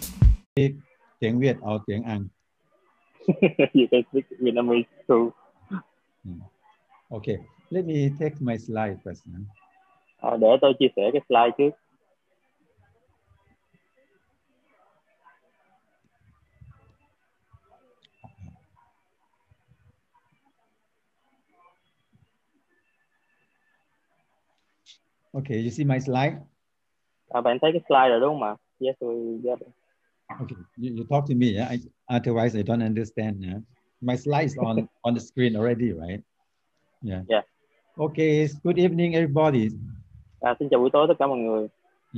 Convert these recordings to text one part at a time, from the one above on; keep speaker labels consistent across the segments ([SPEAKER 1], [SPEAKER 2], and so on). [SPEAKER 1] speak tiếng Việt or tiếng Anh?
[SPEAKER 2] you can speak Vietnamese too.
[SPEAKER 1] Okay, let me take my slide first. huh?
[SPEAKER 2] À, để tôi chia sẻ cái slide trước.
[SPEAKER 1] Okay, you see my slide?
[SPEAKER 2] À, bạn thấy cái slide rồi đúng không ạ? Yes, we got it.
[SPEAKER 1] Okay, you, you talk to me. Yeah? I, otherwise, I don't understand. Yeah? My slide is on, on the screen already, right? Yeah.
[SPEAKER 2] Yeah.
[SPEAKER 1] Okay, it's good evening, everybody.
[SPEAKER 2] À, xin chào buổi tối tất cả mọi người.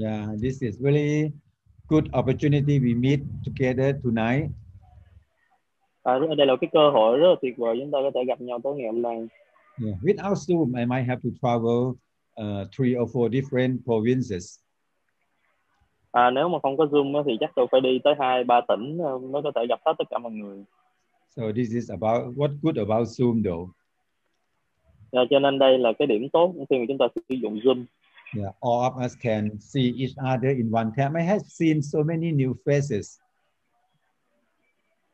[SPEAKER 1] Yeah, this is really good opportunity we meet together tonight.
[SPEAKER 2] À, rất- đây là cái cơ hội rất là tuyệt vời chúng ta có thể gặp nhau tối ngày hôm nay.
[SPEAKER 1] Yeah. Without Zoom, I might have to travel uh, three or four different provinces.
[SPEAKER 2] À, nếu mà không có Zoom á, thì chắc tôi phải đi tới hai ba tỉnh ờ, mới có thể gặp hết tất cả mọi người.
[SPEAKER 1] So this is about what good about Zoom though.
[SPEAKER 2] À, cho nên đây là cái điểm tốt khi mà chúng ta sử dụng Zoom.
[SPEAKER 1] Yeah, all of us can see each other in one time. I have seen so many new faces.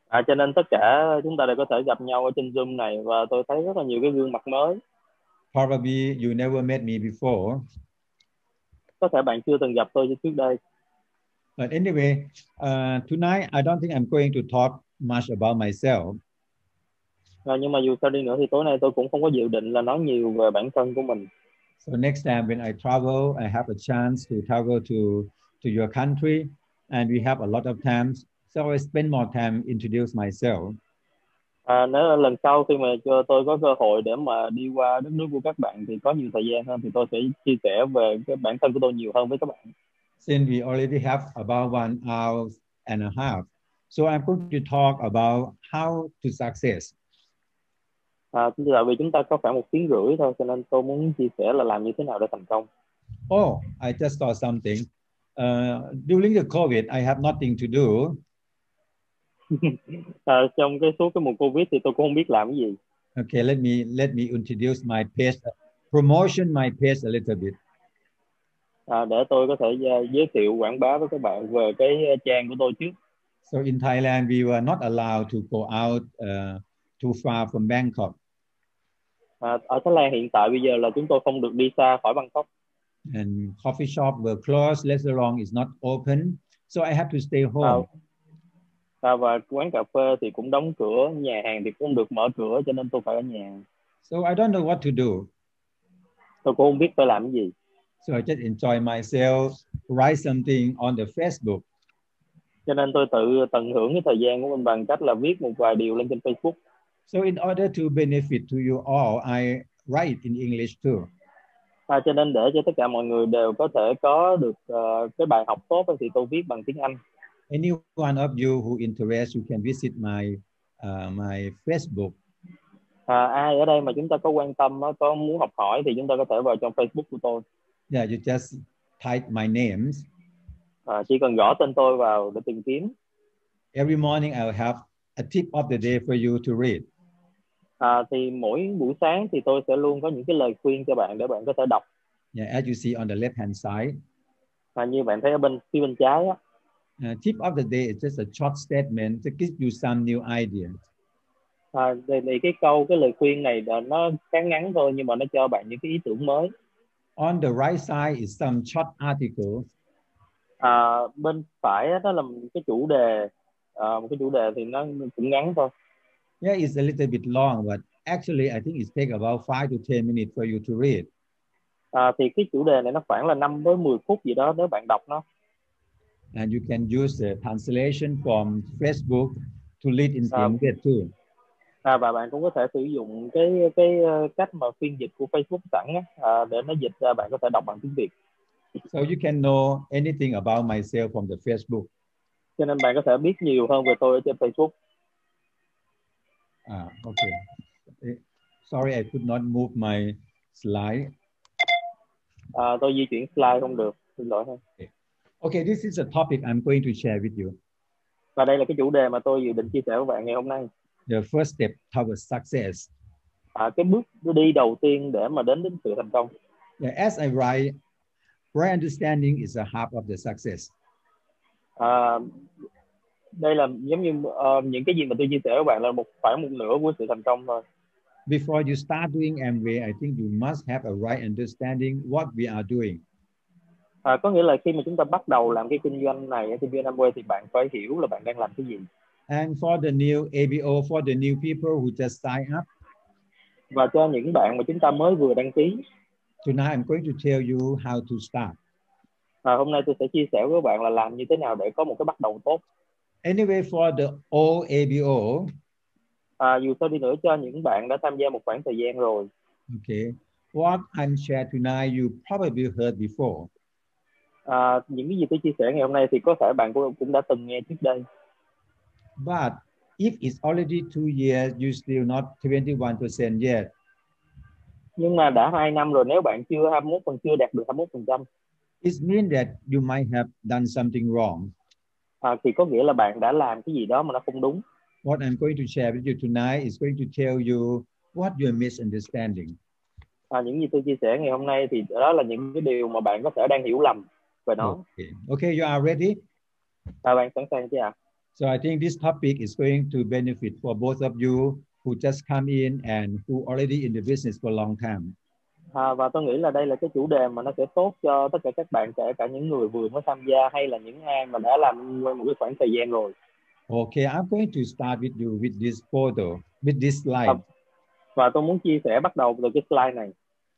[SPEAKER 2] À, cho nên tất cả chúng ta đều có thể gặp nhau ở trên Zoom này và tôi thấy rất là nhiều cái gương mặt mới.
[SPEAKER 1] Probably you never met me before.
[SPEAKER 2] Có thể bạn chưa từng gặp tôi trước đây.
[SPEAKER 1] But anyway, uh, tonight I don't think I'm going to talk much about myself.
[SPEAKER 2] À, nhưng mà dù sao đi nữa thì tối nay tôi cũng không có dự định là nói nhiều về bản thân của mình.
[SPEAKER 1] So next time when I travel, I have a chance to travel to, to your country and we have a lot of times. So I spend more time introduce myself.
[SPEAKER 2] À, nếu lần sau khi mà cho tôi có cơ hội để mà đi qua đất nước của các bạn thì có nhiều thời gian hơn thì tôi sẽ chia sẻ về cái bản thân của tôi nhiều hơn với các bạn.
[SPEAKER 1] Since we already have about one hour and a half. So I'm going to talk about how to success.
[SPEAKER 2] À, chính là vì chúng ta có khoảng một tiếng rưỡi thôi cho nên tôi muốn chia sẻ là làm như thế nào để thành công.
[SPEAKER 1] Oh, I just saw something. Uh, during the COVID, I have nothing to do.
[SPEAKER 2] À, trong cái suốt cái mùa Covid thì tôi cũng không biết làm cái gì.
[SPEAKER 1] Okay, let me let me introduce my page, promotion my page a little bit.
[SPEAKER 2] À, để tôi có thể à, giới thiệu quảng bá với các bạn về cái à, trang của tôi trước.
[SPEAKER 1] So in Thailand, we were not allowed to go out uh, too far from Bangkok.
[SPEAKER 2] À, ở Thái Lan hiện tại bây giờ là chúng tôi không được đi xa khỏi Bangkok.
[SPEAKER 1] and coffee shop were closed, restaurant is not open. So I have to stay home.
[SPEAKER 2] À, và quán cà phê thì cũng đóng cửa, nhà hàng thì cũng không được mở cửa cho nên tôi phải ở nhà.
[SPEAKER 1] So I don't know what to do.
[SPEAKER 2] Tôi cũng không biết phải làm cái gì.
[SPEAKER 1] So I just enjoy myself, write something on the Facebook.
[SPEAKER 2] Cho nên tôi tự tận hưởng cái thời gian của mình bằng cách là viết một vài điều lên trên Facebook.
[SPEAKER 1] So in order to benefit to you all, I write in English too.
[SPEAKER 2] À, cho nên để cho tất cả mọi người đều có thể có được ờ, cái bài học tốt thì tôi viết bằng tiếng Anh.
[SPEAKER 1] Any one of you who interests, you can visit my uh, my Facebook.
[SPEAKER 2] À, ai ở đây mà chúng ta có quan tâm, á, có muốn học hỏi thì chúng ta có thể vào trong Facebook của tôi.
[SPEAKER 1] Yeah, you just type my names.
[SPEAKER 2] À, chỉ cần gõ tên tôi vào để tìm kiếm.
[SPEAKER 1] Every morning I'll have a tip of the day for you to read.
[SPEAKER 2] À, thì mỗi buổi sáng thì tôi sẽ luôn có những cái lời khuyên cho bạn để bạn có thể đọc.
[SPEAKER 1] Yeah, as you see on the left hand side.
[SPEAKER 2] À, như bạn thấy ở bên phía bên trái á,
[SPEAKER 1] Uh, tip of the day is just a short statement to give you some new ideas.
[SPEAKER 2] à, thì, thì cái câu cái lời khuyên này là nó ngắn ngắn thôi nhưng mà nó cho bạn những cái ý tưởng mới.
[SPEAKER 1] On the right side is some short articles.
[SPEAKER 2] À, bên phải á, đó là một cái chủ đề, à, một cái chủ đề thì nó cũng ngắn thôi.
[SPEAKER 1] Yeah, it's a little bit long, but actually I think it takes about five to ten minutes for you to read.
[SPEAKER 2] À, thì cái chủ đề này nó khoảng là 5 với 10 phút gì đó nếu bạn đọc nó.
[SPEAKER 1] And you can use the translation from Facebook to read in
[SPEAKER 2] Um,
[SPEAKER 1] um, too.
[SPEAKER 2] À, và bạn cũng có thể sử dụng cái cái ờ, cách mà phiên dịch của Facebook sẵn á, à, để nó dịch ra bạn có thể đọc bằng tiếng Việt.
[SPEAKER 1] So you can know anything about myself from the Facebook.
[SPEAKER 2] Cho nên bạn có thể biết nhiều hơn về tôi ở trên Facebook.
[SPEAKER 1] Ah, okay. Eh, Sorry, I could not move my slide.
[SPEAKER 2] À, tôi di chuyển slide không được, xin lỗi ha.
[SPEAKER 1] Okay, this is a topic I'm going to share with you.
[SPEAKER 2] Và đây là cái chủ đề mà tôi dự định chia sẻ với bạn ngày hôm nay.
[SPEAKER 1] The first step towards success
[SPEAKER 2] À, cái bước đi đầu tiên để mà đến đến sự thành công.
[SPEAKER 1] Yeah, as I write, right understanding is the half of the success.
[SPEAKER 2] À, đây là giống như ờ, những cái gì mà tôi chia sẻ với bạn là một khoảng một nửa của sự thành công thôi
[SPEAKER 1] Before you start doing MBA, I think you must have a right understanding what we are doing.
[SPEAKER 2] à, có nghĩa là khi mà chúng ta bắt đầu làm cái kinh doanh này ở kinh doanh Amway thì bạn phải hiểu là bạn đang làm cái gì
[SPEAKER 1] And for the new ABO, for the new people who just sign up,
[SPEAKER 2] và cho những bạn mà chúng ta mới vừa đăng ký
[SPEAKER 1] tonight I'm going to tell you how to start.
[SPEAKER 2] à, hôm nay tôi sẽ chia sẻ với các bạn là làm như thế nào để có một cái bắt đầu tốt
[SPEAKER 1] Anyway, for the old ABO,
[SPEAKER 2] à, dù sao đi nữa cho những bạn đã tham gia một khoảng thời gian rồi
[SPEAKER 1] okay, what I'm sharing tonight you probably heard before.
[SPEAKER 2] à, những cái gì tôi chia sẻ ngày hôm nay thì có thể bạn cũng, cũng đã từng nghe trước đây
[SPEAKER 1] But if it's already two years, you still not 21% yet.
[SPEAKER 2] nhưng mà đã hai năm rồi nếu bạn chưa 21 phần chưa đạt được 21 phần trăm
[SPEAKER 1] It means that you might have done something wrong.
[SPEAKER 2] à, thì có nghĩa là bạn đã làm cái gì đó mà nó không đúng
[SPEAKER 1] What I'm going to share with you tonight is going to tell you what you're misunderstanding.
[SPEAKER 2] à, những gì tôi chia sẻ ngày hôm nay thì đó là những cái điều mà bạn có thể đang hiểu lầm về nó
[SPEAKER 1] Okay. okay, you are ready?
[SPEAKER 2] à, bạn sẵn sàng chưa ạ
[SPEAKER 1] So I think this topic is going to benefit for both of you who just come in and who already in the business for a long time.
[SPEAKER 2] à, và tôi nghĩ là đây là cái chủ đề mà nó sẽ tốt cho tất cả các bạn kể cả những người vừa mới tham gia hay là những ai mà đã làm quen một cái khoảng thời gian rồi
[SPEAKER 1] Okay, I'm going to start with you with this photo, with this slide.
[SPEAKER 2] Um, và tôi muốn chia sẻ bắt đầu từ cái slide này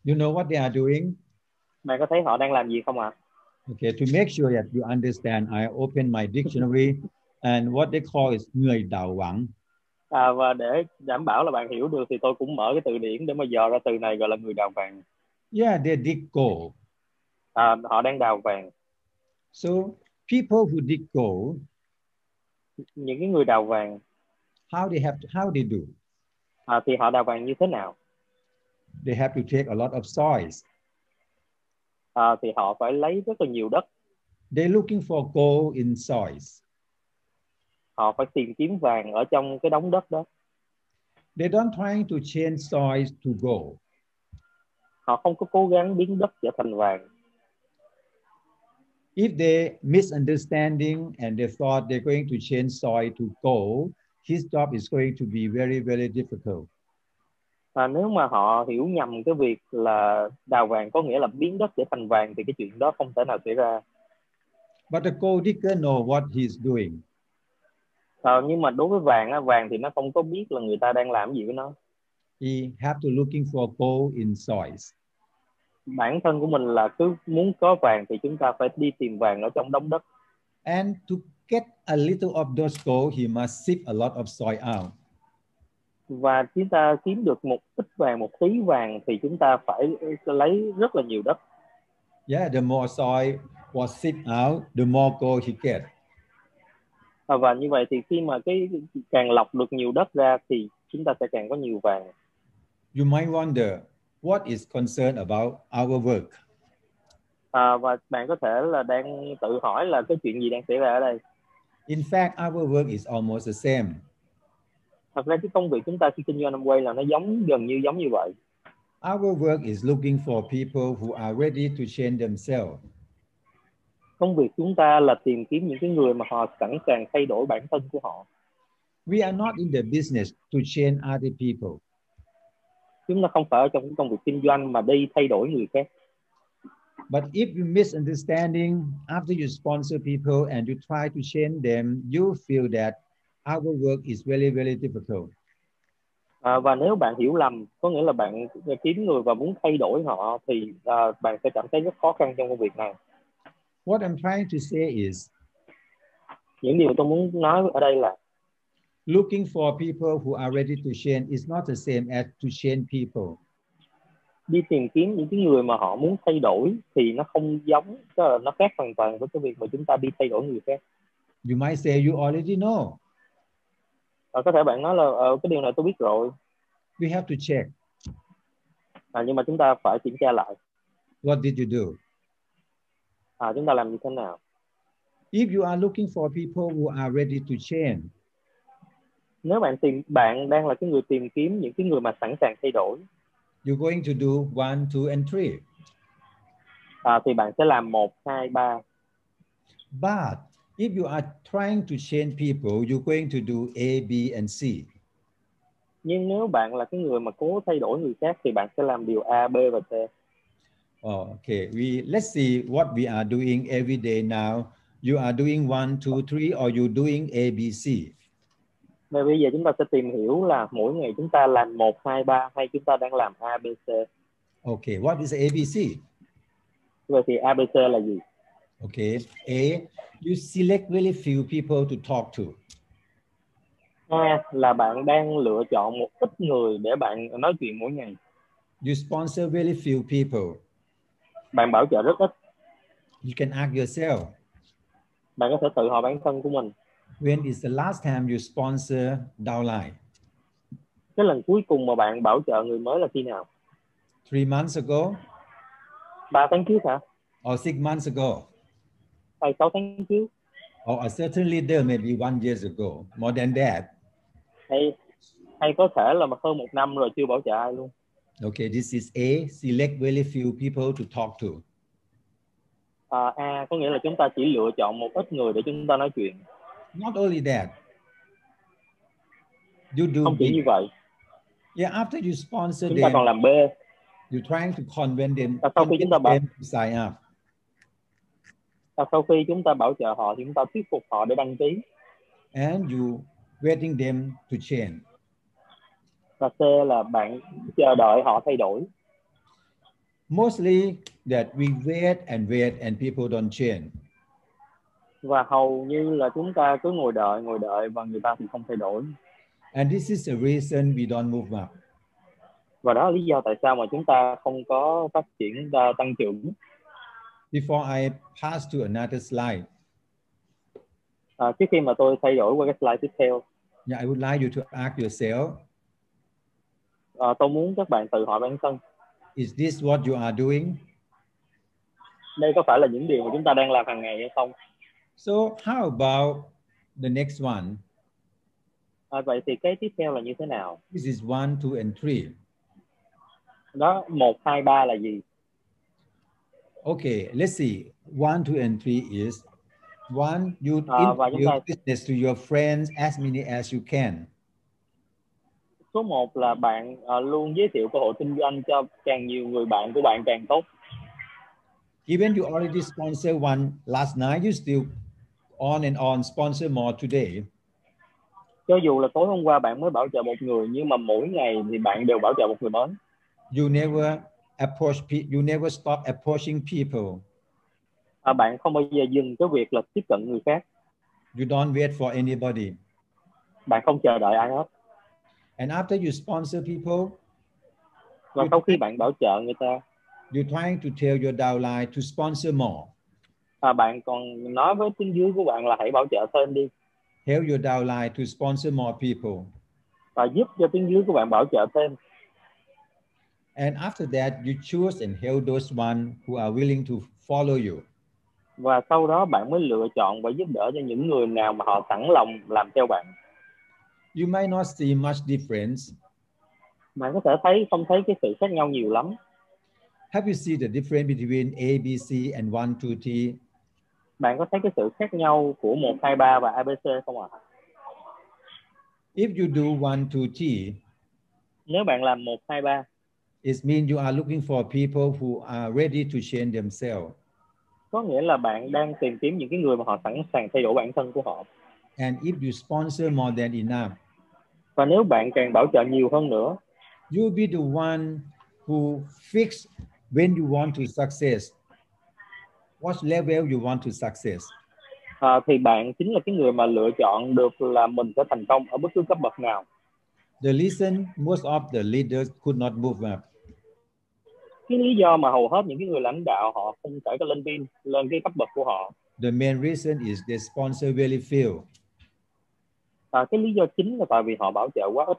[SPEAKER 1] you know what they are doing?
[SPEAKER 2] bạn có thấy họ đang làm gì không ạ
[SPEAKER 1] Okay, to make sure that you understand, I open my dictionary and what they call is người đào vắng.
[SPEAKER 2] à? à, và để đảm bảo là bạn hiểu được thì tôi cũng mở cái từ điển để mà dò ra từ này gọi là người đào vàng
[SPEAKER 1] Yeah, they dig gold.
[SPEAKER 2] à, họ đang đào vàng
[SPEAKER 1] So people who dig gold,
[SPEAKER 2] những cái người đào vàng
[SPEAKER 1] how they have to, how they do?
[SPEAKER 2] à, thì họ đào vàng như thế nào
[SPEAKER 1] They have to take a lot of soils.
[SPEAKER 2] à, thì họ phải lấy rất là nhiều đất
[SPEAKER 1] They're looking for gold in soils.
[SPEAKER 2] họ phải tìm kiếm vàng ở trong cái đống đất đó
[SPEAKER 1] They don't trying to change soils to gold.
[SPEAKER 2] họ không có cố gắng biến đất trở thành vàng
[SPEAKER 1] If they misunderstanding and they thought they're going to change soil to gold, his job is going to be very, very difficult.
[SPEAKER 2] à, nếu mà họ hiểu nhầm cái việc là đào vàng có nghĩa là biến đất trở thành vàng thì cái chuyện đó không thể nào xảy ra
[SPEAKER 1] But the gold digger know what he's doing.
[SPEAKER 2] à, nhưng mà đối với vàng á, vàng thì nó không có biết là người ta đang làm gì với nó
[SPEAKER 1] He have to looking for gold in soils.
[SPEAKER 2] bản thân của mình là cứ muốn có vàng thì chúng ta phải đi tìm vàng ở trong đống đất
[SPEAKER 1] And to get a little of those gold, he must sift a lot of soil out.
[SPEAKER 2] và chúng ta kiếm được một ít vàng một tí vàng thì chúng ta phải lấy rất là nhiều đất
[SPEAKER 1] Yeah, the more soil was sift out, the more gold he get.
[SPEAKER 2] À, và như vậy thì khi mà cái càng lọc được nhiều đất ra thì chúng ta sẽ càng có nhiều vàng
[SPEAKER 1] You might wonder, what is concern about our work?
[SPEAKER 2] à, và bạn có thể là đang tự hỏi là cái chuyện gì đang xảy ra ở đây
[SPEAKER 1] In fact, our work is almost the same.
[SPEAKER 2] thật ra cái công việc chúng ta khi kinh doanh quay là nó giống gần như giống như vậy
[SPEAKER 1] Our work is looking for people who are ready to change themselves.
[SPEAKER 2] công việc chúng ta là tìm kiếm những cái người mà họ sẵn sàng thay đổi bản thân của họ
[SPEAKER 1] We are not in the business to change other people.
[SPEAKER 2] chúng ta không phải ở trong cái công việc kinh doanh mà đi thay đổi người khác
[SPEAKER 1] But if you misunderstanding after you sponsor people and you try to change them, you feel that our work is very, very difficult.
[SPEAKER 2] à, và nếu bạn hiểu lầm có nghĩa là bạn kiếm người và muốn thay đổi họ thì à, bạn sẽ cảm thấy rất khó khăn trong công việc này
[SPEAKER 1] What I'm trying to say is
[SPEAKER 2] những điều tôi muốn nói ở đây là
[SPEAKER 1] looking for people who are ready to change is not the same as to change people.
[SPEAKER 2] đi tìm kiếm những cái người mà họ muốn thay đổi thì nó không giống tức là nó khác hoàn toàn với cái việc mà chúng ta đi thay đổi người khác
[SPEAKER 1] You might say you already know.
[SPEAKER 2] à, có thể bạn nói là ờ, cái điều này tôi biết rồi
[SPEAKER 1] We have to check.
[SPEAKER 2] à, nhưng mà chúng ta phải kiểm tra lại
[SPEAKER 1] What did you do?
[SPEAKER 2] à, chúng ta làm như thế nào
[SPEAKER 1] If you are looking for people who are ready to change,
[SPEAKER 2] nếu bạn tìm bạn đang là cái người tìm kiếm những cái người mà sẵn sàng thay đổi
[SPEAKER 1] you're going to do one, two, and three.
[SPEAKER 2] à, thì bạn sẽ làm một hai ba
[SPEAKER 1] But if you are trying to change people, you're going to do A, B, and C.
[SPEAKER 2] nhưng nếu bạn là cái người mà cố thay đổi người khác thì bạn sẽ làm điều A B và C
[SPEAKER 1] Oh, okay, we let's see what we are doing every day now. You are doing one, two, three, or you doing A, B, C.
[SPEAKER 2] Và bây giờ chúng ta sẽ tìm hiểu là mỗi ngày chúng ta làm 1, 2, 3 hay chúng ta đang làm A, B, C.
[SPEAKER 1] Okay, what is A, B, C?
[SPEAKER 2] Vậy thì A, B, C là gì?
[SPEAKER 1] Okay, A, you select really few people to talk to.
[SPEAKER 2] A là bạn đang lựa chọn một ít người để bạn nói chuyện mỗi ngày.
[SPEAKER 1] You sponsor really few people.
[SPEAKER 2] Bạn bảo trợ rất ít.
[SPEAKER 1] You can ask yourself,
[SPEAKER 2] Bạn có thể tự hỏi bản thân của mình.
[SPEAKER 1] when is the last time you sponsor downline?
[SPEAKER 2] Cái lần cuối cùng mà bạn bảo trợ người mới là khi nào?
[SPEAKER 1] Three months ago
[SPEAKER 2] 3 tháng trước hả?
[SPEAKER 1] or six months ago?
[SPEAKER 2] Hay 6 tháng trước?
[SPEAKER 1] Or a certain leader maybe one years ago, more than that.
[SPEAKER 2] Hay hay có thể là hơn một năm rồi chưa bảo trợ ai luôn.
[SPEAKER 1] Okay, this is A, select really few people to talk to.
[SPEAKER 2] À, A có nghĩa là chúng ta chỉ lựa chọn một ít người để chúng ta nói chuyện.
[SPEAKER 1] Not only that, you do
[SPEAKER 2] Không chỉ như
[SPEAKER 1] B.
[SPEAKER 2] vậy,
[SPEAKER 1] Yeah, after you sponsor
[SPEAKER 2] chúng ta
[SPEAKER 1] them,
[SPEAKER 2] còn làm B.
[SPEAKER 1] you're trying to convince them,
[SPEAKER 2] Và sau khi chúng ta
[SPEAKER 1] convince
[SPEAKER 2] bảo-
[SPEAKER 1] them to sign up.
[SPEAKER 2] Và sau khi chúng ta bảo trợ họ thì chúng ta thuyết phục họ để đăng ký.
[SPEAKER 1] and you waiting them to change.
[SPEAKER 2] Và C là bạn chờ đợi họ thay đổi.
[SPEAKER 1] Mostly that we wait and wait and people don't change.
[SPEAKER 2] Và hầu như là chúng ta cứ ngồi đợi, ngồi đợi và người ta thì không thay đổi.
[SPEAKER 1] And this is the reason we don't move up.
[SPEAKER 2] Và đó là lý do tại sao mà chúng ta không có phát triển à, tăng trưởng.
[SPEAKER 1] Before I pass to another slide,
[SPEAKER 2] À, trước khi mà tôi thay đổi qua cái slide tiếp theo,
[SPEAKER 1] yeah, I would like you to ask yourself,
[SPEAKER 2] à, tôi muốn các bạn tự hỏi bản thân.
[SPEAKER 1] is this what you are doing?
[SPEAKER 2] Đây có phải là những điều mà chúng ta đang làm hàng ngày hay không?
[SPEAKER 1] So how about the next one?
[SPEAKER 2] À, vậy thì cái tiếp theo là như thế nào?
[SPEAKER 1] This is one, two, and three.
[SPEAKER 2] Đó, 1, 2, 3 là gì?
[SPEAKER 1] Okay, let's see. One, two, and three is one, you
[SPEAKER 2] À, và chúng
[SPEAKER 1] introduce
[SPEAKER 2] ta-
[SPEAKER 1] business to your friends as many as you can.
[SPEAKER 2] Số 1 là bạn à, luôn giới thiệu cơ hội kinh doanh cho càng nhiều người bạn của bạn càng tốt.
[SPEAKER 1] Even you already sponsor one last night, you still on and on sponsor more today.
[SPEAKER 2] Cho dù là tối hôm qua bạn mới bảo trợ một người nhưng mà mỗi ngày thì bạn đều bảo trợ một người mới.
[SPEAKER 1] You never approach pe- you never stop approaching people.
[SPEAKER 2] À, bạn không bao giờ dừng cái việc là tiếp cận người khác.
[SPEAKER 1] You don't wait for anybody.
[SPEAKER 2] Bạn không chờ đợi ai hết.
[SPEAKER 1] And after you sponsor people,
[SPEAKER 2] Và sau khi bạn bảo trợ người ta,
[SPEAKER 1] you're trying to tell your downline to sponsor more.
[SPEAKER 2] à, bạn còn nói với tuyến dưới của bạn là hãy bảo trợ thêm đi
[SPEAKER 1] Tell your downline to sponsor more people.
[SPEAKER 2] và giúp cho tuyến dưới của bạn bảo trợ thêm.
[SPEAKER 1] And after that, you choose and help those one who are willing to follow you.
[SPEAKER 2] Và sau đó bạn mới lựa chọn và giúp đỡ cho những người nào mà họ sẵn lòng làm theo bạn.
[SPEAKER 1] You might not see much difference.
[SPEAKER 2] Bạn có thể thấy không thấy cái sự khác nhau nhiều lắm.
[SPEAKER 1] Have you seen the difference between A, B, C, and one, two, three,
[SPEAKER 2] Bạn có thấy cái sự khác nhau của 1, 2, 3 và ABC không ạ?
[SPEAKER 1] If you do one, two, three,
[SPEAKER 2] Nếu bạn làm 1, 2, 3
[SPEAKER 1] it means you are looking for people who are ready to change themselves.
[SPEAKER 2] có nghĩa là bạn đang tìm kiếm những cái người mà họ sẵn sàng thay đổi bản thân của họ.
[SPEAKER 1] And if you sponsor more than enough,
[SPEAKER 2] Và nếu bạn càng bảo trợ nhiều hơn nữa
[SPEAKER 1] you'll be the one who fix when you want to success, what level you want to success.
[SPEAKER 2] à, thì bạn chính là cái người mà lựa chọn được là mình sẽ thành công ở bất cứ cấp bậc nào.
[SPEAKER 1] The reason most of the leaders could not move up
[SPEAKER 2] Cái lý do mà hầu hết những cái người lãnh đạo họ không thể có lên pin lên cái cấp bậc của họ.
[SPEAKER 1] The main reason is they sponsor really few.
[SPEAKER 2] À, cái lý do chính là tại vì họ bảo trợ quá ít.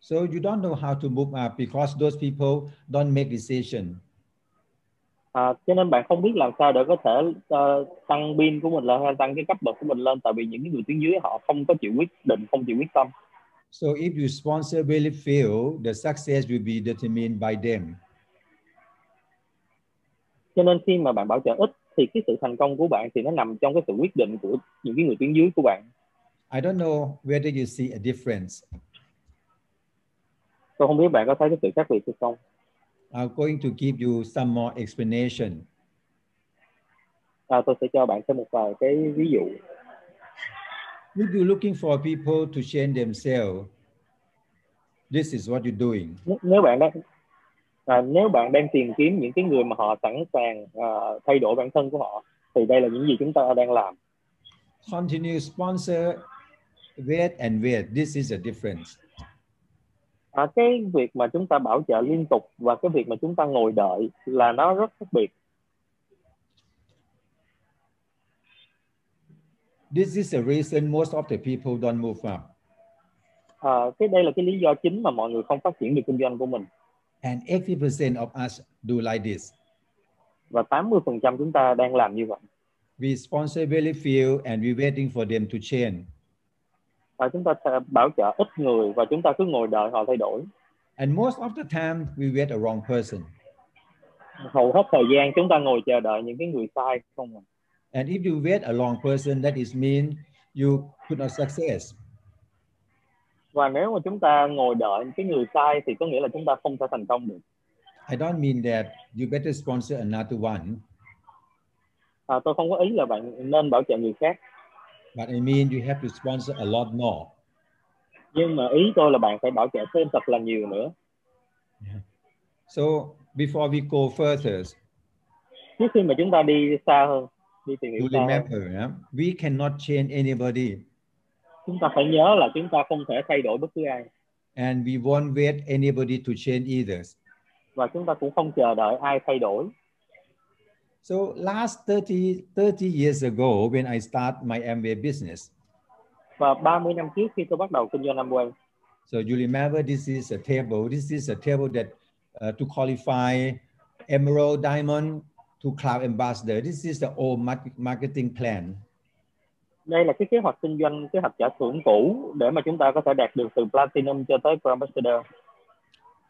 [SPEAKER 1] So you don't know how to move up because those people don't make decision.
[SPEAKER 2] À, cho nên bạn không biết làm sao để có thể ờ, tăng pin của mình lên hay tăng cái cấp bậc của mình lên tại vì những cái người tuyến dưới họ không có chịu quyết định, không chịu quyết tâm.
[SPEAKER 1] So if you sponsor really few, the success will be determined by them.
[SPEAKER 2] cho nên khi mà bạn bảo trợ ít thì cái sự thành công của bạn thì nó nằm trong cái sự quyết định của những cái người tuyến dưới của bạn
[SPEAKER 1] I don't know whether you see a difference.
[SPEAKER 2] tôi không biết bạn có thấy cái sự khác biệt hay không
[SPEAKER 1] I'm going to give you some more explanation.
[SPEAKER 2] à, tôi sẽ cho bạn thêm một vài cái ví dụ
[SPEAKER 1] If you're looking for people to change themselves, this is what you're doing.
[SPEAKER 2] N- nếu bạn đang à, nếu bạn đang tìm kiếm những cái người mà họ sẵn sàng à, thay đổi bản thân của họ thì đây là những gì chúng ta đang làm
[SPEAKER 1] Continue sponsor, wait and wait. This is a difference.
[SPEAKER 2] à, cái việc mà chúng ta bảo trợ liên tục và cái việc mà chúng ta ngồi đợi là nó rất khác biệt
[SPEAKER 1] This is the reason most of the people don't move up.
[SPEAKER 2] à, cái đây là cái lý do chính mà mọi người không phát triển được kinh doanh của mình
[SPEAKER 1] And 80% of us do like this.
[SPEAKER 2] và 80% chúng ta đang làm như vậy
[SPEAKER 1] We sponsor very few and we're waiting for them to change.
[SPEAKER 2] và À, chúng ta sẽ bảo trợ ít người và chúng ta cứ ngồi đợi họ thay đổi
[SPEAKER 1] And most of the time, we wait a wrong person.
[SPEAKER 2] hầu hết thời gian chúng ta ngồi chờ đợi những cái người sai không à.
[SPEAKER 1] And if you wait a wrong person, that is mean you could not success.
[SPEAKER 2] và nếu mà chúng ta ngồi đợi cái người sai thì có nghĩa là chúng ta không thể thành công được
[SPEAKER 1] I don't mean that you better sponsor another one,
[SPEAKER 2] à, tôi không có ý là bạn nên bảo trợ người khác
[SPEAKER 1] but I mean you have to sponsor a lot more.
[SPEAKER 2] nhưng mà ý tôi là bạn phải bảo trợ thêm thật là nhiều nữa
[SPEAKER 1] So before we go further,
[SPEAKER 2] trước khi mà chúng ta đi xa hơn đi tìm hiểu
[SPEAKER 1] you
[SPEAKER 2] xa hơn,
[SPEAKER 1] remember yeah, we cannot change anybody
[SPEAKER 2] chúng ta phải nhớ là chúng ta không thể thay đổi bất cứ ai
[SPEAKER 1] and we won't wait anybody to change either.
[SPEAKER 2] và chúng ta cũng không chờ đợi ai thay đổi
[SPEAKER 1] So last 30, 30 years ago when I start my MBA business,
[SPEAKER 2] và 30 năm trước khi tôi bắt đầu kinh doanh Amway
[SPEAKER 1] so you remember this is a table. This is a table that uh, to qualify Emerald Diamond to Cloud Ambassador. This is the old mar- marketing plan.
[SPEAKER 2] đây là cái kế hoạch kinh doanh kế hoạch trả thưởng cũ để mà chúng ta có thể đạt được từ platinum cho tới Grand Ambassador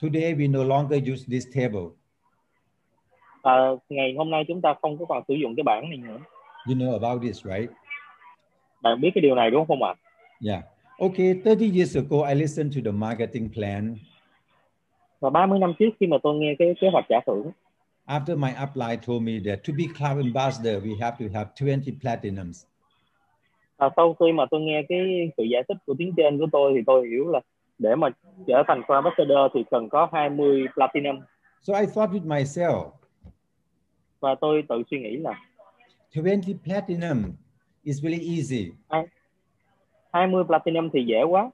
[SPEAKER 1] Today, we no longer use this table.
[SPEAKER 2] à, ngày hôm nay chúng ta không có còn sử dụng cái bảng này nữa
[SPEAKER 1] You know about this, right?
[SPEAKER 2] bạn biết cái điều này đúng không ạ
[SPEAKER 1] Yeah. Okay, 30 years ago, I listened to the marketing plan.
[SPEAKER 2] và 30 năm trước khi mà tôi nghe cái kế hoạch trả thưởng
[SPEAKER 1] After my upline told me that to be cloud ambassador, we have to have 20 platinums.
[SPEAKER 2] à, sau khi mà tôi nghe cái sự giải thích của tiếng trên của tôi thì tôi hiểu là để mà trở thành Grand Ambassador thì cần có 20 platinum
[SPEAKER 1] So I thought with myself,
[SPEAKER 2] và tôi tự suy nghĩ là
[SPEAKER 1] 20 platinum is really easy.
[SPEAKER 2] 20 platinum thì dễ quá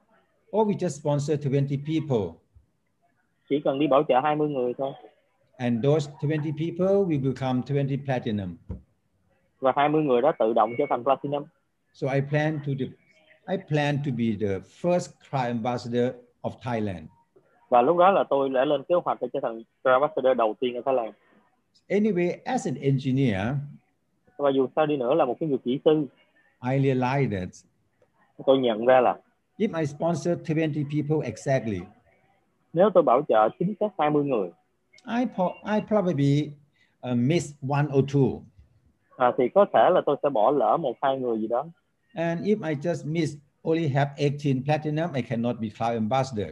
[SPEAKER 1] Or we just sponsor 20 people.
[SPEAKER 2] chỉ cần đi bảo trợ 20 người thôi
[SPEAKER 1] And those 20 people will become 20 platinum.
[SPEAKER 2] và 20 người đó tự động trở thành platinum
[SPEAKER 1] So I plan to the, I plan to be the first cloud ambassador of Thailand.
[SPEAKER 2] và lúc đó là tôi đã lên kế hoạch để trở thành Grand Ambassador đầu tiên ở Thái Lan
[SPEAKER 1] Anyway, as an engineer,
[SPEAKER 2] và dù sao đi nữa là một cái người kỹ sư
[SPEAKER 1] I realized that
[SPEAKER 2] tôi nhận ra là
[SPEAKER 1] if I sponsor 20 people exactly,
[SPEAKER 2] nếu tôi bảo trợ chính xác 20 người
[SPEAKER 1] I, po- I probably uh, miss one or two.
[SPEAKER 2] à, thì có thể là tôi sẽ bỏ lỡ một hai người gì đó
[SPEAKER 1] And if I just miss only have 18 platinum, I cannot be cloud ambassador.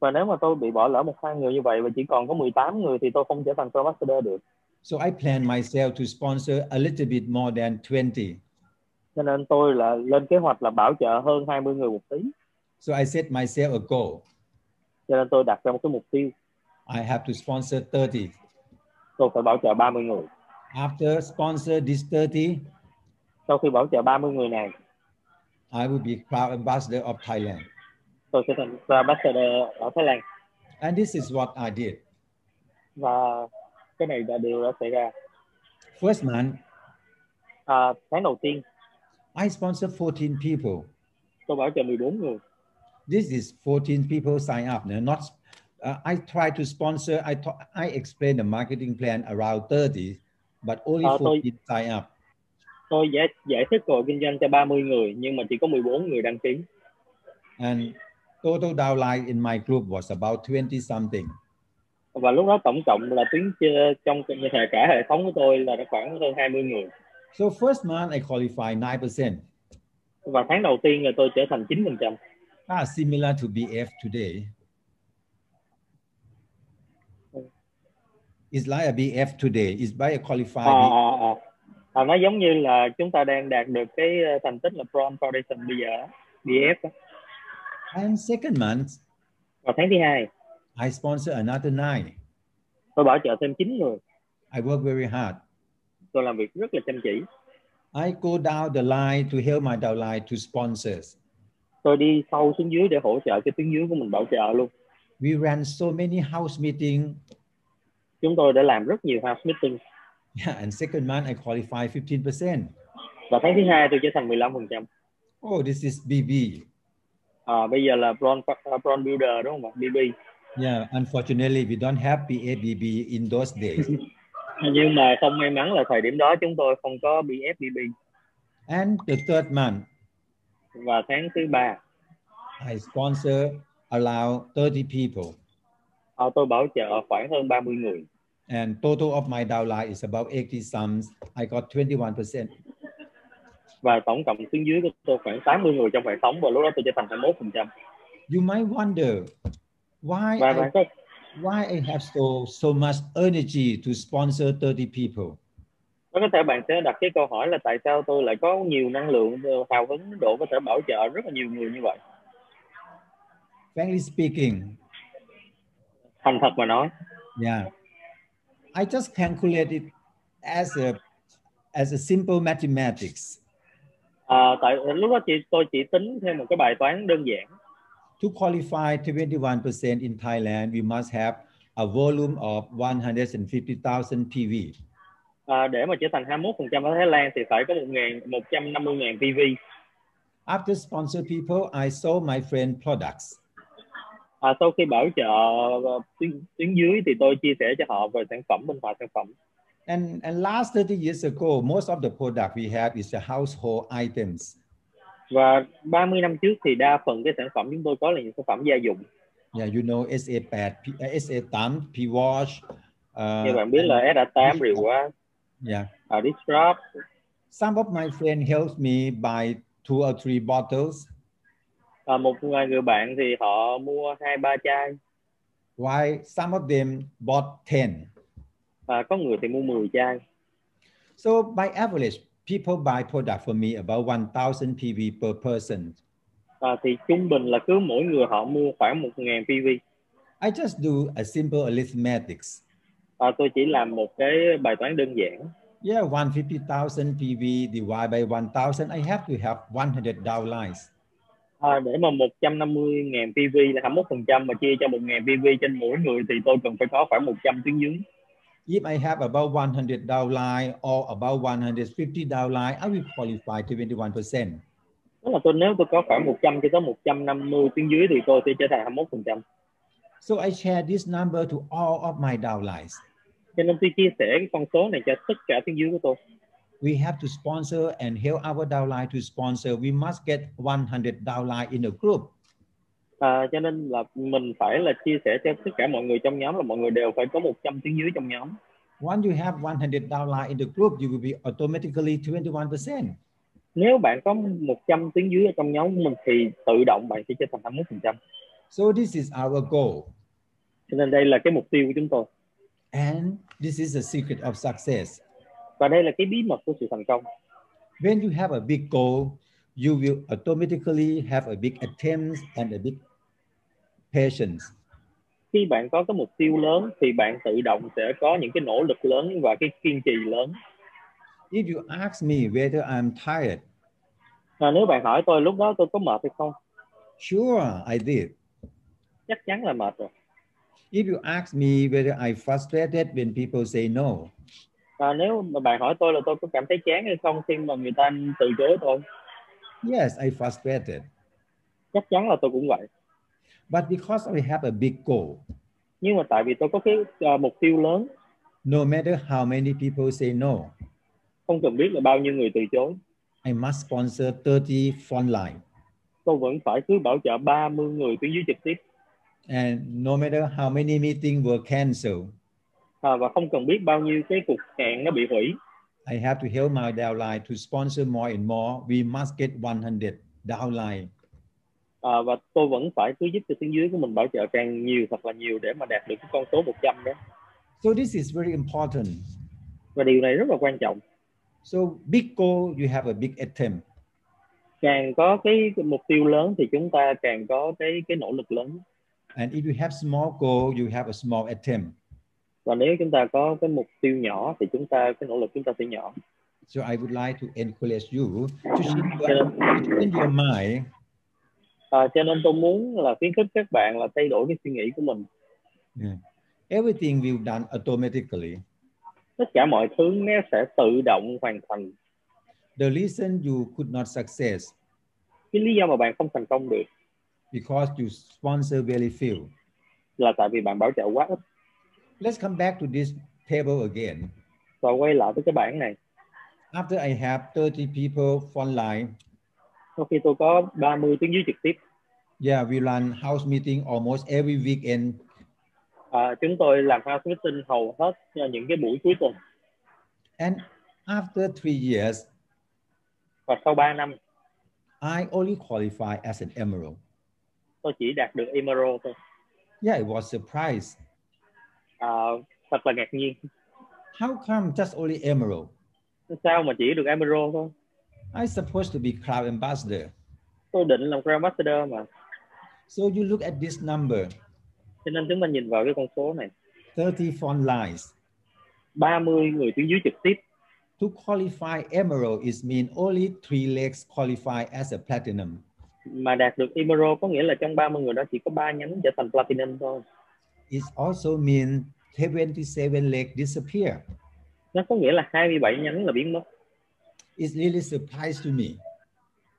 [SPEAKER 2] và nếu mà tôi bị bỏ lỡ một hai người như vậy và chỉ còn có 18 người thì tôi không trở thành Grand Ambassador được
[SPEAKER 1] So I plan myself to sponsor a little bit more than 20.
[SPEAKER 2] cho nên tôi là lên kế hoạch là bảo trợ hơn 20 người một tí
[SPEAKER 1] So I set myself a goal.
[SPEAKER 2] cho nên tôi đặt ra một cái mục tiêu
[SPEAKER 1] I have to sponsor 30.
[SPEAKER 2] tôi phải bảo trợ 30 người
[SPEAKER 1] After sponsor this 30,
[SPEAKER 2] sau khi bảo trợ 30 người này
[SPEAKER 1] I will be cloud ambassador of Thailand.
[SPEAKER 2] tôi sẽ thành Grand Ambassador ở Thái Lan
[SPEAKER 1] And this is what I did.
[SPEAKER 2] và cái này là điều đã xảy ra
[SPEAKER 1] First month,
[SPEAKER 2] à, tháng đầu tiên
[SPEAKER 1] I sponsor 14 people.
[SPEAKER 2] tôi bảo trợ 14 người
[SPEAKER 1] this is 14 people sign up they're not uh, i try to sponsor i t- i explain the marketing plan around 30 but only
[SPEAKER 2] Ờ, tôi-
[SPEAKER 1] 14 sign up
[SPEAKER 2] tôi giải giải thích cơ hội kinh doanh cho 30 người nhưng mà chỉ có 14 người đăng ký
[SPEAKER 1] and total downline in my group was about 20 something
[SPEAKER 2] Và và lúc đó tổng cộng là tuyến chê- trong cái- hệ cả hệ thống của tôi là đã khoảng hơn 20 người
[SPEAKER 1] So first month I qualify 9%.
[SPEAKER 2] và tháng đầu tiên là tôi trở thành 9%
[SPEAKER 1] Ah, similar to BF today. It's like a BF today. It's by a
[SPEAKER 2] à,
[SPEAKER 1] qualified.
[SPEAKER 2] à, à. À, nó giống như là chúng ta đang đạt được cái ờ, thành tích là Brown Foundation bây giờ á, BF á.
[SPEAKER 1] And second month
[SPEAKER 2] vào tháng thứ hai
[SPEAKER 1] I sponsor another nine.
[SPEAKER 2] tôi bảo trợ thêm 9 người
[SPEAKER 1] I work very hard.
[SPEAKER 2] tôi làm việc rất là chăm chỉ
[SPEAKER 1] I go down the line to help my downline to sponsors.
[SPEAKER 2] tôi đi sâu xuống dưới để hỗ trợ cái tuyến dưới của mình bảo trợ luôn
[SPEAKER 1] We ran so many house meeting.
[SPEAKER 2] chúng tôi đã làm rất nhiều house meeting
[SPEAKER 1] Yeah, and second month I qualify 15%.
[SPEAKER 2] và tháng thứ hai tôi trở thành 15%
[SPEAKER 1] Oh, this is BB.
[SPEAKER 2] à, bây giờ là Brown, ờ, Brown Builder đúng không ạ BB
[SPEAKER 1] Yeah, unfortunately, we don't have BABB in those days.
[SPEAKER 2] nhưng mà không may mắn là thời điểm đó chúng tôi không có BF BB
[SPEAKER 1] and the third month,
[SPEAKER 2] và tháng thứ ba
[SPEAKER 1] I sponsor around 30 people.
[SPEAKER 2] à, tôi bảo trợ khoảng hơn 30 người
[SPEAKER 1] And total of my downline is about 80 sums. I got 21%.
[SPEAKER 2] và tổng cộng xuống dưới của tôi khoảng 80 người trong hệ thống và lúc đó tôi trở thành 21%
[SPEAKER 1] You might wonder why
[SPEAKER 2] và
[SPEAKER 1] I,
[SPEAKER 2] bạn có
[SPEAKER 1] why I have so, so much energy to sponsor 30 people.
[SPEAKER 2] có có thể bạn sẽ đặt cái câu hỏi là tại sao tôi lại có nhiều năng lượng ờ, hào hứng đến độ có thể bảo trợ rất là nhiều người như vậy
[SPEAKER 1] Frankly speaking,
[SPEAKER 2] thành thật mà nói
[SPEAKER 1] Yeah. I just calculate it as a as a simple mathematics.
[SPEAKER 2] à, tại lúc đó chị tôi chỉ tính theo một cái bài toán đơn giản
[SPEAKER 1] To qualify 21% in Thailand, we must have a volume of 150,000 PV.
[SPEAKER 2] à, để mà trở thành 21% ở Thái Lan thì phải có 1.150.000 PV
[SPEAKER 1] After sponsor people, I sold my friend products.
[SPEAKER 2] à, sau khi bảo trợ ờ, tuyến, tuyến dưới thì tôi chia sẻ cho họ về sản phẩm minh họa sản phẩm
[SPEAKER 1] And, and last 30 years ago, most of the product we had is the household items.
[SPEAKER 2] và 30 năm trước thì đa phần cái sản phẩm chúng tôi có là những sản phẩm gia dụng
[SPEAKER 1] Yeah, you know, SA8, P- uh, SA8, P-Wash. Uh,
[SPEAKER 2] như bạn biết là SA8 rượu quá
[SPEAKER 1] yeah.
[SPEAKER 2] à, Disrupt
[SPEAKER 1] Some of my friends helped me buy two or three bottles.
[SPEAKER 2] à, một vài người bạn thì họ mua hai ba chai
[SPEAKER 1] Why some of them bought 10.
[SPEAKER 2] à, có người thì mua 10 chai
[SPEAKER 1] So by average, people buy product for me about 1,000 PV per person.
[SPEAKER 2] à, thì trung bình là cứ mỗi người họ mua khoảng 1.000 PV
[SPEAKER 1] I just do a simple arithmetics.
[SPEAKER 2] à, tôi chỉ làm một cái bài toán đơn giản
[SPEAKER 1] Yeah, 150,000 PV divided by 1,000, I have to have 100 downlines.
[SPEAKER 2] à, để mà 150.000 PV là 21% mà chia cho 1.000 PV trên mỗi người thì tôi cần phải có khoảng 100 tuyến dưới
[SPEAKER 1] If I have about 100 downline or about 150 downline, I will qualify 21%.
[SPEAKER 2] Tức là tôi nếu tôi có khoảng 100 cho tới 150 tuyến dưới thì tôi sẽ trở thành 21%.
[SPEAKER 1] So I share this number to all of my downlines.
[SPEAKER 2] Cho nên tôi chia sẻ cái con số này cho tất cả tuyến dưới của tôi.
[SPEAKER 1] we have to sponsor and help our downline to sponsor. We must get 100 downline in a group.
[SPEAKER 2] À, cho nên là mình phải là chia sẻ cho tất cả mọi người trong nhóm là mọi người đều phải có 100 tuyến dưới trong nhóm.
[SPEAKER 1] Once you have 100 downline in the group, you will be automatically 21%.
[SPEAKER 2] Nếu bạn có 100 tuyến dưới ở trong nhóm của mình thì tự động bạn sẽ trở thành 21%.
[SPEAKER 1] So this is our goal.
[SPEAKER 2] Cho nên đây là cái mục tiêu của chúng tôi.
[SPEAKER 1] And this is the secret of success.
[SPEAKER 2] Và đây là cái bí mật của sự thành công.
[SPEAKER 1] When you have a big goal, you will automatically have a big attempt and a big patience.
[SPEAKER 2] Khi bạn có cái mục tiêu lớn thì bạn tự động sẽ có những cái nỗ lực lớn và cái kiên trì lớn.
[SPEAKER 1] If you ask me whether I'm tired,
[SPEAKER 2] À, nếu bạn hỏi tôi lúc đó tôi có mệt hay không?
[SPEAKER 1] sure, I did.
[SPEAKER 2] Chắc chắn là mệt rồi.
[SPEAKER 1] If you ask me whether I frustrated when people say no,
[SPEAKER 2] À, nếu mà bạn hỏi tôi là tôi có cảm thấy chán hay không khi mà người ta từ chối tôi
[SPEAKER 1] yes, I frustrated.
[SPEAKER 2] chắc chắn là tôi cũng vậy
[SPEAKER 1] But because I have a big goal,
[SPEAKER 2] nhưng mà tại vì tôi có cái à, mục tiêu lớn
[SPEAKER 1] no matter how many people say no,
[SPEAKER 2] không cần biết là bao nhiêu người từ chối
[SPEAKER 1] I must sponsor 30 frontline.
[SPEAKER 2] tôi vẫn phải cứ bảo trợ 30 người tuyến dưới trực tiếp
[SPEAKER 1] and no matter how many meetings were canceled,
[SPEAKER 2] à, và không cần biết bao nhiêu cái cuộc hẹn nó bị hủy
[SPEAKER 1] I have to help my downline to sponsor more and more. We must get 100 downline.
[SPEAKER 2] à, và tôi vẫn phải cứ giúp cho tuyến dưới của mình bảo trợ càng nhiều thật là nhiều để mà đạt được cái con số 100 đó
[SPEAKER 1] So this is very important.
[SPEAKER 2] và điều này rất là quan trọng
[SPEAKER 1] So big goal, you have a big attempt.
[SPEAKER 2] càng có cái mục tiêu lớn thì chúng ta càng có cái cái nỗ lực lớn
[SPEAKER 1] And if you have small goal, you have a small attempt.
[SPEAKER 2] và nếu chúng ta có cái mục tiêu nhỏ thì chúng ta cái nỗ lực chúng ta sẽ nhỏ
[SPEAKER 1] So I would like to encourage you to change your, to change your mind
[SPEAKER 2] à, cho nên tôi muốn là khuyến khích các bạn là thay đổi cái suy nghĩ của mình
[SPEAKER 1] everything will done automatically.
[SPEAKER 2] tất cả mọi thứ nó sẽ tự động hoàn thành
[SPEAKER 1] The reason you could not success
[SPEAKER 2] cái lý do mà bạn không thành công được
[SPEAKER 1] because you sponsor very few.
[SPEAKER 2] là tại vì bạn bảo trợ quá ít
[SPEAKER 1] Let's come back to this table again.
[SPEAKER 2] và quay lại với cái bảng này
[SPEAKER 1] After I have 30 people online,
[SPEAKER 2] sau khi tôi có 30 tiếng dưới trực tiếp
[SPEAKER 1] yeah, we run house meeting almost every weekend.
[SPEAKER 2] à, chúng tôi làm house meeting hầu hết cho những cái buổi cuối tuần
[SPEAKER 1] And after three years,
[SPEAKER 2] và sau 3 năm
[SPEAKER 1] I only qualify as an emerald.
[SPEAKER 2] tôi chỉ đạt được emerald thôi
[SPEAKER 1] Yeah, it was surprised.
[SPEAKER 2] à, thật là ngạc nhiên
[SPEAKER 1] How come just only emerald?
[SPEAKER 2] sao mà chỉ được emerald thôi
[SPEAKER 1] I supposed to be cloud ambassador.
[SPEAKER 2] tôi định làm Grand Ambassador mà
[SPEAKER 1] So you look at this number,
[SPEAKER 2] cho nên chúng ta nhìn vào cái con số này
[SPEAKER 1] 30 phone lines.
[SPEAKER 2] 30 người tuyến dưới trực tiếp
[SPEAKER 1] To qualify emerald is mean only three legs qualify as a platinum.
[SPEAKER 2] mà đạt được Emerald có nghĩa là trong 30 người đó chỉ có 3 nhánh trở thành Platinum thôi
[SPEAKER 1] It also means 77 legs disappear.
[SPEAKER 2] nó có nghĩa là 27 nhánh là biến mất
[SPEAKER 1] It's really surprised to me.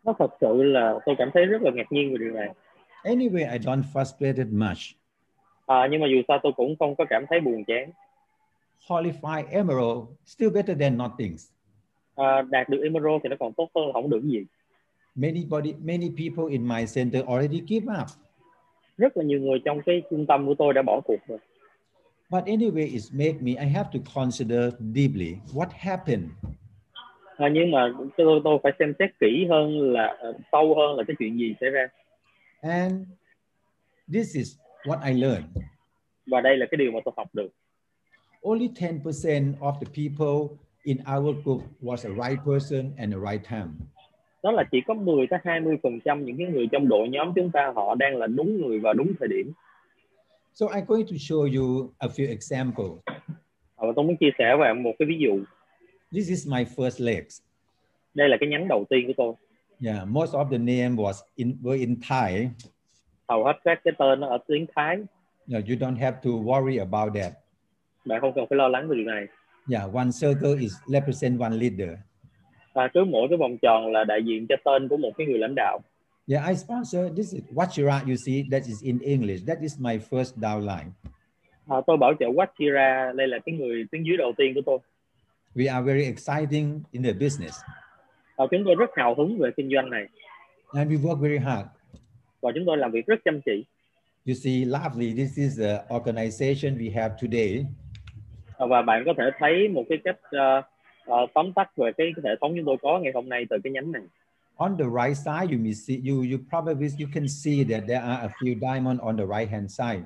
[SPEAKER 2] nó thật sự là tôi cảm thấy rất là ngạc nhiên về điều này
[SPEAKER 1] Anyway, I don't frustrated much.
[SPEAKER 2] à, nhưng mà dù sao tôi cũng không có cảm thấy buồn chán
[SPEAKER 1] Qualify emerald still better than nothing.
[SPEAKER 2] à, đạt được Emerald thì nó còn tốt hơn không được gì
[SPEAKER 1] Many body, many people in my center already give up.
[SPEAKER 2] rất là nhiều người trong cái trung tâm của tôi đã bỏ cuộc rồi
[SPEAKER 1] But anyway, it's made me I have to consider deeply what happened.
[SPEAKER 2] à, nhưng mà tôi, tôi phải xem xét kỹ hơn là ờ, sâu hơn là cái chuyện gì xảy ra
[SPEAKER 1] And this is what I learned.
[SPEAKER 2] và đây là cái điều mà tôi học được
[SPEAKER 1] Only 10% of the people in our group was the right person and the right time.
[SPEAKER 2] đó là chỉ có 10 tới 20 phần trăm những cái người trong đội nhóm chúng ta họ đang là đúng người vào đúng thời điểm
[SPEAKER 1] So I'm going to show you a few examples.
[SPEAKER 2] Ờ, và tôi muốn chia sẻ với bạn một cái ví dụ
[SPEAKER 1] This is my first legs.
[SPEAKER 2] đây là cái nhánh đầu tiên của tôi
[SPEAKER 1] Yeah, most of the name was in were in Thai.
[SPEAKER 2] hầu hết các cái tên nó ở tiếng Thái
[SPEAKER 1] No, you don't have to worry about that.
[SPEAKER 2] bạn không cần phải lo lắng về điều này
[SPEAKER 1] Yeah, one circle is represent one leader.
[SPEAKER 2] và À, cứ mỗi cái vòng tròn là đại diện cho tên của một cái người lãnh đạo
[SPEAKER 1] Yeah, I sponsor this is Wachira, you see, that is in English. That is my first downline.
[SPEAKER 2] à, tôi bảo trợ Wachira đây là cái người tiếng dưới đầu tiên của tôi
[SPEAKER 1] We are very exciting in the business
[SPEAKER 2] à, chúng tôi rất hào hứng về kinh doanh này
[SPEAKER 1] and we work very hard.
[SPEAKER 2] và chúng tôi làm việc rất chăm chỉ
[SPEAKER 1] You see, lovely, this is the organization we have today.
[SPEAKER 2] À, và bạn có thể thấy một cái cách ờ, ờ, tóm tắt về cái, cái hệ thống chúng tôi có ngày hôm nay từ cái nhánh này
[SPEAKER 1] On the right side, you may see you you probably you can see that there are a few diamond on the right hand side.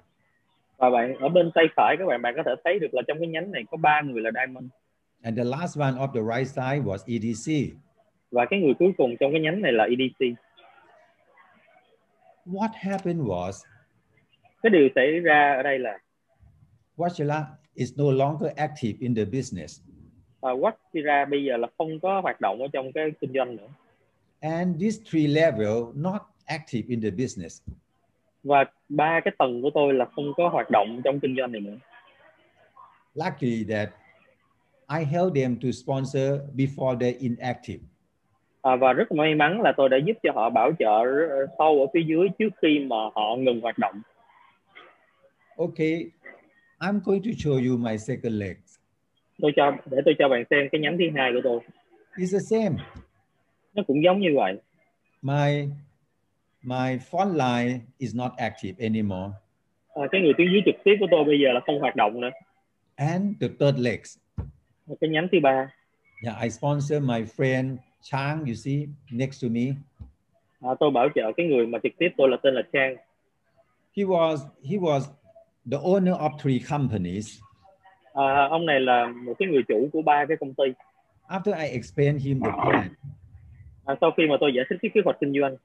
[SPEAKER 2] và bạn ở bên tay phải các bạn bạn có thể thấy được là trong cái nhánh này có ba người là diamond
[SPEAKER 1] And the last one of the right side was E EDC.
[SPEAKER 2] và cái người cuối cùng trong cái nhánh này là E EDC
[SPEAKER 1] What happened was
[SPEAKER 2] cái điều xảy ra ở đây là
[SPEAKER 1] Wachila is no longer active in the business.
[SPEAKER 2] à, Wachira bây giờ là không có hoạt động ở trong cái kinh doanh nữa
[SPEAKER 1] And these three level not active in the business.
[SPEAKER 2] và ba cái tầng của tôi là không có hoạt động trong kinh doanh này nữa
[SPEAKER 1] Luckily that I helped them to sponsor before they're inactive.
[SPEAKER 2] à, và rất may mắn là tôi đã giúp cho họ bảo trợ sâu ở phía dưới trước khi mà họ ngừng hoạt động
[SPEAKER 1] Okay, I'm going to show you my second leg.
[SPEAKER 2] tôi cho để tôi cho bạn xem cái nhánh thứ hai của tôi
[SPEAKER 1] It's the same.
[SPEAKER 2] nó cũng giống như vậy
[SPEAKER 1] My my phone line is not active anymore.
[SPEAKER 2] à, cái người tuyến dưới trực tiếp của tôi bây giờ là không hoạt động nữa
[SPEAKER 1] and the third legs.
[SPEAKER 2] Và cái nhánh thứ ba
[SPEAKER 1] Yeah, I sponsor my friend Chang, you see, next to me.
[SPEAKER 2] à, tôi bảo trợ cái người mà trực tiếp tôi là tên là Trang
[SPEAKER 1] He was he was the owner of three companies.
[SPEAKER 2] à, ông này là một cái người chủ của ba cái công ty
[SPEAKER 1] After I explained him the plan,
[SPEAKER 2] à, sau khi mà tôi giải thích cái kế hoạch kinh doanh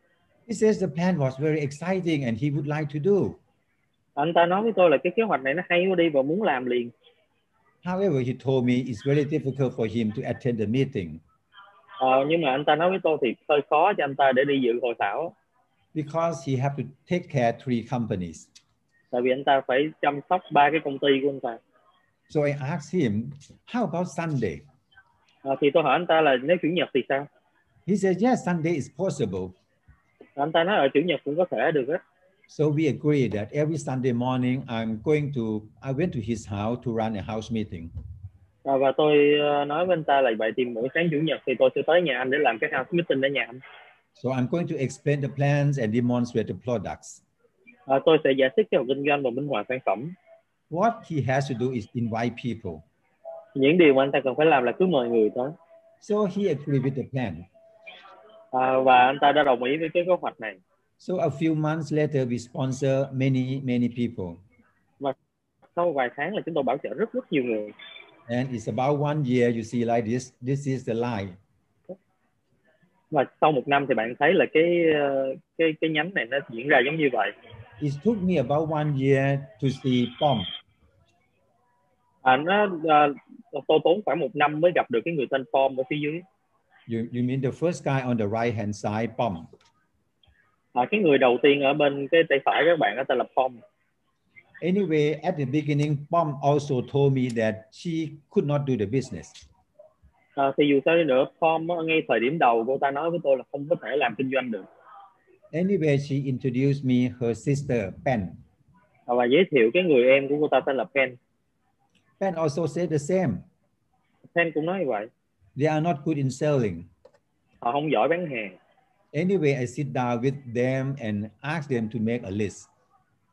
[SPEAKER 1] he says the plan was very exciting and he would like to do.
[SPEAKER 2] anh ta nói với tôi là cái kế hoạch này nó hay quá đi và muốn làm liền
[SPEAKER 1] However, he told me it's very difficult for him to attend the meeting
[SPEAKER 2] à, nhưng mà anh ta nói với tôi thì hơi khó cho anh ta để đi dự hội thảo
[SPEAKER 1] because he have to take care three companies.
[SPEAKER 2] tại vì anh ta phải chăm sóc ba cái công ty của anh ta
[SPEAKER 1] So I asked him, how about Sunday?
[SPEAKER 2] à, thì tôi hỏi anh ta là nếu chủ nhật thì sao
[SPEAKER 1] He said, yes, Sunday is possible.
[SPEAKER 2] anh ta nói ở chủ nhật cũng có thể được á
[SPEAKER 1] So we agreed that every Sunday morning I'm going to I went to his house to run a house meeting.
[SPEAKER 2] à, và tôi ờ, nói với anh ta là vậy thì mỗi sáng chủ nhật thì tôi sẽ tới nhà anh để làm cái house meeting ở nhà anh
[SPEAKER 1] So I'm going to explain the plans and demonstrate the products.
[SPEAKER 2] à, tôi sẽ giải thích kế hoạch kinh doanh và minh họa sản phẩm
[SPEAKER 1] What he has to do is invite people.
[SPEAKER 2] những điều mà anh ta cần phải làm là cứ mời người tới
[SPEAKER 1] So he agreed with the plan.
[SPEAKER 2] à, và anh ta đã đồng ý với cái kế hoạch này
[SPEAKER 1] So a few months later we sponsor many many people.
[SPEAKER 2] sau vài tháng là chúng tôi bảo trợ rất rất nhiều người
[SPEAKER 1] And it's about one year you see like this this is the line.
[SPEAKER 2] và sau một năm thì bạn thấy là cái ờ, cái cái nhánh này nó diễn ra giống như vậy
[SPEAKER 1] It took me about one year to see Tom.
[SPEAKER 2] à, nó ờ, tôi tốn khoảng một năm mới gặp được cái người tên Tom ở phía dưới
[SPEAKER 1] You, you mean the first guy on the right hand side, Pom.
[SPEAKER 2] à, cái người đầu tiên ở bên cái tay phải các bạn đó tên là Tom
[SPEAKER 1] Anyway, at the beginning, Pom also told me that she could not do the business.
[SPEAKER 2] à, thì dù sao đi nữa Tom á, ngay thời điểm đầu cô ta nói với tôi là không có thể làm kinh doanh được
[SPEAKER 1] Anyway, she introduced me her sister, Pen.
[SPEAKER 2] à, và giới thiệu cái người em của cô ta tên là Pen
[SPEAKER 1] Pen also said the same.
[SPEAKER 2] Pen cũng nói như vậy
[SPEAKER 1] They are not good in selling.
[SPEAKER 2] họ không giỏi bán hàng
[SPEAKER 1] Anyway, I sit down with them and ask them to make a list.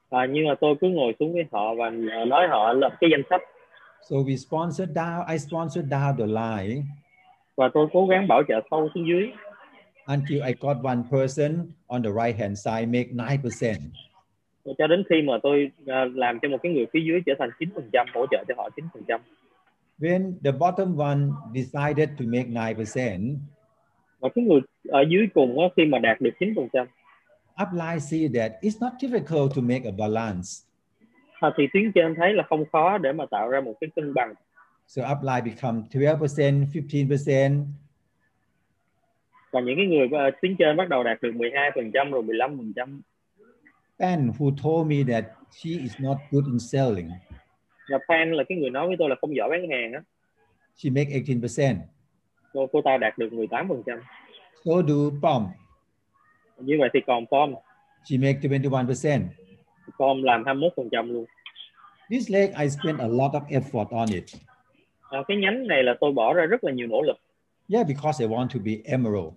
[SPEAKER 2] à, nhưng mà tôi cứ ngồi xuống với họ và à, nói họ lập cái danh sách
[SPEAKER 1] So we sponsored down, I sponsored down the line
[SPEAKER 2] và tôi cố gắng bảo trợ sâu xuống dưới
[SPEAKER 1] until I got one person on the right hand side make 9%.
[SPEAKER 2] cho đến khi mà tôi à, làm cho một cái người phía dưới trở thành 9% hỗ trợ cho họ 9%
[SPEAKER 1] When the bottom one decided to make 9%,
[SPEAKER 2] và cái người ở dưới cùng á, khi mà đạt được 9%
[SPEAKER 1] upline see that it's not difficult to make a balance.
[SPEAKER 2] à, thì tuyến trên thấy là không khó để mà tạo ra một cái cân bằng
[SPEAKER 1] So upline become 12%, 15%,
[SPEAKER 2] và những cái người à, tuyến trên bắt đầu đạt được 12% rồi 15%
[SPEAKER 1] Ben, who told me that she is not good in selling,
[SPEAKER 2] và Pan là cái người nói với tôi là không giỏi bán hàng á
[SPEAKER 1] she make 18%.
[SPEAKER 2] cô, cô ta đạt được 18%
[SPEAKER 1] So do Pom,
[SPEAKER 2] như vậy thì còn Pom
[SPEAKER 1] she make 21%.
[SPEAKER 2] Pom làm 21% luôn
[SPEAKER 1] This leg, I spent a lot of effort on it.
[SPEAKER 2] à, cái nhánh này là tôi bỏ ra rất là nhiều nỗ lực
[SPEAKER 1] Yeah, because I want to be emerald.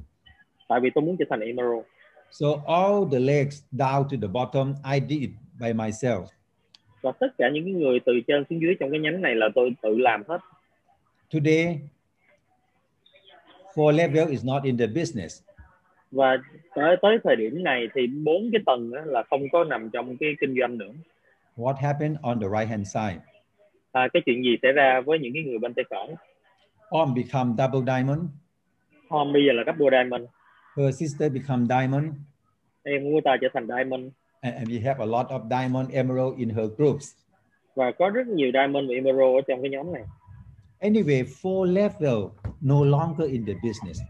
[SPEAKER 2] tại vì tôi muốn trở thành Emerald
[SPEAKER 1] So all the legs down to the bottom, I did it by myself.
[SPEAKER 2] và tất cả những cái người từ trên xuống dưới trong cái nhánh này là tôi tự làm hết
[SPEAKER 1] Today, four level is not in the business.
[SPEAKER 2] và tới tới thời điểm này thì bốn cái tầng á, là không có nằm trong cái kinh doanh nữa
[SPEAKER 1] What happened on the right hand side?
[SPEAKER 2] à, cái chuyện gì xảy ra với những cái người bên tay phải
[SPEAKER 1] Om become double diamond.
[SPEAKER 2] Tom bây giờ là double diamond
[SPEAKER 1] Her sister become diamond.
[SPEAKER 2] em của cô ta trở thành diamond
[SPEAKER 1] And, and we have a lot of diamond emerald in her groups.
[SPEAKER 2] và có rất nhiều diamond và emerald ở trong cái nhóm này
[SPEAKER 1] Anyway, four level no longer in the business.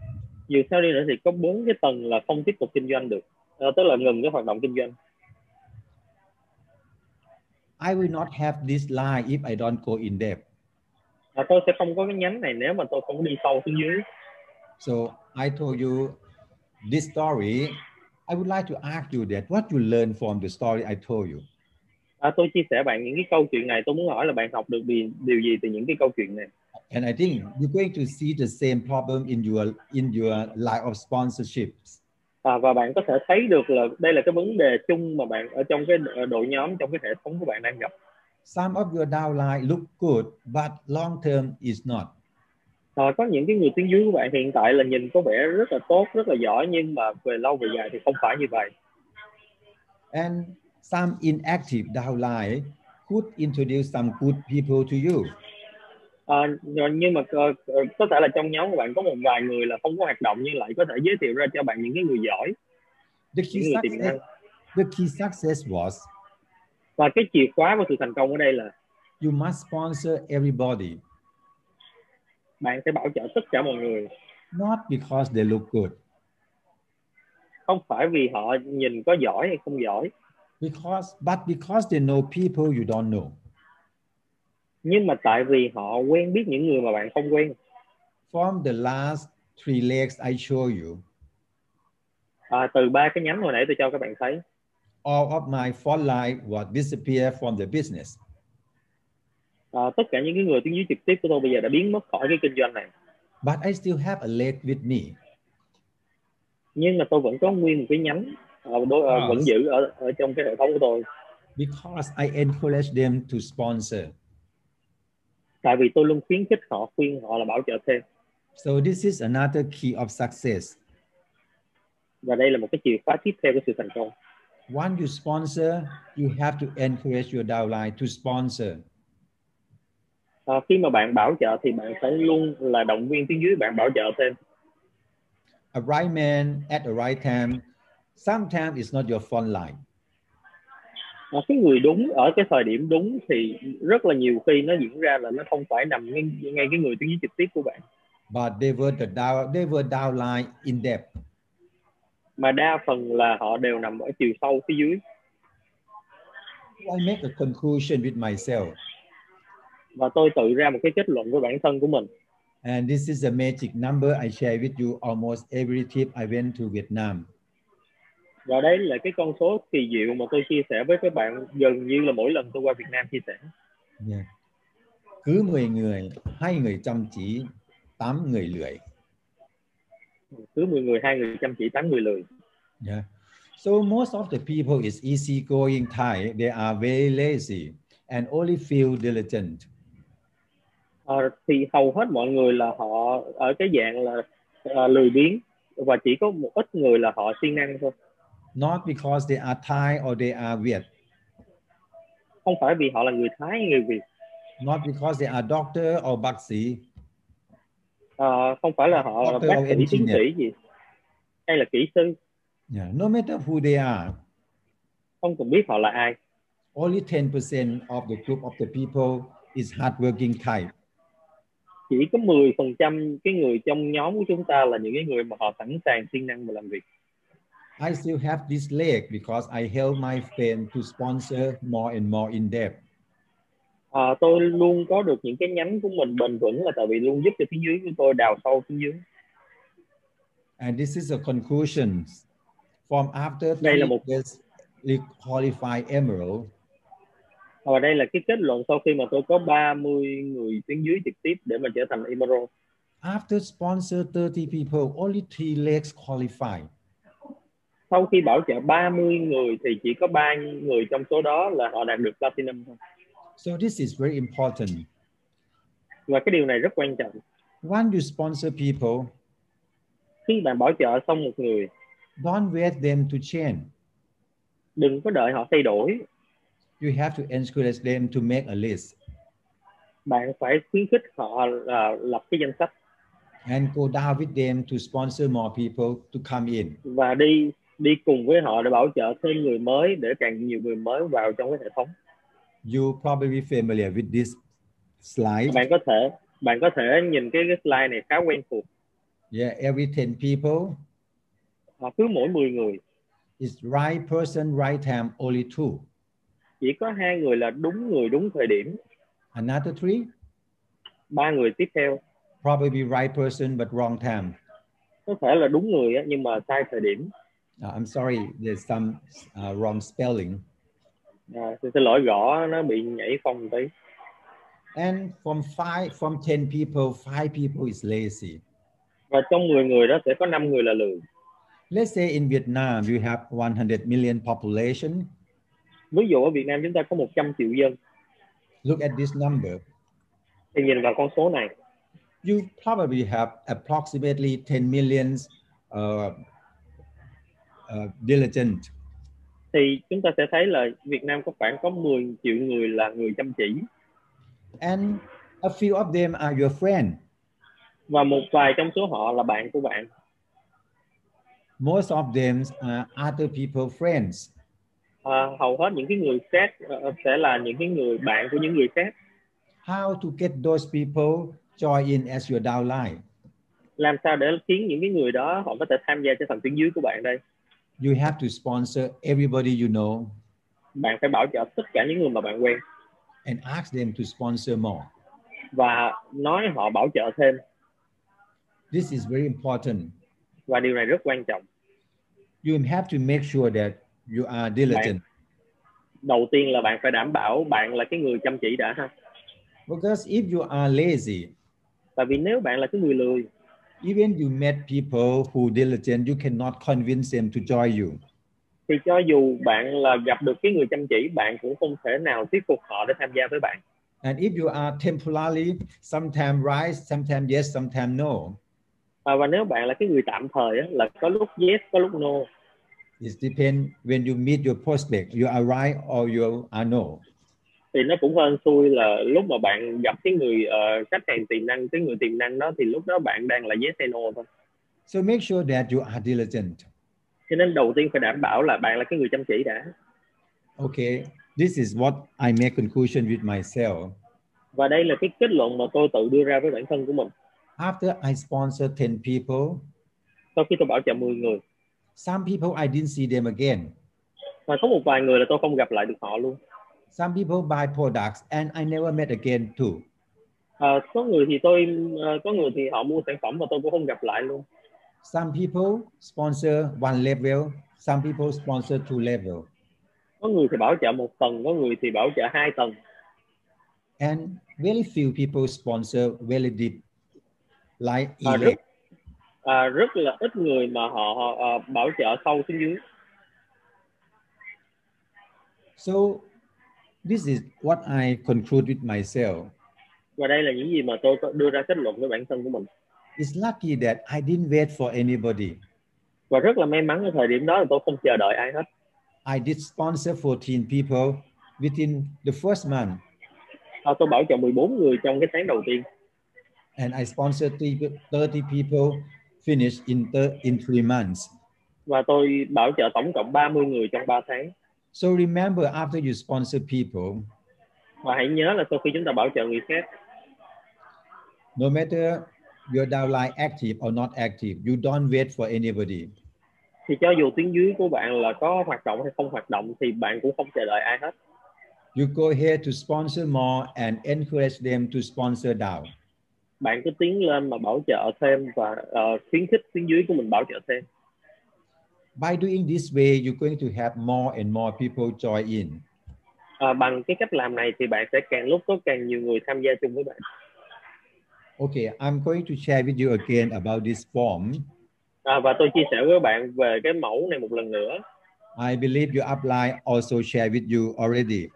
[SPEAKER 2] dù sao đi nữa thì có bốn cái tầng là không tiếp tục kinh doanh được à, tức là ngừng cái hoạt động kinh doanh
[SPEAKER 1] I will not have this line if I don't go in depth.
[SPEAKER 2] à, tôi sẽ không có cái nhánh này nếu mà tôi không đi sâu xuống dưới
[SPEAKER 1] So I told you this story. I would like to ask you that what you learned from the story I told you.
[SPEAKER 2] à, tôi chia sẻ bạn những cái câu chuyện này tôi muốn hỏi là bạn học được điều, điều gì từ những cái câu chuyện này
[SPEAKER 1] And I think you're going to see the same problem in your in your line of sponsorships.
[SPEAKER 2] à, và bạn có thể thấy được là đây là cái vấn đề chung mà bạn ở trong cái đội nhóm trong cái hệ thống của bạn đang gặp
[SPEAKER 1] Some of your downline look good, but long term is not.
[SPEAKER 2] à, có những cái người tuyến dưới của bạn hiện tại là nhìn có vẻ rất là tốt rất là giỏi nhưng mà về lâu về dài thì không phải như vậy
[SPEAKER 1] And some inactive downline could introduce some good people to you.
[SPEAKER 2] à, nhưng nhưng mà ờ, ờ, có thể là trong nhóm của bạn có một vài người là không có hoạt động nhưng lại có thể giới thiệu ra cho bạn những cái người giỏi
[SPEAKER 1] The
[SPEAKER 2] những
[SPEAKER 1] key
[SPEAKER 2] người tiềm năng
[SPEAKER 1] success, the key success was
[SPEAKER 2] và cái chìa khóa của sự thành công ở đây là
[SPEAKER 1] you must sponsor everybody,
[SPEAKER 2] bạn phải bảo trợ tất cả mọi người
[SPEAKER 1] not because they look good,
[SPEAKER 2] không phải vì họ nhìn có giỏi hay không giỏi
[SPEAKER 1] because but because they know people you don't know.
[SPEAKER 2] nhưng mà tại vì họ quen biết những người mà bạn không quen
[SPEAKER 1] From the last three legs I show you,
[SPEAKER 2] à, từ ba cái nhánh hồi nãy tôi cho các bạn thấy
[SPEAKER 1] all of my fault line was disappear from the business.
[SPEAKER 2] à, tất cả những cái người tuyến dưới trực tiếp của tôi bây giờ đã biến mất khỏi cái kinh doanh này
[SPEAKER 1] But I still have a leg with me.
[SPEAKER 2] nhưng mà tôi vẫn có nguyên một cái nhánh ờ, đối, ờ,
[SPEAKER 1] À.
[SPEAKER 2] vẫn giữ ở ở trong cái hệ thống của tôi
[SPEAKER 1] because I encourage them to sponsor.
[SPEAKER 2] tại vì tôi luôn khuyến khích họ khuyên họ là bảo trợ thêm
[SPEAKER 1] So this is another key of success.
[SPEAKER 2] và đây là một cái chìa khóa tiếp theo của sự thành công
[SPEAKER 1] Once you sponsor, you have to encourage your downline to sponsor.
[SPEAKER 2] à, khi mà bạn bảo trợ thì bạn phải luôn là động viên tuyến dưới bạn bảo trợ thêm
[SPEAKER 1] A right man at the right time. Sometimes it's not your front line.
[SPEAKER 2] à, cái người đúng ở cái thời điểm đúng thì rất là nhiều khi nó diễn ra là nó không phải nằm ngay, ngay cái người tuyến dưới trực tiếp của bạn
[SPEAKER 1] But they were the down, they were downline in depth.
[SPEAKER 2] mà đa phần là họ đều nằm ở chiều sâu phía dưới
[SPEAKER 1] I make a conclusion with myself,
[SPEAKER 2] và tôi tự ra một cái kết luận của bản thân của mình
[SPEAKER 1] and this is a magic number I share with you almost every trip I went to Vietnam.
[SPEAKER 2] và đấy là cái con số kỳ diệu mà tôi chia sẻ với các bạn gần như là mỗi lần tôi qua Việt Nam chia sẻ
[SPEAKER 1] Yeah. Cứ 10 người, hai người chăm chỉ, 8 người lười.
[SPEAKER 2] cứ 10 người hai người chăm chỉ tám người lười
[SPEAKER 1] Yeah. So most of the people is easygoing Thai. They are very lazy and only feel diligent.
[SPEAKER 2] Ờ, thì hầu hết mọi người là họ ở cái dạng là ờ, lười biếng và chỉ có một ít người là họ siêng năng thôi
[SPEAKER 1] Not because they are Thai or they are Viet.
[SPEAKER 2] không phải vì họ là người Thái hay người Việt
[SPEAKER 1] Not because they are doctor or bác sĩ.
[SPEAKER 2] Ờ, không phải là họ là
[SPEAKER 1] Doctor
[SPEAKER 2] bác
[SPEAKER 1] or
[SPEAKER 2] sĩ tiến
[SPEAKER 1] engineer.
[SPEAKER 2] sĩ gì hay là kỹ sư
[SPEAKER 1] Yeah. No matter who they are,
[SPEAKER 2] không cần biết họ là ai
[SPEAKER 1] only 10% of the group of the people is hardworking type.
[SPEAKER 2] chỉ có 10% cái người trong nhóm của chúng ta là những cái người mà họ sẵn sàng siêng năng và làm việc
[SPEAKER 1] I still have this leg because I help my friend to sponsor more and more in depth.
[SPEAKER 2] À, tôi luôn có được những cái nhánh của mình bền vững là tại vì luôn giúp cho phía dưới của tôi đào sâu phía dưới.
[SPEAKER 1] And this is a conclusion from after
[SPEAKER 2] Đây là
[SPEAKER 1] three
[SPEAKER 2] một-
[SPEAKER 1] years we qualify emerald
[SPEAKER 2] Và đây là cái kết luận sau khi mà tôi có 30 người tuyến dưới trực tiếp để mà trở thành Emerald.
[SPEAKER 1] After sponsor 30 people, only three legs qualify.
[SPEAKER 2] Sau khi bảo trợ 30 người thì chỉ có 3 người trong số đó là họ đạt được Platinum thôi.
[SPEAKER 1] So this is very important.
[SPEAKER 2] Và cái điều này rất quan trọng.
[SPEAKER 1] When you sponsor people,
[SPEAKER 2] Khi bạn bảo trợ xong một người,
[SPEAKER 1] don't wait them to change.
[SPEAKER 2] đừng có đợi họ thay đổi.
[SPEAKER 1] You have to encourage them to make a list
[SPEAKER 2] Bạn phải khuyến khích họ là lập cái danh sách
[SPEAKER 1] and go down with them to sponsor more people to come in.
[SPEAKER 2] và đi đi cùng với họ để bảo trợ thêm người mới để càng nhiều người mới vào trong cái hệ thống.
[SPEAKER 1] You probably familiar with this slide.
[SPEAKER 2] bạn có thể bạn có thể nhìn cái, cái slide này khá quen thuộc
[SPEAKER 1] Yeah, every 10 people
[SPEAKER 2] Ờ, cứ mỗi 10 người
[SPEAKER 1] is right person, right time, only two.
[SPEAKER 2] chỉ có hai người là đúng người đúng thời điểm
[SPEAKER 1] Another three,
[SPEAKER 2] ba người tiếp theo
[SPEAKER 1] probably right person but wrong time.
[SPEAKER 2] có thể là đúng người á, nhưng mà sai thời điểm
[SPEAKER 1] Uh, I'm sorry, there's some uh, wrong spelling.
[SPEAKER 2] à, xin xin lỗi gõ nó bị nhảy phong tí
[SPEAKER 1] And from five, from 10 people, five people is lazy.
[SPEAKER 2] và trong 10 người đó sẽ có 5 người là lười
[SPEAKER 1] Let's say in Vietnam you have 100 million population.
[SPEAKER 2] ví dụ ở Việt Nam chúng ta có 100 triệu dân
[SPEAKER 1] Look at this number.
[SPEAKER 2] thì nhìn vào con số này
[SPEAKER 1] You probably have approximately 10 million uh, uh, diligent.
[SPEAKER 2] thì chúng ta sẽ thấy là Việt Nam có khoảng có 10 triệu người là người chăm chỉ
[SPEAKER 1] And a few of them are your friend.
[SPEAKER 2] và một vài trong số họ là bạn của bạn
[SPEAKER 1] Most of them are other people friends.
[SPEAKER 2] à, hầu hết những cái người khác ờ, sẽ là những cái người bạn của những người khác
[SPEAKER 1] How to get those people join in as your downline?
[SPEAKER 2] làm sao để khiến những cái người đó họ có thể tham gia cho thành tuyến dưới của bạn đây
[SPEAKER 1] You have to sponsor everybody you know
[SPEAKER 2] bạn phải bảo trợ tất cả những người mà bạn quen
[SPEAKER 1] and ask them to sponsor more.
[SPEAKER 2] và nói họ bảo trợ thêm
[SPEAKER 1] This is very important.
[SPEAKER 2] và điều này rất quan trọng
[SPEAKER 1] You have to make sure that you are diligent
[SPEAKER 2] đầu tiên là bạn phải đảm bảo bạn là cái người chăm chỉ đã ha
[SPEAKER 1] because if you are lazy,
[SPEAKER 2] tại vì nếu bạn là cái người lười
[SPEAKER 1] even you met people who diligent, you cannot convince them to join you.
[SPEAKER 2] thì cho dù bạn là gặp được cái người chăm chỉ bạn cũng không thể nào thuyết phục họ để tham gia với bạn
[SPEAKER 1] And if you are temporarily, sometimes right, sometimes yes, sometimes no,
[SPEAKER 2] à, và nếu bạn là cái người tạm thời á, là có lúc yes có lúc no
[SPEAKER 1] it depends when you meet your prospect, you are right or you are no.
[SPEAKER 2] thì nó cũng hên xui là lúc mà bạn gặp cái người ờ, khách hàng tiềm năng cái người tiềm năng đó thì lúc đó bạn đang là yes hay no thôi
[SPEAKER 1] So make sure that you are diligent.
[SPEAKER 2] cho nên đầu tiên phải đảm bảo là bạn là cái người chăm chỉ đã
[SPEAKER 1] Okay, this is what I make conclusion with myself.
[SPEAKER 2] và đây là cái kết luận mà tôi tự đưa ra với bản thân của mình
[SPEAKER 1] After I sponsor 10 people,
[SPEAKER 2] sau khi tôi bảo trợ 10 người
[SPEAKER 1] some people I didn't see them again.
[SPEAKER 2] mà có một vài người là tôi không gặp lại được họ luôn
[SPEAKER 1] Some people buy products and I never met again too.
[SPEAKER 2] à, có người thì tôi ờ, có người thì họ mua sản phẩm mà tôi cũng không gặp lại luôn
[SPEAKER 1] Some people sponsor one level, some people sponsor two level.
[SPEAKER 2] có người thì bảo trợ một tầng có người thì bảo trợ hai tầng
[SPEAKER 1] And very few people sponsor very deep, like
[SPEAKER 2] À,
[SPEAKER 1] elect.
[SPEAKER 2] rất- à, rất là ít người mà họ, họ ờ, bảo trợ sâu xuống dưới
[SPEAKER 1] So this is what I conclude with myself.
[SPEAKER 2] và đây là những gì mà tôi có đưa ra kết luận với bản thân của mình
[SPEAKER 1] It's lucky that I didn't wait for anybody.
[SPEAKER 2] và rất là may mắn ở thời điểm đó là tôi không chờ đợi ai hết
[SPEAKER 1] I did sponsor 14 people within the first month,
[SPEAKER 2] à, tôi bảo trợ 14 người trong cái tháng đầu tiên
[SPEAKER 1] and I sponsored three- 30 people finished in, thir- in three months.
[SPEAKER 2] và tôi bảo trợ tổng cộng 30 người trong 3 tháng
[SPEAKER 1] So remember, after you sponsor people,
[SPEAKER 2] và hãy nhớ là sau khi chúng ta bảo trợ người khác
[SPEAKER 1] no matter your downline active or not active, you don't wait for anybody.
[SPEAKER 2] thì cho dù tuyến dưới của bạn là có hoạt động hay không hoạt động thì bạn cũng không chờ đợi ai hết
[SPEAKER 1] You go ahead to sponsor more and encourage them to sponsor down.
[SPEAKER 2] bạn cứ tiến lên mà bảo trợ thêm và ờ, khuyến khích tuyến dưới của mình bảo trợ thêm
[SPEAKER 1] By doing this way, you're going to have more and more people join in.
[SPEAKER 2] À, bằng cái cách làm này thì bạn sẽ càng lúc có càng nhiều người tham gia chung với bạn
[SPEAKER 1] Okay, I'm going to share with you again about this form.
[SPEAKER 2] à, và tôi chia sẻ với bạn về cái mẫu này một lần nữa
[SPEAKER 1] I believe your upline also shared with you already.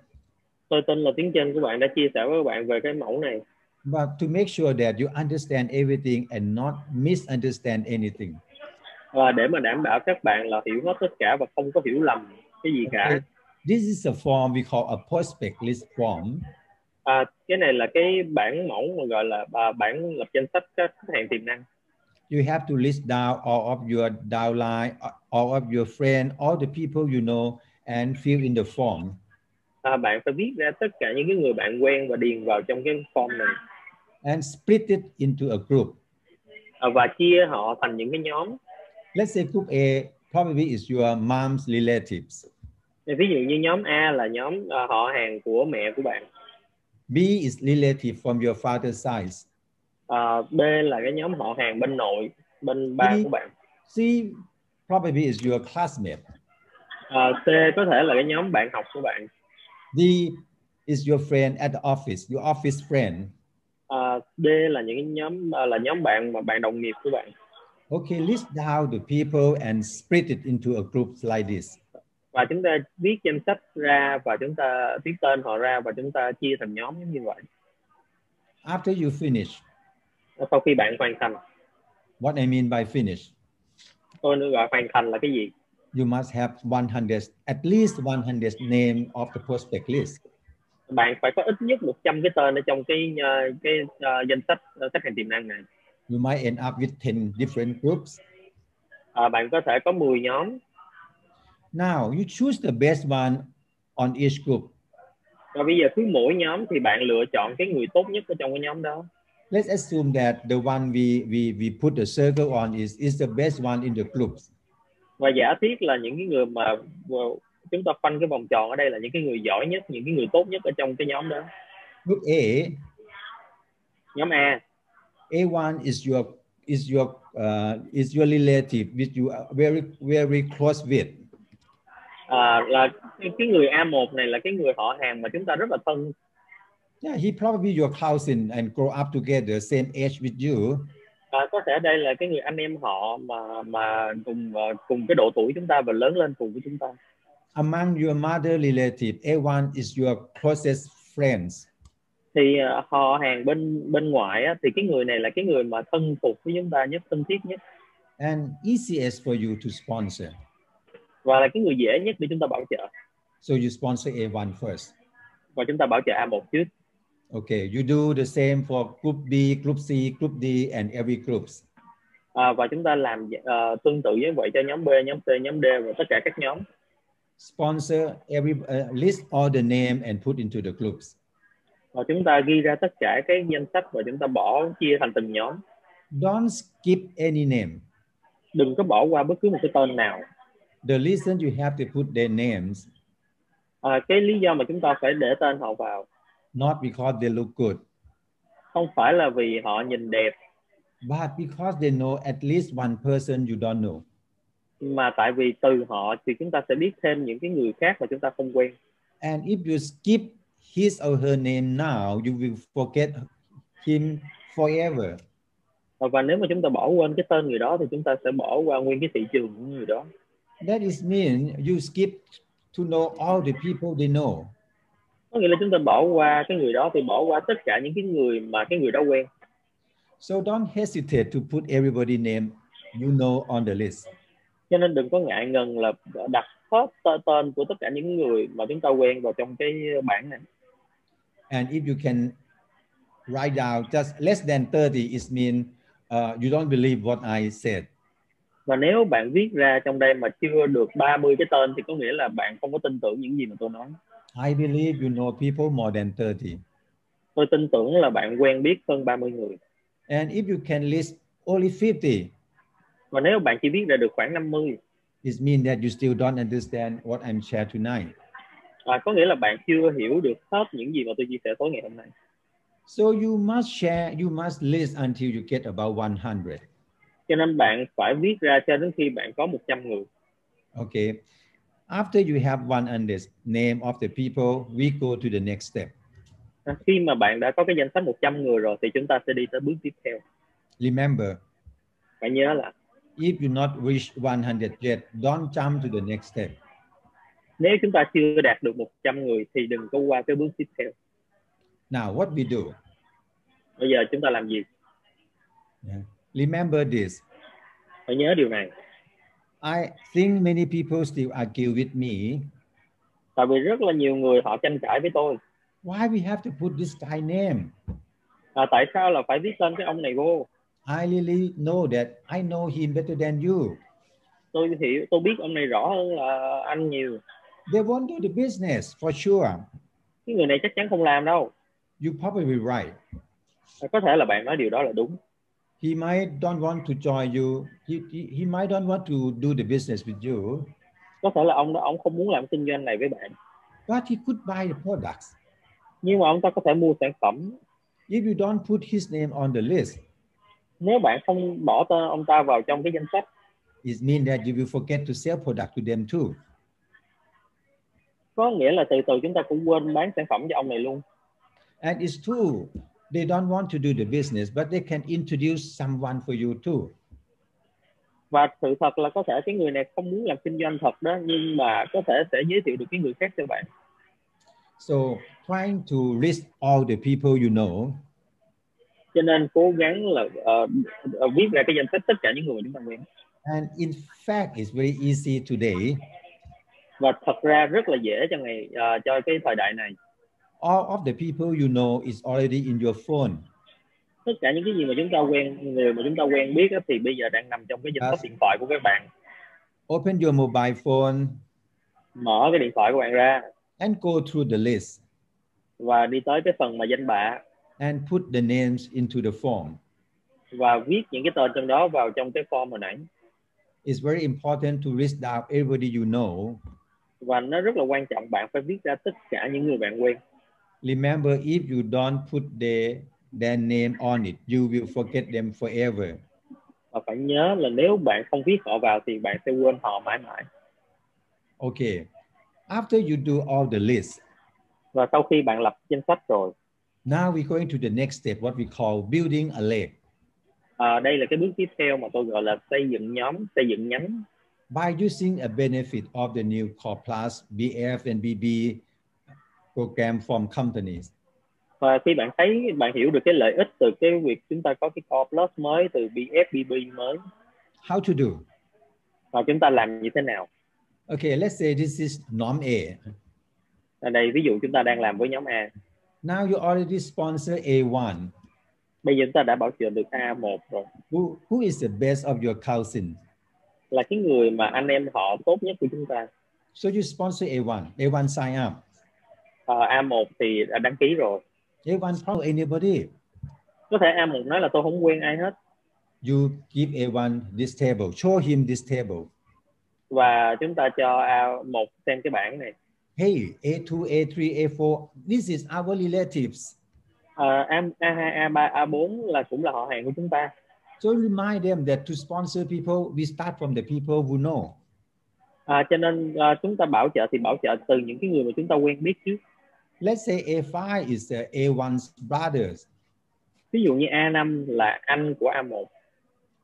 [SPEAKER 2] tôi tin là tiếng trên của bạn đã chia sẻ với bạn về cái mẫu này
[SPEAKER 1] But to make sure that you understand everything and not misunderstand anything,
[SPEAKER 2] và để mà đảm bảo các bạn là hiểu hết tất cả và không có hiểu lầm cái gì cả
[SPEAKER 1] this is a form we call a prospect list form.
[SPEAKER 2] à, cái này là cái bản mẫu mà gọi là à, bản lập danh sách các khách hàng tiềm năng
[SPEAKER 1] You have to list down all of your downline, all of your friends, all the people you know, and fill in the form.
[SPEAKER 2] à, bạn phải viết ra tất cả những cái người bạn quen và điền vào trong cái form này
[SPEAKER 1] and split it into a group.
[SPEAKER 2] à, và chia họ thành những cái nhóm
[SPEAKER 1] Let's say group A probably is your mom's relatives.
[SPEAKER 2] ví dụ như nhóm A là nhóm à, họ hàng của mẹ của bạn
[SPEAKER 1] B is relative from your father's side.
[SPEAKER 2] À, B là cái nhóm họ hàng bên nội bên ba
[SPEAKER 1] Đi.
[SPEAKER 2] của bạn
[SPEAKER 1] C probably is your classmate.
[SPEAKER 2] à, C có thể là cái nhóm bạn học của bạn
[SPEAKER 1] D is your friend at the office, your office friend.
[SPEAKER 2] à, D là những cái nhóm à, là nhóm bạn mà bạn đồng nghiệp của bạn
[SPEAKER 1] Okay, list down the people and split it into a group like this.
[SPEAKER 2] và chúng ta viết danh sách ra và chúng ta viết tên họ ra và chúng ta chia thành nhóm giống như vậy
[SPEAKER 1] After you finish,
[SPEAKER 2] sau khi bạn hoàn thành
[SPEAKER 1] what I mean by finish,
[SPEAKER 2] tôi nữa gọi hoàn thành là cái gì
[SPEAKER 1] you must have 100, at least 100 name of the prospect list.
[SPEAKER 2] bạn phải có ít nhất 100 cái tên ở trong cái ờ, cái ờ, danh sách ờ, khách hàng tiềm năng này
[SPEAKER 1] You might end up with 10 different groups.
[SPEAKER 2] à, bạn có thể có 10 nhóm
[SPEAKER 1] Now you choose the best one on each group.
[SPEAKER 2] và bây giờ cứ mỗi nhóm thì bạn lựa chọn cái người tốt nhất ở trong cái nhóm đó
[SPEAKER 1] Let's assume that the one we, we, we put the circle on is, is the best one in the group.
[SPEAKER 2] và giả thiết là những cái người mà well, chúng ta khoanh cái vòng tròn ở đây là những cái người giỏi nhất những cái người tốt nhất ở trong cái nhóm đó
[SPEAKER 1] Group A,
[SPEAKER 2] nhóm A
[SPEAKER 1] A1 is your is your uh, is your relative which you are very very close with.
[SPEAKER 2] à, là cái, cái người A1 này là cái người họ hàng mà chúng ta rất là thân
[SPEAKER 1] Yeah, he probably your cousin and grow up together, same age with you.
[SPEAKER 2] à, có thể đây là cái người anh em họ mà mà cùng ờ, cùng cái độ tuổi chúng ta và lớn lên cùng với chúng ta
[SPEAKER 1] Among your mother relative, A1 is your closest friends.
[SPEAKER 2] thì ờ, họ hàng bên bên ngoại á, thì cái người này là cái người mà thân phục với chúng ta nhất thân thiết nhất
[SPEAKER 1] and easiest for you to sponsor.
[SPEAKER 2] và là cái người dễ nhất để chúng ta bảo trợ
[SPEAKER 1] So you sponsor A1 first.
[SPEAKER 2] và chúng ta bảo trợ A1 trước
[SPEAKER 1] Okay, you do the same for group B, group C, group D, and every groups.
[SPEAKER 2] à, và chúng ta làm ờ, tương tự như vậy cho nhóm B nhóm C nhóm D và tất cả các nhóm
[SPEAKER 1] Sponsor every uh, list all the name and put into the groups.
[SPEAKER 2] và chúng ta ghi ra tất cả cái danh sách và chúng ta bỏ chia thành từng nhóm
[SPEAKER 1] Don't skip any name.
[SPEAKER 2] đừng có bỏ qua bất cứ một cái tên nào
[SPEAKER 1] The reason you have to put their names
[SPEAKER 2] à, cái lý do mà chúng ta phải để tên họ vào
[SPEAKER 1] not because they look good,
[SPEAKER 2] không phải là vì họ nhìn đẹp
[SPEAKER 1] but because they know at least one person you don't know.
[SPEAKER 2] mà tại vì từ họ thì chúng ta sẽ biết thêm những cái người khác mà chúng ta không quen
[SPEAKER 1] And if you skip his or her name now, you will forget him forever.
[SPEAKER 2] và nếu mà chúng ta bỏ quên cái tên người đó thì chúng ta sẽ bỏ qua nguyên cái thị trường của người đó
[SPEAKER 1] That is mean you skip to know all the people they know.
[SPEAKER 2] có nghĩa là chúng ta bỏ qua cái người đó thì bỏ qua tất cả những cái người mà cái người đó quen
[SPEAKER 1] So don't hesitate to put everybody name you know on the list.
[SPEAKER 2] cho nên đừng có ngại ngần là đặt hết tơ- tên của tất cả những người mà chúng ta quen vào trong cái bảng này
[SPEAKER 1] And if you can write down just less than 30, it means uh, you don't believe what I said.
[SPEAKER 2] và nếu bạn viết ra trong đây mà chưa được 30 cái tên thì có nghĩa là bạn không có tin tưởng những gì mà tôi nói
[SPEAKER 1] I believe you know people more than 30.
[SPEAKER 2] tôi tin tưởng là bạn quen biết hơn 30 người
[SPEAKER 1] And if you can list only 50,
[SPEAKER 2] và nếu bạn chỉ viết ra được khoảng 50
[SPEAKER 1] it means that you still don't understand what I'm sharing tonight.
[SPEAKER 2] à, có nghĩa là bạn chưa hiểu được hết những gì mà tôi chia sẻ tối ngày hôm nay
[SPEAKER 1] So you must share, you must list until you get about 100.
[SPEAKER 2] cho nên bạn phải viết ra cho đến khi bạn có 100 người
[SPEAKER 1] Okay. After you have one and this name of the people, we go to the next step.
[SPEAKER 2] à, khi mà bạn đã có cái danh sách 100 người rồi thì chúng ta sẽ đi tới bước tiếp theo
[SPEAKER 1] Remember,
[SPEAKER 2] phải nhớ là
[SPEAKER 1] if you not reach 100 yet, don't jump to the next step.
[SPEAKER 2] nếu chúng ta chưa đạt được 100 người thì đừng có qua cái bước tiếp theo
[SPEAKER 1] Now, what we do?
[SPEAKER 2] bây giờ chúng ta làm gì
[SPEAKER 1] yeah, Remember this.
[SPEAKER 2] phải nhớ điều này
[SPEAKER 1] I think many people still argue with me.
[SPEAKER 2] tại vì rất là nhiều người họ tranh cãi với tôi
[SPEAKER 1] Why we have to put this guy name?
[SPEAKER 2] à, tại sao là phải viết tên cái ông này vô
[SPEAKER 1] I really know that I know him better than you.
[SPEAKER 2] tôi hiểu tôi biết ông này rõ hơn là anh nhiều
[SPEAKER 1] They won't do the business for sure.
[SPEAKER 2] cái người này chắc chắn không làm đâu
[SPEAKER 1] You probably right.
[SPEAKER 2] à, có thể là bạn nói điều đó là đúng
[SPEAKER 1] He might don't want to join you. He, he, he might don't want to do the business with you,
[SPEAKER 2] có thể là ông đó ông không muốn làm kinh doanh này với bạn
[SPEAKER 1] but he could buy the products.
[SPEAKER 2] nhưng mà ông ta có thể mua sản phẩm
[SPEAKER 1] If you don't put his name on the list,
[SPEAKER 2] nếu bạn không bỏ tên ông ta vào trong cái danh sách
[SPEAKER 1] it means that you will forget to sell product to them too.
[SPEAKER 2] có nghĩa là từ từ chúng ta cũng quên bán sản phẩm cho ông này luôn
[SPEAKER 1] And it's true, they don't want to do the business, but they can introduce someone for you too.
[SPEAKER 2] và sự thật là có thể cái người này không muốn làm kinh doanh thật đó nhưng mà có thể sẽ giới thiệu được cái người khác cho bạn
[SPEAKER 1] So trying to list all the people you know
[SPEAKER 2] cho nên cố gắng là ờ, ờ, viết ra cái danh sách tất cả những người mà chúng ta quen
[SPEAKER 1] and in fact it's very easy today.
[SPEAKER 2] và thật ra rất là dễ cho ngày ờ, cho cái thời đại này
[SPEAKER 1] All of the people you know is already in your phone.
[SPEAKER 2] tất cả những cái gì mà chúng ta quen người mà chúng ta quen biết á, thì bây giờ đang nằm trong cái danh sách điện thoại của các bạn
[SPEAKER 1] Open your mobile phone
[SPEAKER 2] mở cái điện thoại của bạn ra
[SPEAKER 1] and go through the list
[SPEAKER 2] và đi tới cái phần mà danh bạ
[SPEAKER 1] and put the names into the form.
[SPEAKER 2] và viết những cái tên trong đó vào trong cái form hồi nãy
[SPEAKER 1] It's very important to list down everybody you know.
[SPEAKER 2] và nó rất là quan trọng bạn phải viết ra tất cả những người bạn quen
[SPEAKER 1] Remember, if you don't put their, their name on it, you will forget them forever.
[SPEAKER 2] và phải nhớ là nếu bạn không viết họ vào thì bạn sẽ quên họ mãi mãi
[SPEAKER 1] Okay. After you do all the list,
[SPEAKER 2] và sau khi bạn lập danh sách rồi
[SPEAKER 1] now we're going to the next step, what we call building a lake.
[SPEAKER 2] à, đây là cái bước tiếp theo mà tôi gọi là xây dựng nhóm xây dựng nhánh
[SPEAKER 1] By using a benefit of the new Core Plus, BF, and BB program from companies,
[SPEAKER 2] và khi bạn thấy bạn hiểu được cái lợi ích từ cái việc chúng ta có cái core plus mới từ BFBB mới
[SPEAKER 1] how to do?
[SPEAKER 2] và chúng ta làm như thế nào
[SPEAKER 1] Okay, let's say this is norm A.
[SPEAKER 2] ở À, đây ví dụ chúng ta đang làm với nhóm A
[SPEAKER 1] Now you already sponsor A1.
[SPEAKER 2] bây giờ chúng ta đã bảo trợ được A1 rồi
[SPEAKER 1] Who, who is the best of your cousins?
[SPEAKER 2] là cái người mà anh em họ tốt nhất của chúng ta
[SPEAKER 1] So you sponsor A1. A1 sign up.
[SPEAKER 2] Ờ, A1 thì đã đăng ký rồi
[SPEAKER 1] A1 follow anybody.
[SPEAKER 2] có thể A1 nói là tôi không quen ai hết
[SPEAKER 1] You give A1 this table. Show him this table.
[SPEAKER 2] và chúng ta cho A1 xem cái bảng này
[SPEAKER 1] Hey, A2, A3, A4. This is our relatives.
[SPEAKER 2] Ờ, A, A2, A3, A4 là cũng là họ hàng của chúng ta
[SPEAKER 1] So remind them that to sponsor people, we start from the people who know.
[SPEAKER 2] à, cho nên à, chúng ta bảo trợ thì bảo trợ từ những cái người mà chúng ta quen biết trước
[SPEAKER 1] Let's say A5 is uh, A1's brothers.
[SPEAKER 2] ví dụ như A5 là anh của A1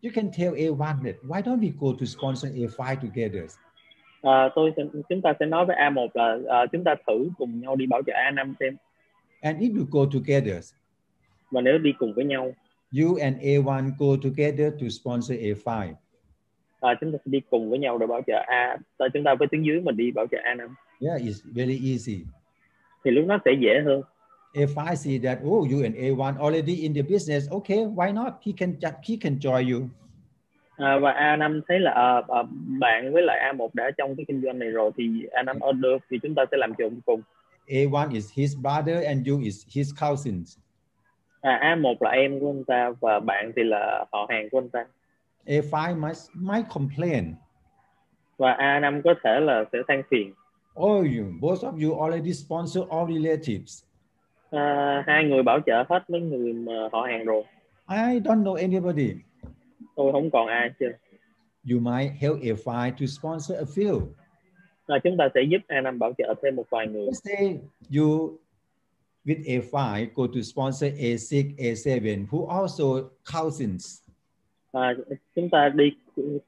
[SPEAKER 1] You can tell A1 that why don't we go to sponsor A5 together?
[SPEAKER 2] à, tôi sẽ, chúng ta sẽ nói với A1 là à, chúng ta thử cùng nhau đi bảo trợ A5 xem
[SPEAKER 1] And if you go together,
[SPEAKER 2] và nếu đi cùng với nhau
[SPEAKER 1] you and A1 go together to sponsor A5.
[SPEAKER 2] à, chúng ta sẽ đi cùng với nhau để bảo trợ A à, chúng ta với tuyến dưới mình đi bảo trợ A5
[SPEAKER 1] Yeah, it's very easy.
[SPEAKER 2] thì lúc đó sẽ dễ hơn
[SPEAKER 1] If I see that, oh, you and A1 already in the business, okay, why not? He can ju- he can join you.
[SPEAKER 2] à, và A5 thấy là à, à, bạn với lại A1 đã trong cái kinh doanh này rồi thì A5 order thì chúng ta sẽ làm chung cùng
[SPEAKER 1] A1 is his brother and you is his cousins.
[SPEAKER 2] à, A1 là em của anh ta và bạn thì là họ hàng của anh ta
[SPEAKER 1] A5 might might complain.
[SPEAKER 2] và A5 có thể là sẽ than phiền
[SPEAKER 1] Oh, you both of you already sponsor all relatives.
[SPEAKER 2] à, hai người bảo trợ hết mấy người mà họ hàng rồi
[SPEAKER 1] I don't know anybody.
[SPEAKER 2] tôi không còn ai chưa
[SPEAKER 1] You might help A5 to sponsor a few.
[SPEAKER 2] à, chúng ta sẽ giúp A5 bảo trợ thêm một vài người
[SPEAKER 1] Let's say you with A5 go to sponsor A6, A7, who also cousins.
[SPEAKER 2] à, chúng ta đi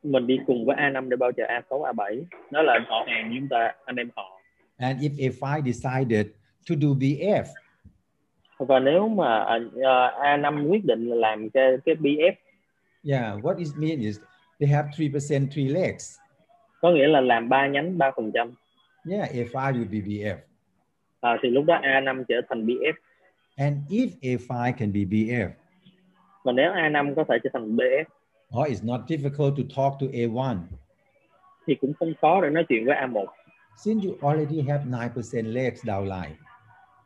[SPEAKER 2] mình đi cùng với A5 để bảo trợ A6 A7 đó là họ hàng của chúng ta anh em họ
[SPEAKER 1] And if A5 decided to do BF,
[SPEAKER 2] và nếu mà à, à, A5 quyết định là làm cái cái BF
[SPEAKER 1] yeah, what it means is they have 3%, three legs.
[SPEAKER 2] có nghĩa là làm ba nhánh 3 phần trăm
[SPEAKER 1] Yeah, A5 will be BF.
[SPEAKER 2] à, thì lúc đó A5 trở thành BF
[SPEAKER 1] And if A5 can be BF,
[SPEAKER 2] và nếu A5 có thể trở thành BF
[SPEAKER 1] or oh, it's not difficult to talk to A1,
[SPEAKER 2] thì cũng không khó để nói chuyện với A1
[SPEAKER 1] since you already have 9% legs downline,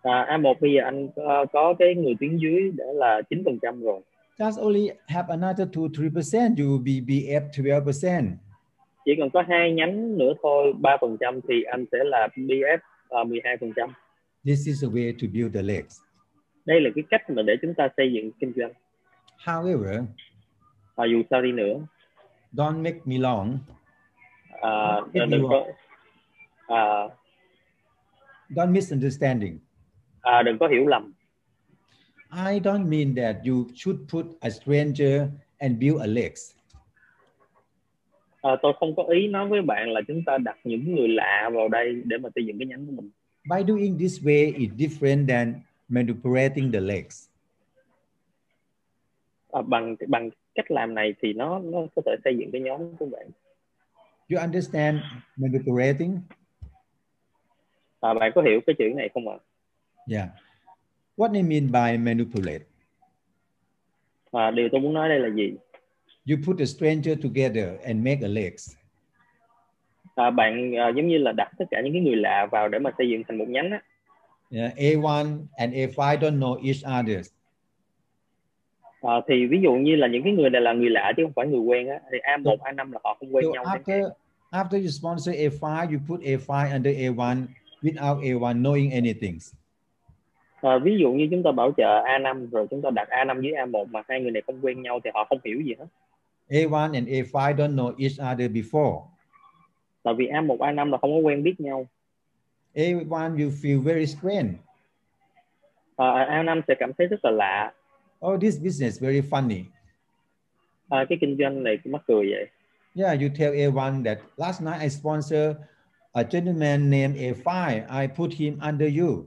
[SPEAKER 2] à, A1 bây giờ anh có, có cái người tuyến dưới đã là 9 phần trăm rồi
[SPEAKER 1] just only have another 2 3%, you will be BF 12%.
[SPEAKER 2] chỉ còn có hai nhánh nữa thôi 3 phần trăm thì anh sẽ là BF à, 12 phần trăm
[SPEAKER 1] This is a way to build the legs.
[SPEAKER 2] đây là cái cách mà để chúng ta xây dựng kinh doanh
[SPEAKER 1] However,
[SPEAKER 2] à, dù sao đi nữa
[SPEAKER 1] don't make me long.
[SPEAKER 2] à,
[SPEAKER 1] Cái
[SPEAKER 2] đừng
[SPEAKER 1] gì
[SPEAKER 2] có à,
[SPEAKER 1] Don't misunderstanding.
[SPEAKER 2] à, đừng có hiểu lầm
[SPEAKER 1] I don't mean that you should put a stranger and build a legs.
[SPEAKER 2] à, tôi không có ý nói với bạn là chúng ta đặt những người lạ vào đây để mà xây dựng cái nhánh của mình
[SPEAKER 1] By doing this way, it's different than manipulating the legs.
[SPEAKER 2] à, bằng bằng cách làm này thì nó nó có thể xây dựng cái nhóm của bạn
[SPEAKER 1] You understand manipulating?
[SPEAKER 2] à, bạn có hiểu cái chữ này không ạ
[SPEAKER 1] Yeah. What do you mean by manipulate?
[SPEAKER 2] à, điều tôi muốn nói đây là gì
[SPEAKER 1] You put a stranger together and make a legs.
[SPEAKER 2] à, bạn à, giống như là đặt tất cả những cái người lạ vào để mà xây dựng thành một nhánh á
[SPEAKER 1] Yeah, A1 and A5 don't know each other.
[SPEAKER 2] à, thì ví dụ như là những cái người này là người lạ chứ không phải người quen á thì A1, A5 là họ không quen
[SPEAKER 1] So
[SPEAKER 2] nhau chẳng hạn.
[SPEAKER 1] after after you sponsor A5, you put A5 under A1 without A1 knowing anything.
[SPEAKER 2] à, ví dụ như chúng ta bảo trợ A5 rồi chúng ta đặt A5 với A1 mà hai người này không quen nhau thì họ không hiểu gì hết
[SPEAKER 1] A1 and A5 don't know each other before.
[SPEAKER 2] tại vì A1, A5 là không có quen biết nhau
[SPEAKER 1] A1 you feel very strange.
[SPEAKER 2] à, A5 sẽ cảm thấy rất là lạ
[SPEAKER 1] Oh, this business very funny.
[SPEAKER 2] à, cái kinh doanh này cũng mắc cười vậy
[SPEAKER 1] Yeah, you tell A1 that last night I sponsor a gentleman named A5. I put him under you.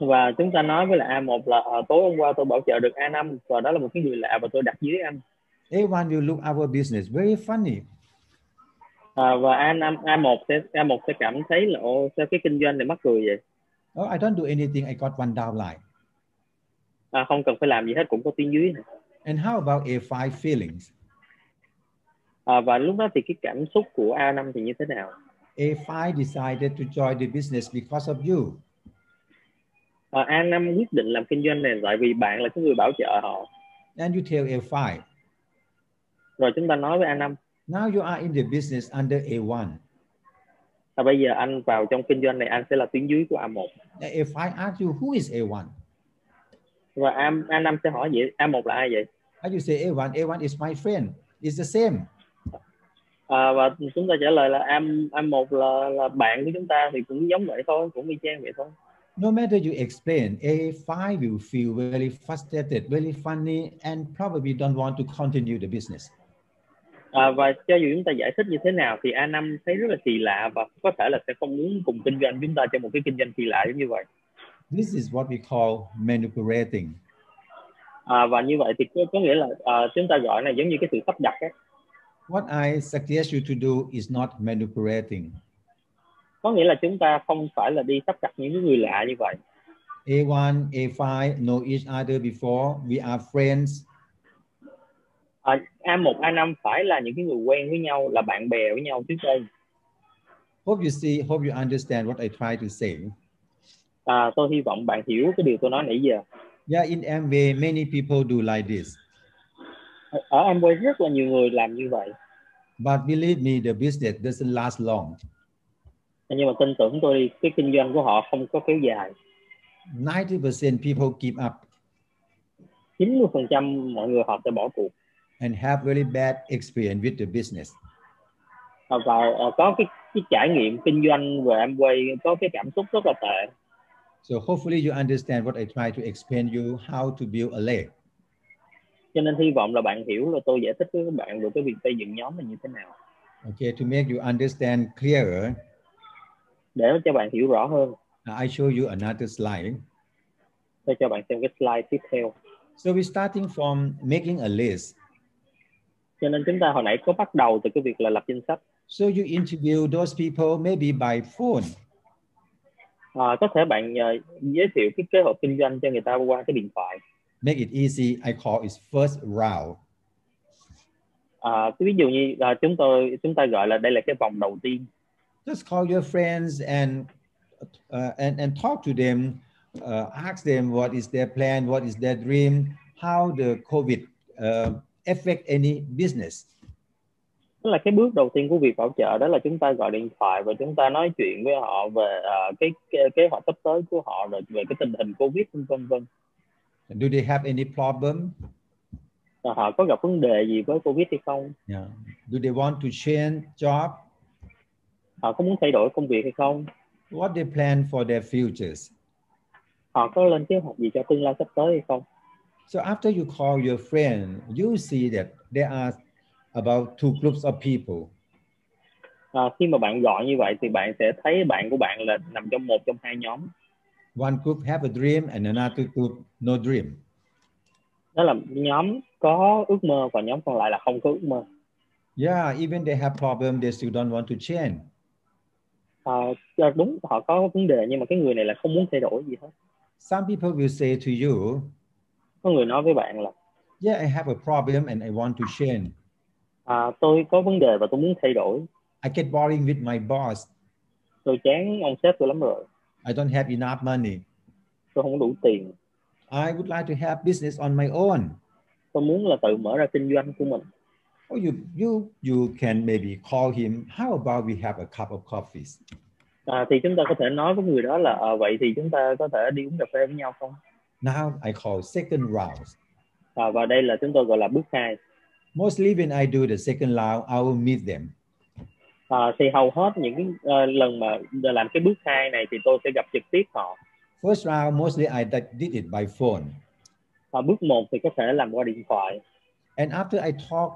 [SPEAKER 2] và chúng ta nói với là A1 là à, tối hôm qua tôi bảo trợ được A5 và đó là một cái người lạ và tôi đặt dưới anh
[SPEAKER 1] A1 will look our business very funny.
[SPEAKER 2] à, và A5 A1 sẽ A1 sẽ cảm thấy là ô sao cái kinh doanh này mắc cười vậy
[SPEAKER 1] Oh, I don't do anything. I got one downline.
[SPEAKER 2] à, không cần phải làm gì hết cũng có tiếng dưới
[SPEAKER 1] And how about A5 feelings?
[SPEAKER 2] à, và lúc đó thì cái cảm xúc của A5 thì như thế nào
[SPEAKER 1] A5 decided to join the business because of you.
[SPEAKER 2] à, A5 quyết định làm kinh doanh này tại vì bạn là cái người bảo trợ họ
[SPEAKER 1] And you tell A5,
[SPEAKER 2] rồi chúng ta nói với A5
[SPEAKER 1] now you are in the business under A1.
[SPEAKER 2] là "À, bây giờ anh vào trong kinh doanh này anh sẽ là tuyến dưới của A1
[SPEAKER 1] Then A5 asks you, who is A1?
[SPEAKER 2] và A, A5 sẽ hỏi vậy A1 là ai vậy
[SPEAKER 1] And you say, A1, A1 is my friend. It's the same.
[SPEAKER 2] à, và chúng ta trả lời là A1 A1 là là bạn của chúng ta thì cũng giống vậy thôi cũng y chang vậy thôi
[SPEAKER 1] No matter you explain, A5 will feel very frustrated, very funny, and probably don't want to continue the business.
[SPEAKER 2] à, và cho dù chúng ta giải thích như thế nào thì A5 thấy rất là kỳ lạ và có thể là sẽ không muốn cùng kinh doanh chúng ta trong một cái kinh doanh kỳ lạ giống như vậy
[SPEAKER 1] This is what we call manipulating.
[SPEAKER 2] à, và như vậy thì có, có nghĩa là à, chúng ta gọi này giống như cái sự sắp đặt ấy.
[SPEAKER 1] What I suggest you to do is not manipulating.
[SPEAKER 2] có nghĩa là chúng ta không phải là đi sắp đặt những cái người lạ như vậy
[SPEAKER 1] A1, A5 know each other before. We are friends.
[SPEAKER 2] à, A1 A5 phải là những cái người quen với nhau là bạn bè với nhau trước đây
[SPEAKER 1] Hope you see, hope you understand what I try to say.
[SPEAKER 2] à, tôi hy vọng bạn hiểu cái điều tôi nói nãy giờ
[SPEAKER 1] Yeah, in MBA, many people do like this.
[SPEAKER 2] ở Amway À, rất là nhiều người làm như vậy
[SPEAKER 1] But believe me, the business doesn't last long.
[SPEAKER 2] nhưng mà tin tưởng tôi đi cái kinh doanh của họ không có kéo dài
[SPEAKER 1] 90% people give up
[SPEAKER 2] 90% mọi người họ sẽ bỏ cuộc
[SPEAKER 1] and have very bad experience with the business.
[SPEAKER 2] À, và à, có cái, cái trải nghiệm kinh doanh về Amway có cái cảm xúc rất là tệ
[SPEAKER 1] So hopefully you understand what I try to explain you how to build a leg.
[SPEAKER 2] cho nên hy vọng là bạn hiểu là tôi giải thích với các bạn về cái việc xây dựng nhóm là như thế nào
[SPEAKER 1] Okay, to make you understand clearer, uh,
[SPEAKER 2] để cho bạn hiểu rõ hơn
[SPEAKER 1] I show you another slide.
[SPEAKER 2] tôi cho bạn xem cái slide tiếp theo
[SPEAKER 1] So we're starting from making a list.
[SPEAKER 2] cho nên chúng ta hồi nãy có bắt đầu từ cái việc là lập danh sách
[SPEAKER 1] So you interview those people maybe by phone.
[SPEAKER 2] à, có thể bạn à, giới thiệu cái kế hoạch kinh doanh cho người ta qua cái điện thoại
[SPEAKER 1] Make it easy. I call it first round.
[SPEAKER 2] à, ví dụ như à, chúng tôi chúng ta gọi là đây là cái vòng đầu tiên
[SPEAKER 1] Just call your friends and uh, and and talk to them. Uh, ask them what is their plan, what is their dream, how the COVID uh, affect any business.
[SPEAKER 2] Tức là cái bước đầu tiên của việc bảo trợ đó là chúng ta gọi điện thoại và chúng ta nói chuyện với họ về à, cái, cái kế hoạch sắp tới của họ rồi về cái tình hình covid vân vân vân
[SPEAKER 1] Do they have any problem?
[SPEAKER 2] Và Ờ, họ có gặp vấn đề gì với covid hay không
[SPEAKER 1] Yeah. Do they want to change job?
[SPEAKER 2] họ có muốn thay đổi công việc hay không
[SPEAKER 1] What they plan for their futures?
[SPEAKER 2] họ có lên kế hoạch gì cho tương lai sắp tới hay không
[SPEAKER 1] So after you call your friend, you see that there are about two groups of people.
[SPEAKER 2] À, khi mà bạn gọi như vậy thì bạn sẽ thấy bạn của bạn là nằm trong một trong hai nhóm
[SPEAKER 1] One group have a dream and another group no dream.
[SPEAKER 2] đó là nhóm có ước mơ và nhóm còn lại là không có ước mơ
[SPEAKER 1] Yeah, even they have problem, they still don't want to change.
[SPEAKER 2] à, à, đúng họ có vấn đề nhưng mà cái người này là không muốn thay đổi gì hết
[SPEAKER 1] Some people will say to you,
[SPEAKER 2] có người nói với bạn là
[SPEAKER 1] yeah, I have a problem and I want to change.
[SPEAKER 2] à, tôi có vấn đề và tôi muốn thay đổi
[SPEAKER 1] I get boring with my boss.
[SPEAKER 2] tôi chán ông sếp tôi lắm rồi
[SPEAKER 1] I don't have enough money.
[SPEAKER 2] tôi không đủ tiền
[SPEAKER 1] I would like to have business on my own.
[SPEAKER 2] tôi muốn là tự mở ra kinh doanh của mình
[SPEAKER 1] Or Oh, you, you, you can maybe call him, how about we have a cup of coffees?
[SPEAKER 2] à, thì chúng ta có thể nói với người đó là à, vậy thì chúng ta có thể đi uống cà phê với nhau không
[SPEAKER 1] Now I call second round.
[SPEAKER 2] à, và đây là chúng tôi gọi là bước hai
[SPEAKER 1] Mostly when I do the second round, I will meet them.
[SPEAKER 2] à, thì hầu hết những cái ờ, lần mà làm cái bước hai này thì tôi sẽ gặp trực tiếp họ
[SPEAKER 1] First round, mostly I d- did it by phone.
[SPEAKER 2] à, bước một thì có thể làm qua điện thoại
[SPEAKER 1] And after I talk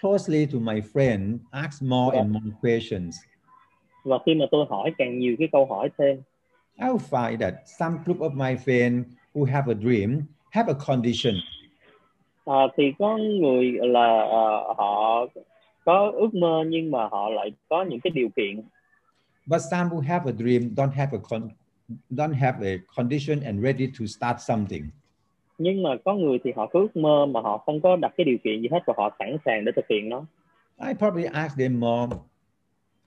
[SPEAKER 1] closely to my friend, ask more and more questions,
[SPEAKER 2] và khi mà tôi hỏi càng nhiều cái câu hỏi thêm
[SPEAKER 1] I will find that some group of my friends who have a dream have a condition.
[SPEAKER 2] à, thì có người là ờ, họ có ước mơ nhưng mà họ lại có những cái điều kiện
[SPEAKER 1] But some who have a dream don't have a con- don't have a condition and ready to start something.
[SPEAKER 2] nhưng mà có người thì họ có ước mơ mà họ không có đặt cái điều kiện gì hết và họ sẵn sàng để thực hiện nó
[SPEAKER 1] I probably ask them more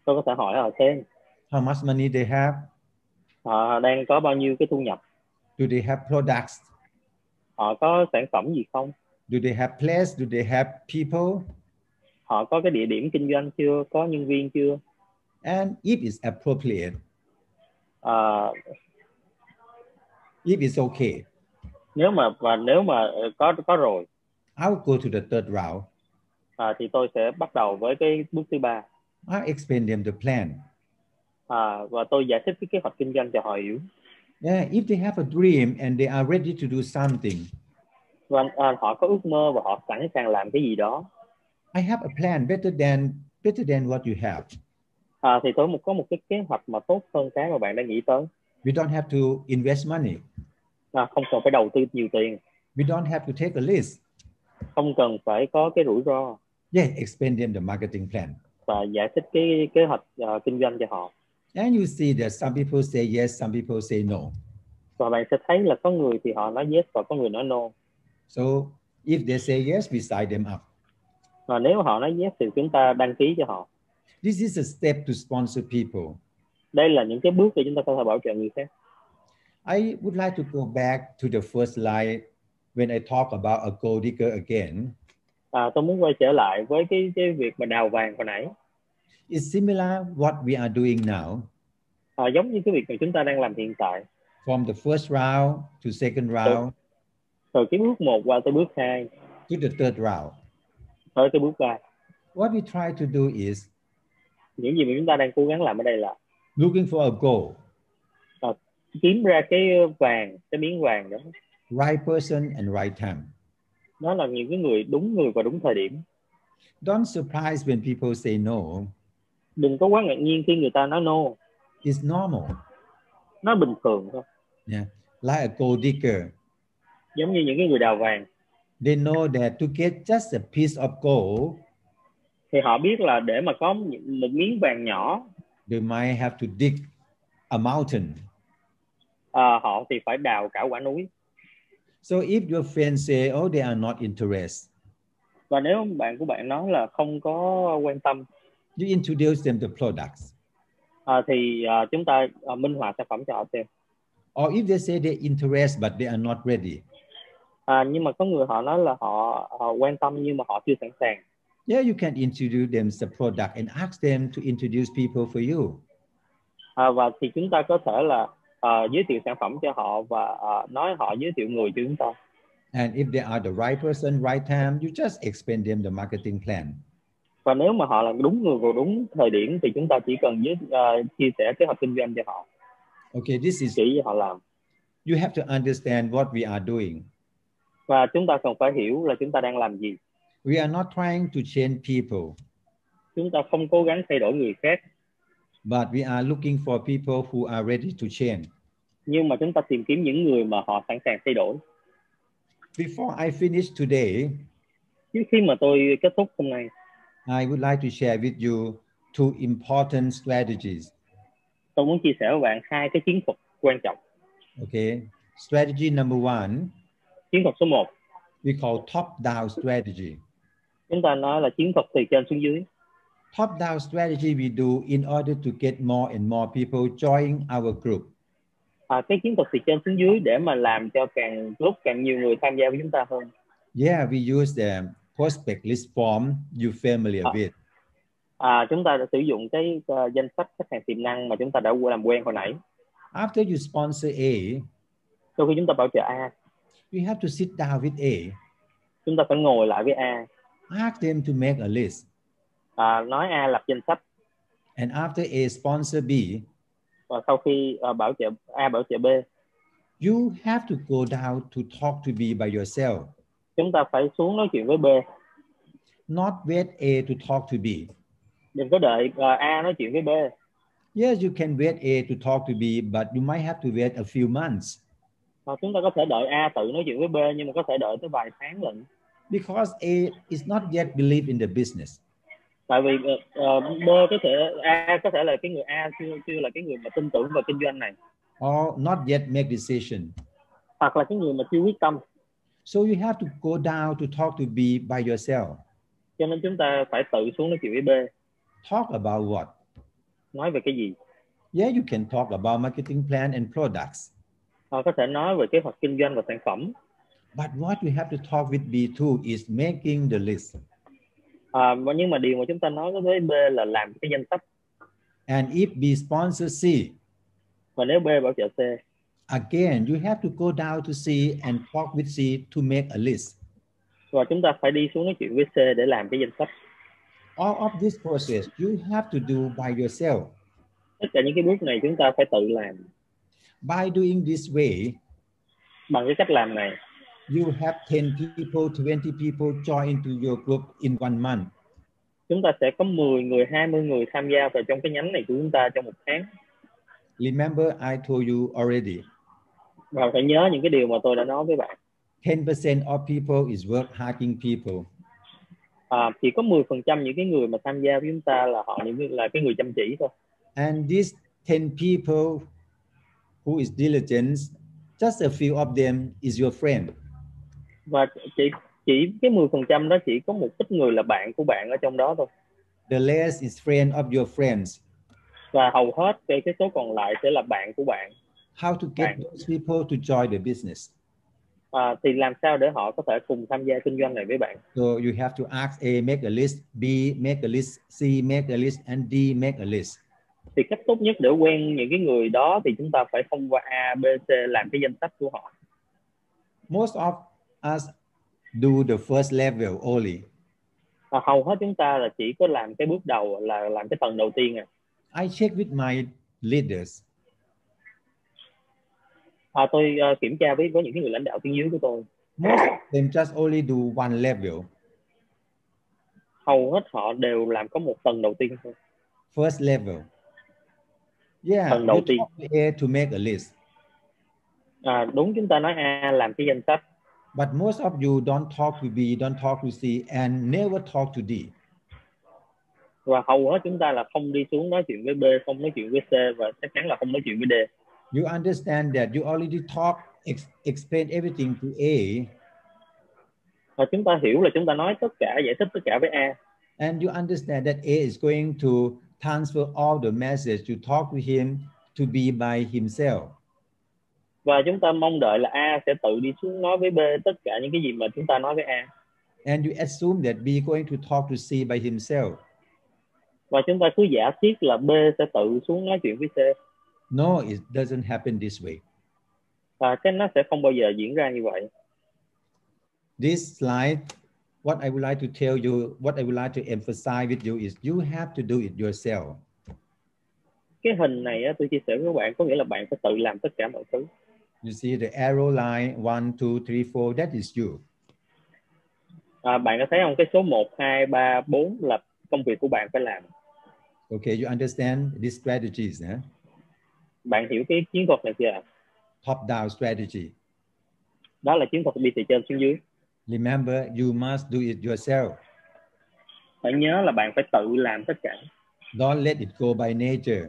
[SPEAKER 2] tôi có thể hỏi họ thêm
[SPEAKER 1] how much money they have,
[SPEAKER 2] họ đang có bao nhiêu cái thu nhập
[SPEAKER 1] do they have products,
[SPEAKER 2] họ có sản phẩm gì không
[SPEAKER 1] do they have place, do they have people,
[SPEAKER 2] họ có cái địa điểm kinh doanh chưa có nhân viên chưa
[SPEAKER 1] and if it's appropriate,
[SPEAKER 2] à,
[SPEAKER 1] if it's okay,
[SPEAKER 2] nếu mà và nếu mà ờ, có có rồi
[SPEAKER 1] I'll go to the third round.
[SPEAKER 2] à, thì tôi sẽ bắt đầu với cái bước thứ ba
[SPEAKER 1] I explain them the plan.
[SPEAKER 2] à, và tôi giải thích cái kế hoạch kinh doanh cho họ hiểu
[SPEAKER 1] Yeah, if they have a dream and they are ready to do something,
[SPEAKER 2] và à, họ có ước mơ và họ sẵn sàng làm cái gì đó
[SPEAKER 1] I have a plan better than better than what you have.
[SPEAKER 2] à, thì tôi một có một cái kế hoạch mà tốt hơn cái mà bạn đang nghĩ tới
[SPEAKER 1] We don't have to invest money.
[SPEAKER 2] à, không cần phải đầu tư nhiều tiền
[SPEAKER 1] We don't have to take a risk.
[SPEAKER 2] không cần phải có cái rủi ro
[SPEAKER 1] Yeah, explain them the marketing plan.
[SPEAKER 2] và giải thích cái kế hoạch à, kinh doanh cho họ
[SPEAKER 1] And you see that some people say yes, some people say no.
[SPEAKER 2] và bạn sẽ thấy là có người thì họ nói yes và có người nói no
[SPEAKER 1] So if they say yes, we sign them up.
[SPEAKER 2] và nếu họ nói yes thì chúng ta đăng ký cho họ
[SPEAKER 1] This is a step to sponsor people.
[SPEAKER 2] đây là những cái bước để chúng ta có thể bảo trợ người khác
[SPEAKER 1] I would like to go back to the first slide when I talk about a gold digger again.
[SPEAKER 2] à, tôi muốn quay trở lại với cái cái việc mà đào vàng hồi nãy
[SPEAKER 1] It's similar what we are doing now.
[SPEAKER 2] à, giống như cái việc mà chúng ta đang làm hiện tại
[SPEAKER 1] from the first round to second round
[SPEAKER 2] từ cái bước một qua tới bước hai
[SPEAKER 1] to the third round.
[SPEAKER 2] tới cái bước ba
[SPEAKER 1] What we try to do is
[SPEAKER 2] những gì mà chúng ta đang cố gắng làm ở đây là
[SPEAKER 1] looking for a goal,
[SPEAKER 2] kiếm ra cái vàng cái miếng vàng đó
[SPEAKER 1] right person and right time.
[SPEAKER 2] đó là những cái người đúng người và đúng thời điểm
[SPEAKER 1] Don't surprise when people say no.
[SPEAKER 2] đừng có quá ngạc nhiên khi người ta nói no
[SPEAKER 1] It's normal,
[SPEAKER 2] nó bình thường thôi
[SPEAKER 1] like a gold digger.
[SPEAKER 2] giống như những cái người đào vàng
[SPEAKER 1] They know that to get just a piece of gold,
[SPEAKER 2] thì họ biết là để mà có những- một miếng vàng nhỏ
[SPEAKER 1] they might have to dig a mountain.
[SPEAKER 2] à, họ thì phải đào cả quả núi
[SPEAKER 1] So if your friends say, oh, they are not interested,
[SPEAKER 2] và nếu bạn của bạn nói là không có quan tâm
[SPEAKER 1] you introduce them the products.
[SPEAKER 2] à, thì à, chúng ta à, minh họa sản phẩm cho họ xem
[SPEAKER 1] Or if they say they're interested but they are not ready,
[SPEAKER 2] à, nhưng mà có người họ nói là họ, họ quan tâm nhưng mà họ chưa sẵn sàng
[SPEAKER 1] Yeah, you can introduce them the product and ask them to introduce people for you.
[SPEAKER 2] à, và thì chúng ta có thể là à, giới thiệu sản phẩm cho họ và à, nói họ giới thiệu người cho chúng ta
[SPEAKER 1] And if they are the right person, right time, you just explain them the marketing plan.
[SPEAKER 2] và nếu mà họ là đúng người vào đúng thời điểm thì chúng ta chỉ cần giới, à, chia sẻ kế hoạch kinh doanh cho họ
[SPEAKER 1] Okay, this is
[SPEAKER 2] chỉ cho họ làm
[SPEAKER 1] you have to understand what we are doing.
[SPEAKER 2] và chúng ta cần phải hiểu là chúng ta đang làm gì
[SPEAKER 1] We are not trying to change people,
[SPEAKER 2] chúng ta không cố gắng thay đổi người khác
[SPEAKER 1] but we are looking for people who are ready to change.
[SPEAKER 2] nhưng mà chúng ta tìm kiếm những người mà họ sẵn sàng thay đổi
[SPEAKER 1] Before I finish today,
[SPEAKER 2] trước khi mà tôi kết thúc hôm nay
[SPEAKER 1] I would like to share with you two important strategies.
[SPEAKER 2] tôi muốn chia sẻ với bạn hai cái chiến thuật quan trọng
[SPEAKER 1] Okay. Strategy number one,
[SPEAKER 2] chiến thuật số 1
[SPEAKER 1] we call top down strategy.
[SPEAKER 2] chúng ta nói là chiến thuật từ trên xuống dưới
[SPEAKER 1] Top down strategy we do in order to get more and more people join our group.
[SPEAKER 2] à, cái chiến thuật từ trên xuống dưới để mà làm cho càng lúc càng nhiều người tham gia với chúng ta hơn
[SPEAKER 1] Yeah, we use the prospect list form you're familiar
[SPEAKER 2] À.
[SPEAKER 1] with.
[SPEAKER 2] à, chúng ta đã sử dụng cái ờ, danh sách khách hàng tiềm năng mà chúng ta đã qua- làm quen hồi nãy
[SPEAKER 1] After you sponsor A,
[SPEAKER 2] sau khi chúng ta bảo trợ A
[SPEAKER 1] you have to sit down with A,
[SPEAKER 2] chúng ta phải ngồi lại với A
[SPEAKER 1] ask them to make a list.
[SPEAKER 2] à, nói A lập danh sách
[SPEAKER 1] And after A sponsor B,
[SPEAKER 2] và sau khi ờ, bảo trợ A bảo trợ B
[SPEAKER 1] you have to go down to talk to B by yourself,
[SPEAKER 2] chúng ta phải xuống nói chuyện với B
[SPEAKER 1] not wait A to talk to B.
[SPEAKER 2] đừng có đợi ờ, A nói chuyện với B
[SPEAKER 1] Yes, you can wait A to talk to B, but you might have to wait a few months
[SPEAKER 2] Ờ, chúng ta có thể đợi A tự nói chuyện với B nhưng mà có thể đợi tới vài tháng lận
[SPEAKER 1] because A is not yet believe in the business.
[SPEAKER 2] tại vì ờ, ờ, B có thể A có thể là cái người A chưa chưa là cái người mà tin tưởng vào kinh doanh này
[SPEAKER 1] or not yet make decision.
[SPEAKER 2] hoặc là cái người mà chưa quyết tâm
[SPEAKER 1] So you have to go down to talk to B by yourself.
[SPEAKER 2] cho nên chúng ta phải tự xuống nói chuyện với B
[SPEAKER 1] Talk about what?
[SPEAKER 2] nói về cái gì
[SPEAKER 1] Yeah, you can talk about marketing plan and products.
[SPEAKER 2] Ờ, có thể nói về kế hoạch kinh doanh và sản phẩm
[SPEAKER 1] But what you have to talk with B too is making the list.
[SPEAKER 2] Ờ, mà- nhưng mà điều mà chúng ta nói với B là làm cái danh sách
[SPEAKER 1] And if B sponsors C,
[SPEAKER 2] và nếu B bảo trợ C
[SPEAKER 1] again, you have to go down to C and talk with C to make a list.
[SPEAKER 2] và chúng ta phải đi xuống nói chuyện với C để làm cái danh sách
[SPEAKER 1] All of this process you have to do by yourself.
[SPEAKER 2] tất cả những cái bước này chúng ta phải tự làm
[SPEAKER 1] By doing this way,
[SPEAKER 2] bằng cái cách làm này
[SPEAKER 1] you have 10 people, 20 people join into your group in one month.
[SPEAKER 2] chúng ta sẽ có 10 người 20 người tham gia vào trong cái nhánh này của chúng ta trong một tháng
[SPEAKER 1] Remember, I told you already,
[SPEAKER 2] và phải nhớ những cái điều mà tôi đã nói với bạn
[SPEAKER 1] 10% of people is work hacking people.
[SPEAKER 2] à, chỉ có 10 phần trăm những cái người mà tham gia với chúng ta là họ những người- là cái người chăm chỉ thôi
[SPEAKER 1] And these 10 people who is diligent, just a few of them is your friend.
[SPEAKER 2] và chỉ chỉ cái 10 phần trăm đó chỉ có một ít người là bạn của bạn ở trong đó thôi
[SPEAKER 1] The rest is friend of your friends.
[SPEAKER 2] và hầu hết cái cái số còn lại sẽ là bạn của bạn
[SPEAKER 1] How to get
[SPEAKER 2] Right.
[SPEAKER 1] those people to join the business?
[SPEAKER 2] à, thì làm sao để họ có thể cùng tham gia kinh doanh này với bạn
[SPEAKER 1] So you have to ask A, make a list, B, make a list, C, make a list, and D, make a list.
[SPEAKER 2] thì cách tốt nhất để quen những cái người đó thì chúng ta phải thông qua A, B, C làm cái danh sách của họ
[SPEAKER 1] Most of us do the first level only.
[SPEAKER 2] à, hầu hết chúng ta là chỉ có làm cái bước đầu là làm cái phần đầu tiên à,
[SPEAKER 1] I check with my leaders.
[SPEAKER 2] à tôi ờ, kiểm tra với với những cái người lãnh đạo tuyến dưới của tôi
[SPEAKER 1] Most of them just only do one level.
[SPEAKER 2] hầu hết họ đều làm có một tầng đầu tiên thôi
[SPEAKER 1] first level. Yeah,
[SPEAKER 2] Phần đầu
[SPEAKER 1] you
[SPEAKER 2] tiên.
[SPEAKER 1] talk to A to make a list,
[SPEAKER 2] à, đúng chúng ta nói A làm cái danh sách
[SPEAKER 1] but most of you don't talk to B, don't talk to C, and never talk to D.
[SPEAKER 2] và hầu hết chúng ta là không đi xuống nói chuyện với B không nói chuyện với C và chắc chắn là không nói chuyện với D
[SPEAKER 1] You understand that you already talk, ex- explain everything to A,
[SPEAKER 2] và chúng ta hiểu là chúng ta nói tất cả giải thích tất cả với A
[SPEAKER 1] and you understand that A is going to transfer all the message you talk to him to B by himself.
[SPEAKER 2] và chúng ta mong đợi là A sẽ tự đi xuống nói với B tất cả những cái gì mà chúng ta nói với A
[SPEAKER 1] And you assume that B going to talk to C by himself.
[SPEAKER 2] và chúng ta cứ giả thiết là B sẽ tự xuống nói chuyện với C
[SPEAKER 1] No, it doesn't happen this way.
[SPEAKER 2] và cái nó sẽ không bao giờ diễn ra như vậy
[SPEAKER 1] this slide, what I would like to tell you, what I would like to emphasize with you is you have to do it yourself.
[SPEAKER 2] cái hình này á, tôi chia sẻ với các bạn có nghĩa là bạn phải tự làm tất cả mọi thứ
[SPEAKER 1] You see the arrow line one, two, three, four, that is you.
[SPEAKER 2] à, bạn có thấy không cái số 1, 2, 3, 4 là công việc của bạn phải làm
[SPEAKER 1] Okay, you understand these strategies, huh?
[SPEAKER 2] bạn hiểu cái chiến thuật này chưa
[SPEAKER 1] top-down strategy.
[SPEAKER 2] đó là chiến thuật đi từ trên xuống dưới
[SPEAKER 1] Remember, you must do it yourself.
[SPEAKER 2] phải nhớ là bạn phải tự làm tất cả
[SPEAKER 1] Don't let it go by nature.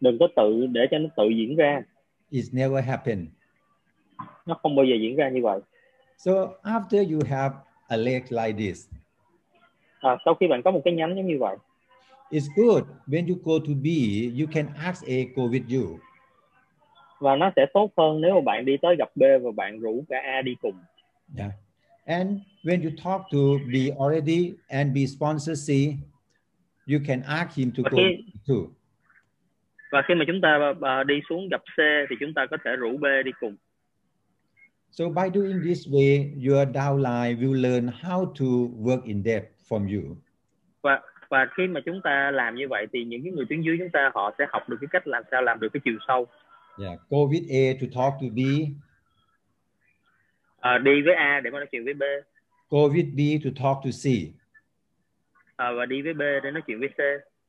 [SPEAKER 2] đừng có tự để cho nó tự diễn ra
[SPEAKER 1] It's never happened.
[SPEAKER 2] nó không bao giờ diễn ra như vậy
[SPEAKER 1] So after you have a leg like this,
[SPEAKER 2] à, sau khi bạn có một cái nhánh giống như vậy
[SPEAKER 1] it's good when you go to B, you can ask A go with you.
[SPEAKER 2] và nó sẽ tốt hơn nếu mà bạn đi tới gặp B và bạn rủ cả A đi cùng
[SPEAKER 1] Yeah. And when you talk to B already and B sponsor C, you can ask him to go
[SPEAKER 2] Okay.
[SPEAKER 1] too.
[SPEAKER 2] và khi mà chúng ta à, đi xuống gặp C thì chúng ta có thể rủ B đi cùng
[SPEAKER 1] So by doing this way, your downline will learn how to work in depth from you.
[SPEAKER 2] và và khi mà chúng ta làm như vậy thì những cái người tuyến dưới chúng ta họ sẽ học được cái cách làm sao làm được cái chiều sâu
[SPEAKER 1] Yeah, go with A to talk to B,
[SPEAKER 2] à, đi với A để mà nói chuyện với B
[SPEAKER 1] go with B to talk to C,
[SPEAKER 2] à, và đi với B để nói chuyện với C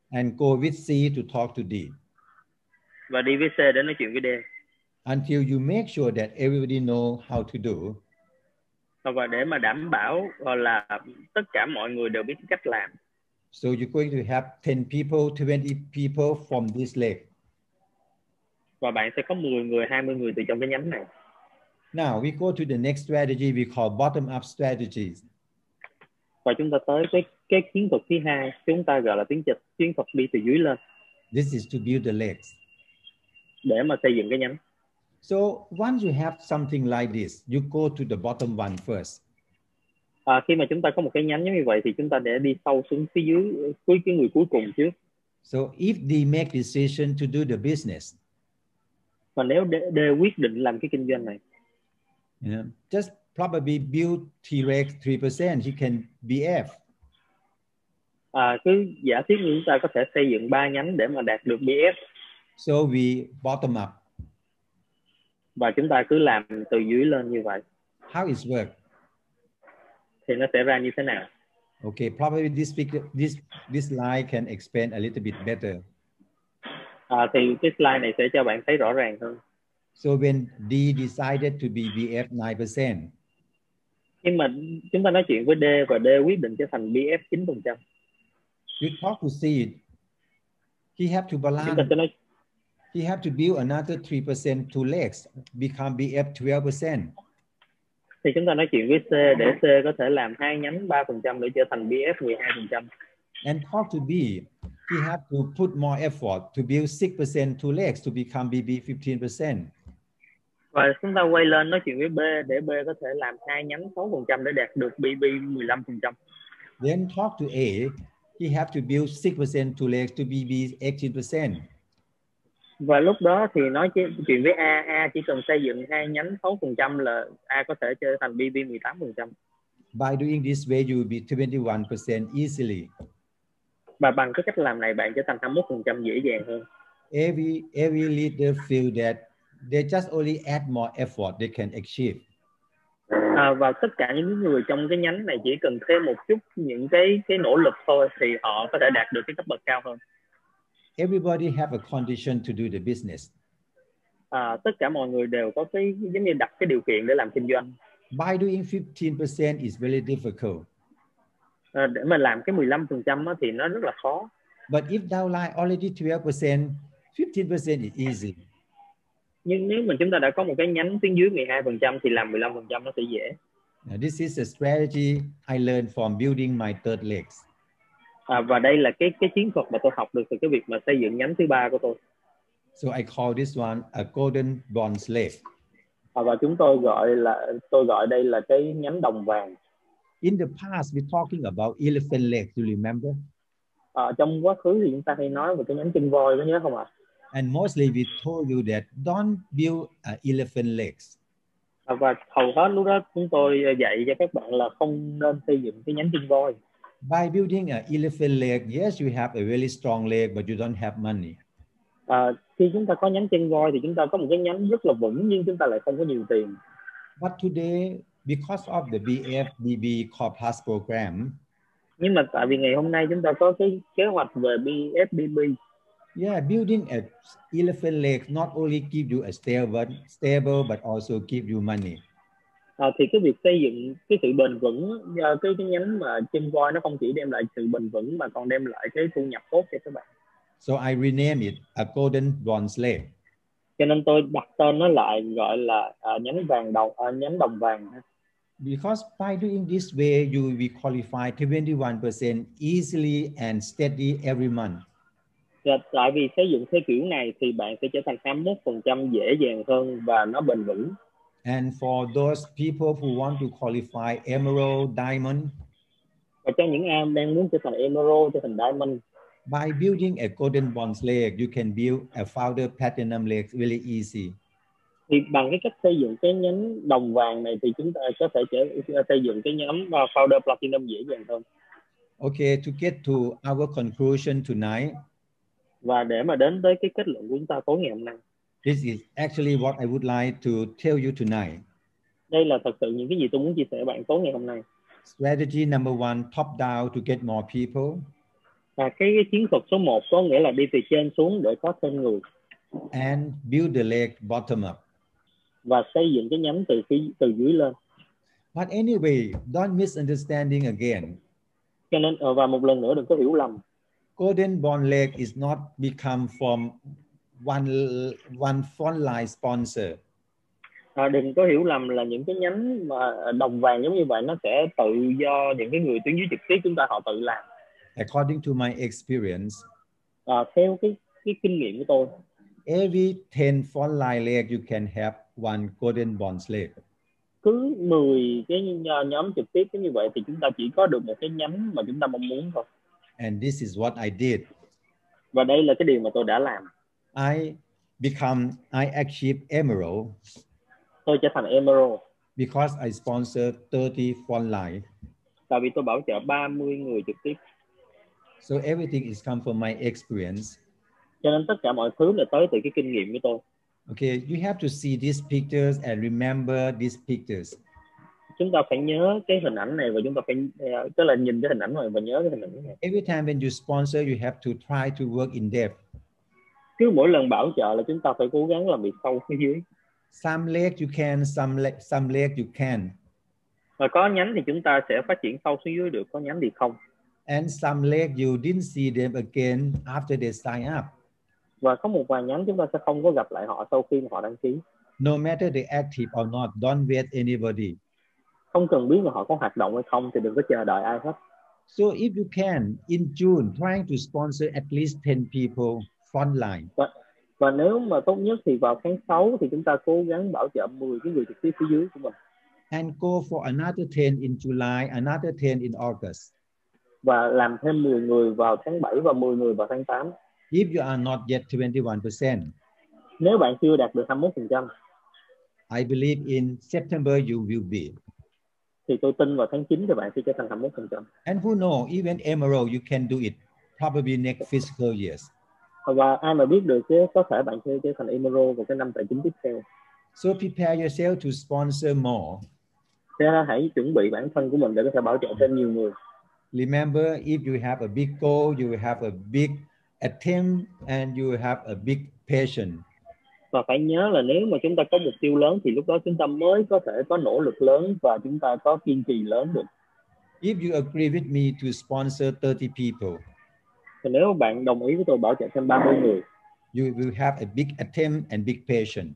[SPEAKER 1] and go with C to talk to D
[SPEAKER 2] và đi với C để nói chuyện với D
[SPEAKER 1] until you make sure that everybody know how to do.
[SPEAKER 2] Và- Ờ, và để mà đảm bảo ờ, là tất cả mọi người đều biết cách làm
[SPEAKER 1] So you're going to have 10 people, 20 people from this leg.
[SPEAKER 2] và bạn sẽ có 10 người 20 người từ trong cái nhánh này
[SPEAKER 1] Now we go to the next strategy we call bottom-up strategies.
[SPEAKER 2] và chúng ta tới cái cái chiến thuật thứ hai chúng ta gọi là tiến trình chiến thuật đi từ dưới lên
[SPEAKER 1] This is to build the legs.
[SPEAKER 2] để mà xây dựng cái nhánh
[SPEAKER 1] So once you have something like this, you go to the bottom one first.
[SPEAKER 2] à, khi mà chúng ta có một cái nhánh giống như vậy thì chúng ta để đi sâu xuống phía dưới cuối cái người cuối cùng trước
[SPEAKER 1] So if they make decision to do the business,
[SPEAKER 2] và nếu D, D quyết định làm cái kinh doanh này
[SPEAKER 1] you know, just probably build T-Rex 3%, he can be F.
[SPEAKER 2] à, cứ giả thiết như chúng ta có thể xây dựng ba nhánh để mà đạt được BF
[SPEAKER 1] So we bottom up.
[SPEAKER 2] và chúng ta cứ làm từ dưới lên như vậy
[SPEAKER 1] How it's work?
[SPEAKER 2] thì nó sẽ ra như thế nào
[SPEAKER 1] Okay, probably this figure, this this line can expand a little bit better.
[SPEAKER 2] à, thì cái slide này sẽ cho bạn thấy rõ ràng hơn
[SPEAKER 1] So when D decided to be BF 9%,
[SPEAKER 2] khi mà chúng ta nói chuyện với D và D quyết định trở thành BF 9%
[SPEAKER 1] you talk to C. He have to
[SPEAKER 2] chúng ta
[SPEAKER 1] balance.
[SPEAKER 2] sẽ nói
[SPEAKER 1] He have to build another 3% to legs, become BF 12%.
[SPEAKER 2] thì chúng ta nói chuyện với C để C có thể làm hai nhánh 3% để trở thành BF 12%
[SPEAKER 1] And talk to B. He have to put more effort to build 6% to legs to become BB 15%.
[SPEAKER 2] và chúng ta quay lên nói chuyện với B để B có thể làm hai nhánh 6% để đạt được BB 15%
[SPEAKER 1] Then talk to A. He have to build 6% to legs to BB 18%.
[SPEAKER 2] và lúc đó thì nói chi- chuyện với A A chỉ cần xây dựng hai nhánh 6% là A có thể trở thành BB 18%
[SPEAKER 1] By doing this way, you will be 21% easily.
[SPEAKER 2] và bằng cái cách làm này bạn trở thành 21% dễ dàng hơn
[SPEAKER 1] Every every leader feel that they just only add more effort they can achieve.
[SPEAKER 2] à, và tất cả những người trong cái nhánh này chỉ cần thêm một chút những cái cái nỗ lực thôi thì họ có thể đạt được cái cấp bậc cao hơn
[SPEAKER 1] Everybody have a condition to do the business.
[SPEAKER 2] à, tất cả mọi người đều có cái giống như đặt cái điều kiện để làm kinh doanh
[SPEAKER 1] By doing 15% is very difficult.
[SPEAKER 2] à, để mà làm cái 15% á, thì nó rất là khó
[SPEAKER 1] But if downline already 12%, 15% is easy.
[SPEAKER 2] nhưng nếu mà chúng ta đã có một cái nhánh tuyến dưới 12% thì làm 15% nó sẽ dễ
[SPEAKER 1] Now, this is a strategy I learned from building my third legs.
[SPEAKER 2] à, và đây là cái cái chiến thuật mà tôi học được từ cái việc mà xây dựng nhánh thứ ba của tôi
[SPEAKER 1] So I call this one a golden bond slave.
[SPEAKER 2] à, và chúng tôi gọi là tôi gọi đây là cái nhánh đồng vàng
[SPEAKER 1] In the past, we're talking about elephant legs, you remember?
[SPEAKER 2] à, trong quá khứ thì chúng ta hay nói về cái nhánh chân voi có nhớ không ạ
[SPEAKER 1] And mostly we told you that don't build uh, elephant legs.
[SPEAKER 2] à, và hầu hết lúc đó chúng tôi dạy cho các bạn là không nên xây dựng cái nhánh chân voi
[SPEAKER 1] By building an elephant leg, yes, you have a really strong leg, but you don't have money.
[SPEAKER 2] à, khi chúng ta có nhánh chân voi thì chúng ta có một cái nhánh rất là vững nhưng chúng ta lại không có nhiều tiền
[SPEAKER 1] But today, because of the BFDB Core Plus program.
[SPEAKER 2] nhưng mà tại vì ngày hôm nay chúng ta có cái kế hoạch về BFBB
[SPEAKER 1] Yeah, building at Elephant Lake not only give you a stable, stable but also give you money.
[SPEAKER 2] à, thì cái việc xây dựng cái sự bền vững á, nhờ cái cái nhánh mà chim voi nó không chỉ đem lại sự bền vững mà còn đem lại cái thu nhập tốt cho các bạn
[SPEAKER 1] So I rename it a golden bronze lake.
[SPEAKER 2] cho nên tôi đặt tên nó lại gọi là à, nhánh vàng đồng à, nhánh đồng vàng ha.
[SPEAKER 1] Because by doing this way, you will be qualified 21% easily and steady every month.
[SPEAKER 2] Dạ, tại vì xây dựng theo kiểu này thì bạn sẽ trở thành 21% dễ dàng hơn và nó bền vững.
[SPEAKER 1] And for those people who want to qualify emerald, diamond,
[SPEAKER 2] Và cho những em đang muốn trở thành Emerald, trở thành Diamond
[SPEAKER 1] by building a golden bronze lake, you can build a founder platinum lake really easy.
[SPEAKER 2] thì bằng cái cách xây dựng cái nhánh đồng vàng này thì chúng ta có thể trở, xây dựng cái nhóm à, Founder Platinum dễ dàng hơn.
[SPEAKER 1] Okay, to get to our conclusion tonight,
[SPEAKER 2] Và để mà đến tới cái kết luận của chúng ta tối ngày hôm nay,
[SPEAKER 1] this is actually what I would like to tell you tonight.
[SPEAKER 2] đây là thật sự những cái gì tôi muốn chia sẻ với bạn tối ngày hôm nay.
[SPEAKER 1] Strategy number one, top down to get more people.
[SPEAKER 2] Và cái, cái chiến thuật số 1 có nghĩa là đi từ trên xuống để có thêm người
[SPEAKER 1] and build the lake bottom up.
[SPEAKER 2] và xây dựng cái nhánh từ phía từ dưới lên.
[SPEAKER 1] But anyway, don't misunderstanding again.
[SPEAKER 2] Cho nên ờ, và một lần nữa đừng có hiểu lầm
[SPEAKER 1] Golden Bond Lake is not become from one one front line sponsor.
[SPEAKER 2] À, đừng có hiểu lầm là những cái nhánh mà đồng vàng giống như vậy nó sẽ tự do những cái người tuyến dưới trực tiếp chúng ta họ tự làm
[SPEAKER 1] According to my experience,
[SPEAKER 2] à, theo cái cái kinh nghiệm của tôi
[SPEAKER 1] every 10 front line lake you can have one golden bonds lake.
[SPEAKER 2] cứ 10 cái nho- nhóm trực tiếp giống như vậy thì chúng ta chỉ có được một cái nhánh mà chúng ta mong muốn thôi
[SPEAKER 1] And this is what I did.
[SPEAKER 2] và đây là cái điều mà tôi đã làm
[SPEAKER 1] I become I achieved emerald
[SPEAKER 2] tôi trở thành Emerald
[SPEAKER 1] because I sponsored 30 front line.
[SPEAKER 2] tại vì tôi bảo trợ 30 người trực tiếp
[SPEAKER 1] So everything is come from my experience.
[SPEAKER 2] cho nên tất cả mọi thứ là tới từ cái kinh nghiệm của tôi
[SPEAKER 1] Okay, you have to see these pictures and remember these pictures.
[SPEAKER 2] chúng ta phải nhớ cái hình ảnh này và chúng ta phải ờ, tức là nhìn cái hình ảnh này và nhớ cái hình ảnh này
[SPEAKER 1] Every time when you sponsor, you have to try to work in depth.
[SPEAKER 2] cứ mỗi lần bảo trợ là chúng ta phải cố gắng làm việc sâu phía dưới
[SPEAKER 1] Some leg you can, some leg, some leg you can,
[SPEAKER 2] và có nhánh thì chúng ta sẽ phát triển sâu xuống dưới được có nhánh thì không
[SPEAKER 1] and some leg you didn't see them again after they sign up.
[SPEAKER 2] và có một vài nhánh chúng ta sẽ không có gặp lại họ sau khi mà họ đăng ký
[SPEAKER 1] No matter they active or not, don't wait anybody.
[SPEAKER 2] không cần biết là họ có hoạt động hay không thì đừng có chờ đợi ai hết
[SPEAKER 1] So if you can, in June, trying to sponsor at least 10 people frontline.
[SPEAKER 2] và nếu mà tốt nhất thì vào tháng 6 thì chúng ta cố gắng bảo trợ 10 cái người trực tiếp phía dưới của mình
[SPEAKER 1] And go for another 10 in July, another 10 in August.
[SPEAKER 2] và làm thêm 10 người vào tháng 7 và 10 người vào tháng 8
[SPEAKER 1] If you are not yet 21%,
[SPEAKER 2] nếu bạn chưa đạt được 21%
[SPEAKER 1] I believe in September you will be.
[SPEAKER 2] thì tôi tin vào tháng 9 thì bạn sẽ trở thành 21%
[SPEAKER 1] And who know, even Emerald, you can do it probably next fiscal years.
[SPEAKER 2] và ai mà biết được chứ có thể bạn sẽ trở thành Emerald vào cái năm tài chính tiếp theo
[SPEAKER 1] So prepare yourself to sponsor more.
[SPEAKER 2] thế hãy chuẩn bị bản thân của mình để có thể bảo trợ thêm nhiều người
[SPEAKER 1] Remember, if you have a big goal, you will have a big attempt and you will have a big passion.
[SPEAKER 2] và phải nhớ là nếu mà chúng ta có mục tiêu lớn thì lúc đó chúng ta mới có thể có nỗ lực lớn và chúng ta có kiên trì lớn được
[SPEAKER 1] If you agree with me to sponsor 30 people,
[SPEAKER 2] thì nếu bạn đồng ý với tôi bảo trợ thêm 30 người
[SPEAKER 1] you will have a big attempt and big passion.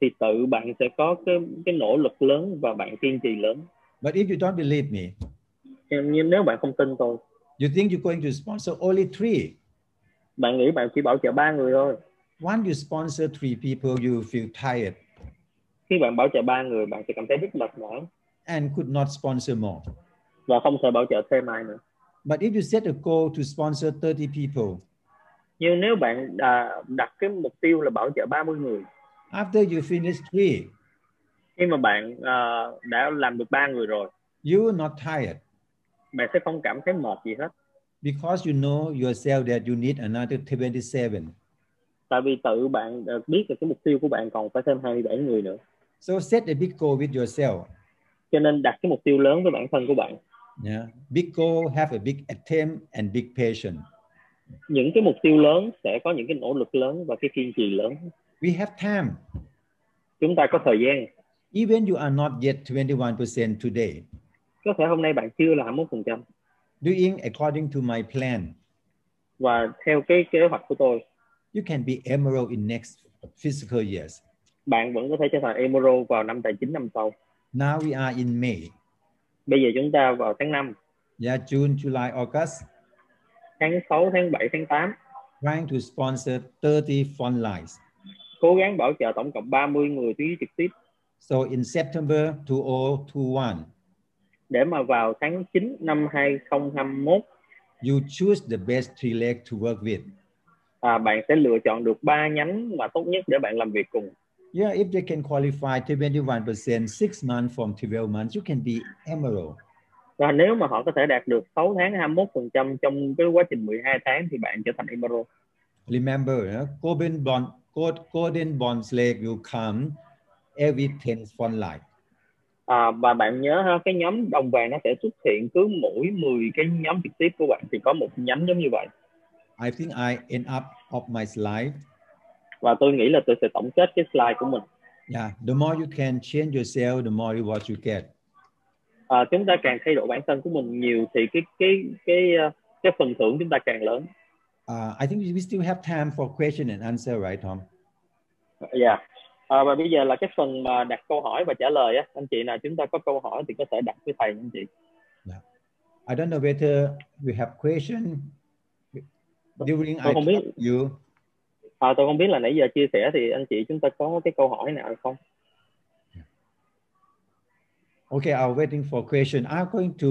[SPEAKER 2] thì tự bạn sẽ có cái cái nỗ lực lớn và bạn kiên trì lớn
[SPEAKER 1] But if you don't believe me,
[SPEAKER 2] nhưng nếu bạn không tin tôi
[SPEAKER 1] you think you're going to sponsor only three.
[SPEAKER 2] bạn nghĩ bạn chỉ bảo trợ ba người thôi
[SPEAKER 1] Once you sponsor three people, you will feel tired
[SPEAKER 2] khi bạn bảo trợ ba người bạn sẽ cảm thấy rất mệt mỏi
[SPEAKER 1] and could not sponsor more.
[SPEAKER 2] và không thể bảo trợ thêm ai nữa
[SPEAKER 1] But if you set a goal to sponsor 30 people,
[SPEAKER 2] nhưng nếu bạn à, đặt cái mục tiêu là bảo trợ 30 người
[SPEAKER 1] after you finish three,
[SPEAKER 2] khi mà bạn à, đã làm được ba người rồi
[SPEAKER 1] you are not tired
[SPEAKER 2] bạn sẽ không cảm thấy mệt gì hết
[SPEAKER 1] because you know yourself that you need another 27.
[SPEAKER 2] tại vì tự bạn à, ờ, biết được cái mục tiêu của bạn còn phải thêm 27 người nữa
[SPEAKER 1] So set a big goal with yourself.
[SPEAKER 2] cho nên đặt cái mục tiêu lớn với bản thân của bạn
[SPEAKER 1] Yeah. Big goal, have a big attempt and big patience.
[SPEAKER 2] những cái mục tiêu lớn sẽ có những cái nỗ lực lớn và cái kiên trì lớn
[SPEAKER 1] We have time.
[SPEAKER 2] chúng ta có thời gian
[SPEAKER 1] Even you are not yet 21% today,
[SPEAKER 2] có thể hôm nay bạn chưa là 21 phần trăm
[SPEAKER 1] doing according to my plan,
[SPEAKER 2] và theo cái kế hoạch của tôi
[SPEAKER 1] you can be emerald in next fiscal years.
[SPEAKER 2] bạn vẫn có thể trở thành Emerald vào năm tài chính năm sau
[SPEAKER 1] Now we are in May.
[SPEAKER 2] bây giờ chúng ta vào tháng 5
[SPEAKER 1] Yeah, June, July, August,
[SPEAKER 2] tháng 6 tháng 7 tháng 8
[SPEAKER 1] trying to sponsor 30 fund lines.
[SPEAKER 2] cố gắng bảo trợ tổng cộng 30 người tuyến dưới trực tiếp
[SPEAKER 1] So in September 2021,
[SPEAKER 2] để mà vào tháng 9 năm 2021
[SPEAKER 1] you choose the best three leg to work with.
[SPEAKER 2] à, bạn sẽ lựa chọn được ba nhánh mà tốt nhất để bạn làm việc cùng
[SPEAKER 1] Yeah, if they can qualify 21% six months from 12 months, you can be emerald.
[SPEAKER 2] và nếu mà họ có thể đạt được 6 tháng 21 phần trăm trong cái quá trình 12 tháng thì bạn trở thành Emerald
[SPEAKER 1] Remember, uh, golden bond, gold- golden bonds leg will come every 10 fund line.
[SPEAKER 2] à, và bạn nhớ ha, cái nhóm đồng vàng nó sẽ xuất hiện cứ mỗi 10 cái nhóm trực tiếp của bạn thì có một nhánh giống như vậy
[SPEAKER 1] I think I end up of my slide.
[SPEAKER 2] và tôi nghĩ là tôi sẽ tổng kết cái slide của mình
[SPEAKER 1] Yeah, the more you can change yourself, the more reward you get.
[SPEAKER 2] à, chúng ta càng thay đổi bản thân của mình nhiều thì cái cái cái ờ, cái phần thưởng chúng ta càng lớn
[SPEAKER 1] Uh, I think we still have time for question and answer, right, Tom?
[SPEAKER 2] dạ à, và bây giờ là cái phần mà đặt câu hỏi và trả lời á anh chị nào chúng ta có câu hỏi thì có thể đặt với thầy anh chị
[SPEAKER 1] I don't know whether you have question during I
[SPEAKER 2] Tôi không biết.
[SPEAKER 1] talk to you.
[SPEAKER 2] à, tôi không biết là nãy giờ chia sẻ thì anh chị chúng ta có cái câu hỏi nào không
[SPEAKER 1] Okay, I'm waiting for question. I'm going to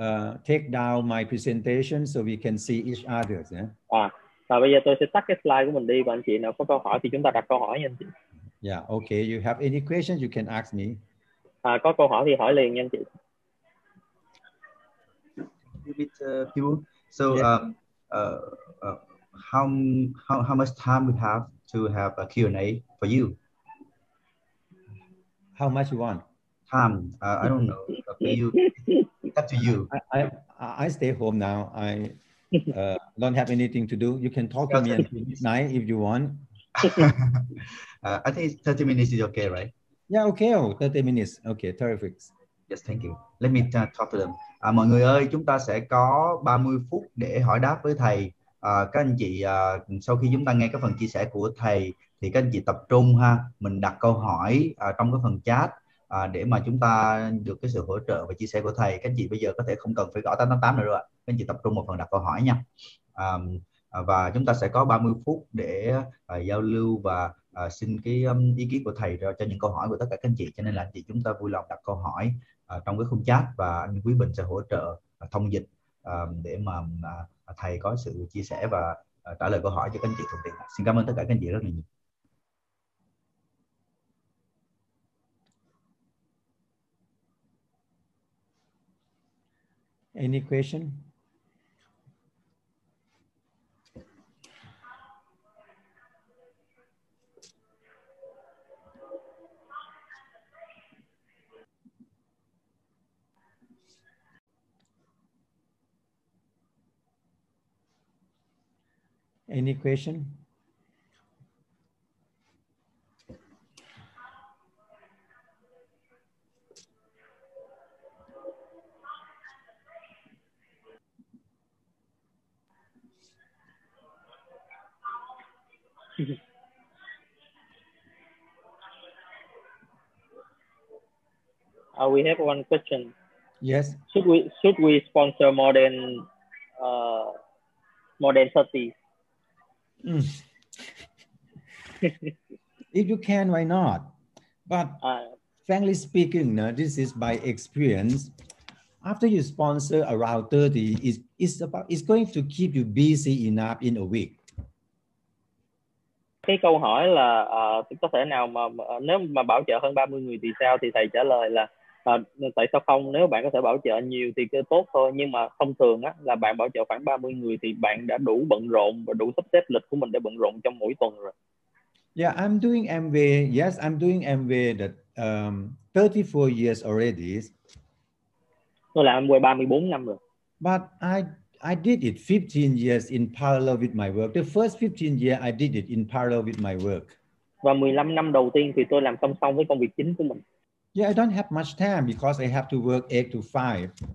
[SPEAKER 1] uh, take down my presentation so we can see each other. eh? Yeah.
[SPEAKER 2] à và bây giờ tôi sẽ tắt cái slide của mình đi và anh chị nào có câu hỏi thì chúng ta đặt câu hỏi nha anh chị
[SPEAKER 1] yeah. Okay. You have any questions? You can ask me.
[SPEAKER 2] à, có câu hỏi thì hỏi liền nha anh chị
[SPEAKER 3] little bit uh, few. So
[SPEAKER 1] Yeah.
[SPEAKER 3] um, uh, uh, how, m- how how much time we have to have a Q&A for you?
[SPEAKER 1] How much you want?
[SPEAKER 3] Time, uh, I don't know. uh, For you, it's up to you.
[SPEAKER 1] I I, I stay home now. I uh, don't have anything to do. You can talk to me until midnight if you want.
[SPEAKER 3] uh, I think it's 30 minutes is okay, right?
[SPEAKER 1] Yeah. Okay. Oh, 30 minutes. Okay. Terrific.
[SPEAKER 3] Yes, thank you. Let me uh, talk to them. À, mọi người ơi, chúng ta sẽ có 30 phút để hỏi đáp với thầy. À, các anh chị à, sau khi chúng ta nghe cái phần chia sẻ của thầy thì các anh chị tập trung ha, mình đặt câu hỏi à, trong cái phần chat à, để mà chúng ta được cái sự hỗ trợ và chia sẻ của thầy. Các anh chị bây giờ có thể không cần phải gõ 888 nữa rồi. ạ. Các anh chị tập trung một phần đặt câu hỏi nha. À, à, và chúng ta sẽ có 30 phút để à, giao lưu và à, xin cái um, ý kiến của thầy cho, cho những câu hỏi của tất cả các anh chị. Cho nên là anh chị chúng ta vui lòng đặt câu hỏi ờ, trong cái khung chat và anh Quý Bình sẽ hỗ trợ ờ, thông dịch ờ, để mà ờ, thầy có sự chia sẻ và ờ, trả lời câu hỏi cho các anh chị thuận tiện. Xin cảm ơn tất cả các anh chị rất là nhiều.
[SPEAKER 1] Any question? Any question?
[SPEAKER 2] uh, we have one question
[SPEAKER 1] Yes.
[SPEAKER 2] should we should we sponsor more than uh, more than 30
[SPEAKER 1] Mm. if you can, why not? But
[SPEAKER 2] à,
[SPEAKER 1] frankly speaking, no, this is by experience. After you sponsor around 30, it's, it's, about, it's going to keep you busy enough in a week.
[SPEAKER 2] cái câu hỏi là ờ, có thể nào mà mà- nếu mà bảo trợ hơn 30 người thì sao thì thầy trả lời là ờ, tại sao không nếu bạn có thể bảo trợ nhiều thì cứ tốt thôi nhưng mà thông thường á là bạn bảo trợ khoảng 30 người thì bạn đã đủ bận rộn và đủ sắp xếp lịch của mình để bận rộn trong mỗi tuần rồi
[SPEAKER 1] Yeah, I'm doing MV. Yes, I'm doing MV that um, 34 years already,
[SPEAKER 2] tôi làm quay 34 năm rồi
[SPEAKER 1] but I I did it 15 years in parallel with my work. The first 15 year I did it in parallel with my work.
[SPEAKER 2] và 15 năm đầu tiên thì tôi làm song song với công việc chính của mình
[SPEAKER 1] Yeah, I don't have much time because I have to work 8 to 5.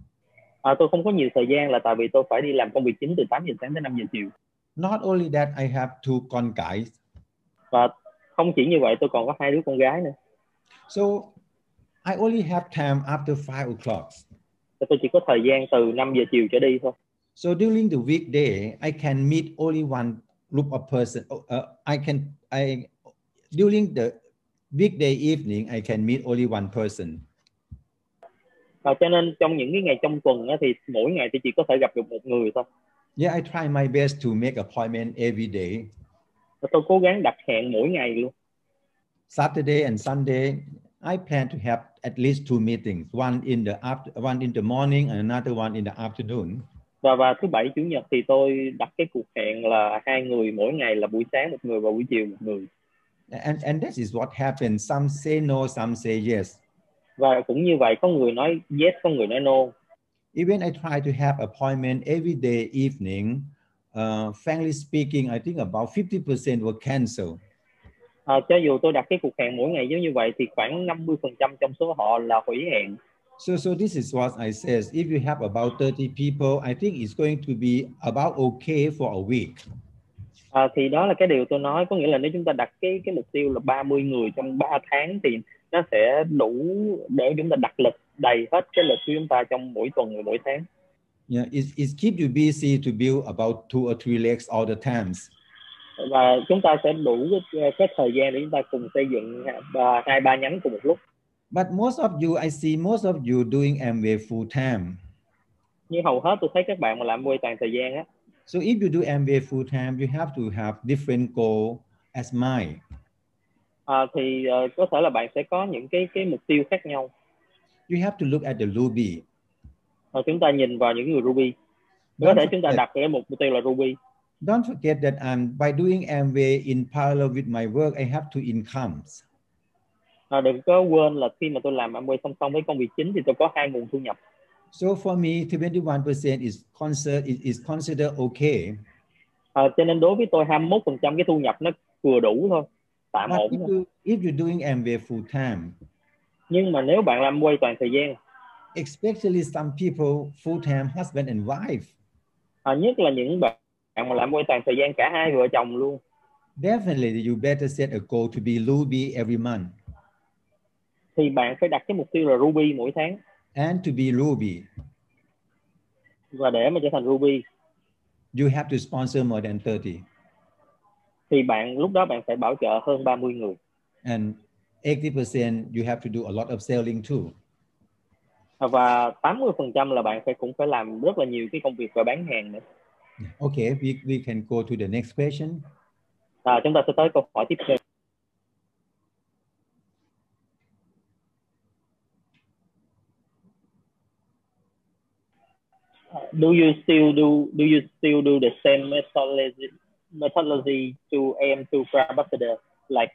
[SPEAKER 2] à, tôi không có nhiều thời gian là tại vì tôi phải đi làm công việc chính từ 8 giờ sáng tới 5 giờ chiều
[SPEAKER 1] Not only that, I have two guys.
[SPEAKER 2] và không chỉ như vậy tôi còn có hai đứa con gái nữa
[SPEAKER 1] So I only have time after 5 o'clock.
[SPEAKER 2] Và tôi chỉ có thời gian từ 5 giờ chiều trở đi thôi
[SPEAKER 1] So during the weekday, I can meet only one group of person. oh, uh, I can I during the weekday evening, I can meet only one person.
[SPEAKER 2] và cho nên trong những cái ngày trong tuần á, thì mỗi ngày thì chỉ có thể gặp được một người thôi
[SPEAKER 1] Yeah, I try my best to make appointment every day.
[SPEAKER 2] và tôi cố gắng đặt hẹn mỗi ngày luôn
[SPEAKER 1] Saturday and Sunday, I plan to have at least two meetings, one in the after, one in the morning and another one in the afternoon.
[SPEAKER 2] và và thứ bảy chủ nhật thì tôi đặt cái cuộc hẹn là hai người mỗi ngày là buổi sáng một người và buổi chiều một người
[SPEAKER 1] And and this is what happens. Some say no, some say yes.
[SPEAKER 2] và cũng như vậy có người nói yes có người nói no
[SPEAKER 1] Even I try to have appointment every day evening. Uh, frankly speaking, I think about 50% were canceled.
[SPEAKER 2] à, cho dù tôi đặt cái cuộc hẹn mỗi ngày giống như vậy thì khoảng 50% trong số họ là hủy hẹn
[SPEAKER 1] So so this is what I says. If you have about 30 people, I think it's going to be about okay for a week.
[SPEAKER 2] à, thì đó là cái điều tôi nói có nghĩa là nếu chúng ta đặt cái cái mục tiêu là 30 người trong 3 tháng thì nó sẽ đủ để chúng ta đặt lịch đầy hết cái lịch của chúng ta trong mỗi tuần và mỗi tháng
[SPEAKER 1] Yeah, it, it keeps you busy to build about two or three legs all the times.
[SPEAKER 2] và chúng ta sẽ đủ cái, cái thời gian để chúng ta cùng xây dựng à, hai ba nhánh cùng một lúc
[SPEAKER 1] But most of you, I see most of you doing Amway full time.
[SPEAKER 2] nhưng hầu hết tôi thấy các bạn mà làm quay toàn thời gian á
[SPEAKER 1] So if you do Amway full time, you have to have different goal as mine.
[SPEAKER 2] à, thì ờ, có thể là bạn sẽ có những cái cái mục tiêu khác nhau
[SPEAKER 1] You have to look at the Ruby.
[SPEAKER 2] Ờ, chúng ta nhìn vào những người Ruby có
[SPEAKER 1] Đúng
[SPEAKER 2] thể
[SPEAKER 1] rồi.
[SPEAKER 2] chúng ta đặt cái mục tiêu là Ruby
[SPEAKER 1] Don't forget that I'm by doing Amway in parallel with my work, I have two incomes.
[SPEAKER 2] à, đừng có quên là khi mà tôi làm Amway song song với công việc chính thì tôi có hai nguồn thu nhập
[SPEAKER 1] So for me, 21% is concert is, is considered okay.
[SPEAKER 2] à, cho nên đối với tôi 21% cái thu nhập nó vừa đủ thôi tạm
[SPEAKER 1] But
[SPEAKER 2] ổn
[SPEAKER 1] if,
[SPEAKER 2] thôi.
[SPEAKER 1] you, if you're doing Amway full time,
[SPEAKER 2] nhưng mà nếu bạn làm quay toàn thời gian
[SPEAKER 1] especially some people full time husband and wife,
[SPEAKER 2] à, nhất là những bạn bạn mà làm quay toàn thời gian cả hai vợ chồng luôn
[SPEAKER 1] definitely you better set a goal to be Ruby every month.
[SPEAKER 2] thì bạn phải đặt cái mục tiêu là Ruby mỗi tháng
[SPEAKER 1] and to be Ruby,
[SPEAKER 2] và để mà trở thành Ruby
[SPEAKER 1] you have to sponsor more than 30.
[SPEAKER 2] thì bạn lúc đó bạn phải bảo trợ hơn 30 người
[SPEAKER 1] And 80%, you have to do a lot of selling too.
[SPEAKER 2] và 80% là bạn phải cũng phải làm rất là nhiều cái công việc và bán hàng nữa
[SPEAKER 1] Okay, we, we can go to the next question.
[SPEAKER 2] à, chúng ta sẽ tới câu hỏi tiếp theo Do you still do do you still do the same methodology methodology to aim to Grand Ambassador like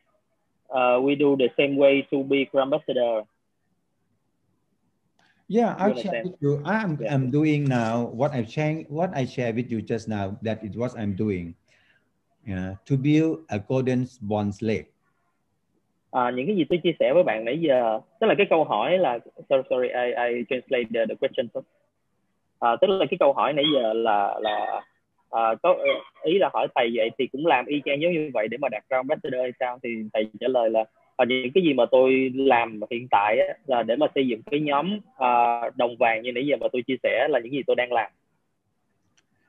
[SPEAKER 2] uh, we do the same way to be Grand Ambassador
[SPEAKER 1] Yeah, I'll
[SPEAKER 2] Good
[SPEAKER 1] share with
[SPEAKER 2] attempt.
[SPEAKER 1] you. I'm,
[SPEAKER 2] Yeah.
[SPEAKER 1] I'm doing now what I share, what I share with you just now. That is what I'm doing. Yeah, to build a golden bond slave.
[SPEAKER 2] À, những cái gì tôi chia sẻ với bạn nãy giờ tức là cái câu hỏi là sorry sorry I I translate the, the question first. À, tức là cái câu hỏi nãy giờ là là à, có ý là hỏi thầy vậy thì cũng làm y chang giống như vậy để mà đạt ra ambassador hay sao thì thầy trả lời là à, những cái gì mà tôi làm hiện tại á, là để mà xây dựng cái nhóm à, đồng vàng như nãy giờ mà tôi chia sẻ là những gì tôi đang làm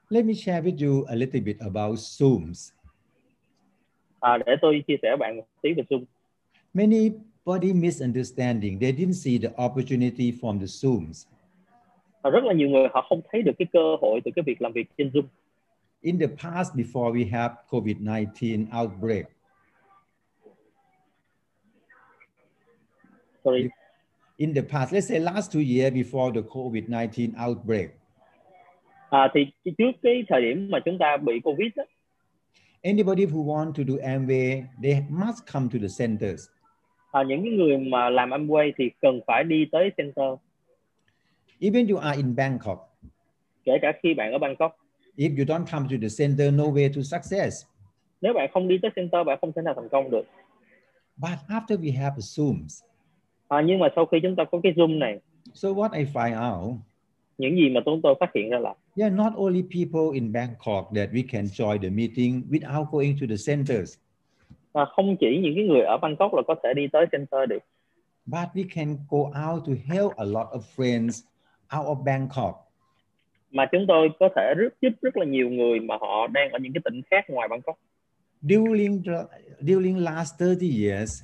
[SPEAKER 1] Let me share with you a little bit about Zooms.
[SPEAKER 2] à, để tôi chia sẻ với bạn một tí về Zoom
[SPEAKER 1] Many body misunderstanding. They didn't see the opportunity from the Zooms.
[SPEAKER 2] à, rất là nhiều người họ không thấy được cái cơ hội từ cái việc làm việc trên Zoom
[SPEAKER 1] in the past before we have COVID-19 outbreak,
[SPEAKER 2] sorry
[SPEAKER 1] in the past, let's say last two years before the COVID-19 outbreak,
[SPEAKER 2] À, thì trước cái thời điểm mà chúng ta bị covid á,
[SPEAKER 1] anybody who want to do MV, they must come to the centers.
[SPEAKER 2] à, à, những cái người mà làm Amway thì cần phải đi tới center
[SPEAKER 1] Even you are in Bangkok,
[SPEAKER 2] kể cả khi bạn ở Bangkok
[SPEAKER 1] if you don't come to the center, no way to success.
[SPEAKER 2] nếu bạn không đi tới center bạn không thể nào thành công được
[SPEAKER 1] But after we have Zooms,
[SPEAKER 2] à, nhưng mà sau khi chúng ta có cái zoom này
[SPEAKER 1] so what I find out,
[SPEAKER 2] những gì mà chúng tôi phát hiện ra là
[SPEAKER 1] there are not only people in Bangkok that we can join the meeting without going to the centers,
[SPEAKER 2] à, không chỉ những cái người ở Bangkok là có thể đi tới center được
[SPEAKER 1] but we can go out to help a lot of friends out of Bangkok.
[SPEAKER 2] mà chúng tôi có thể rất giúp rất là nhiều người mà họ đang ở những cái tỉnh khác ngoài Bangkok
[SPEAKER 1] During the, during last 30 years,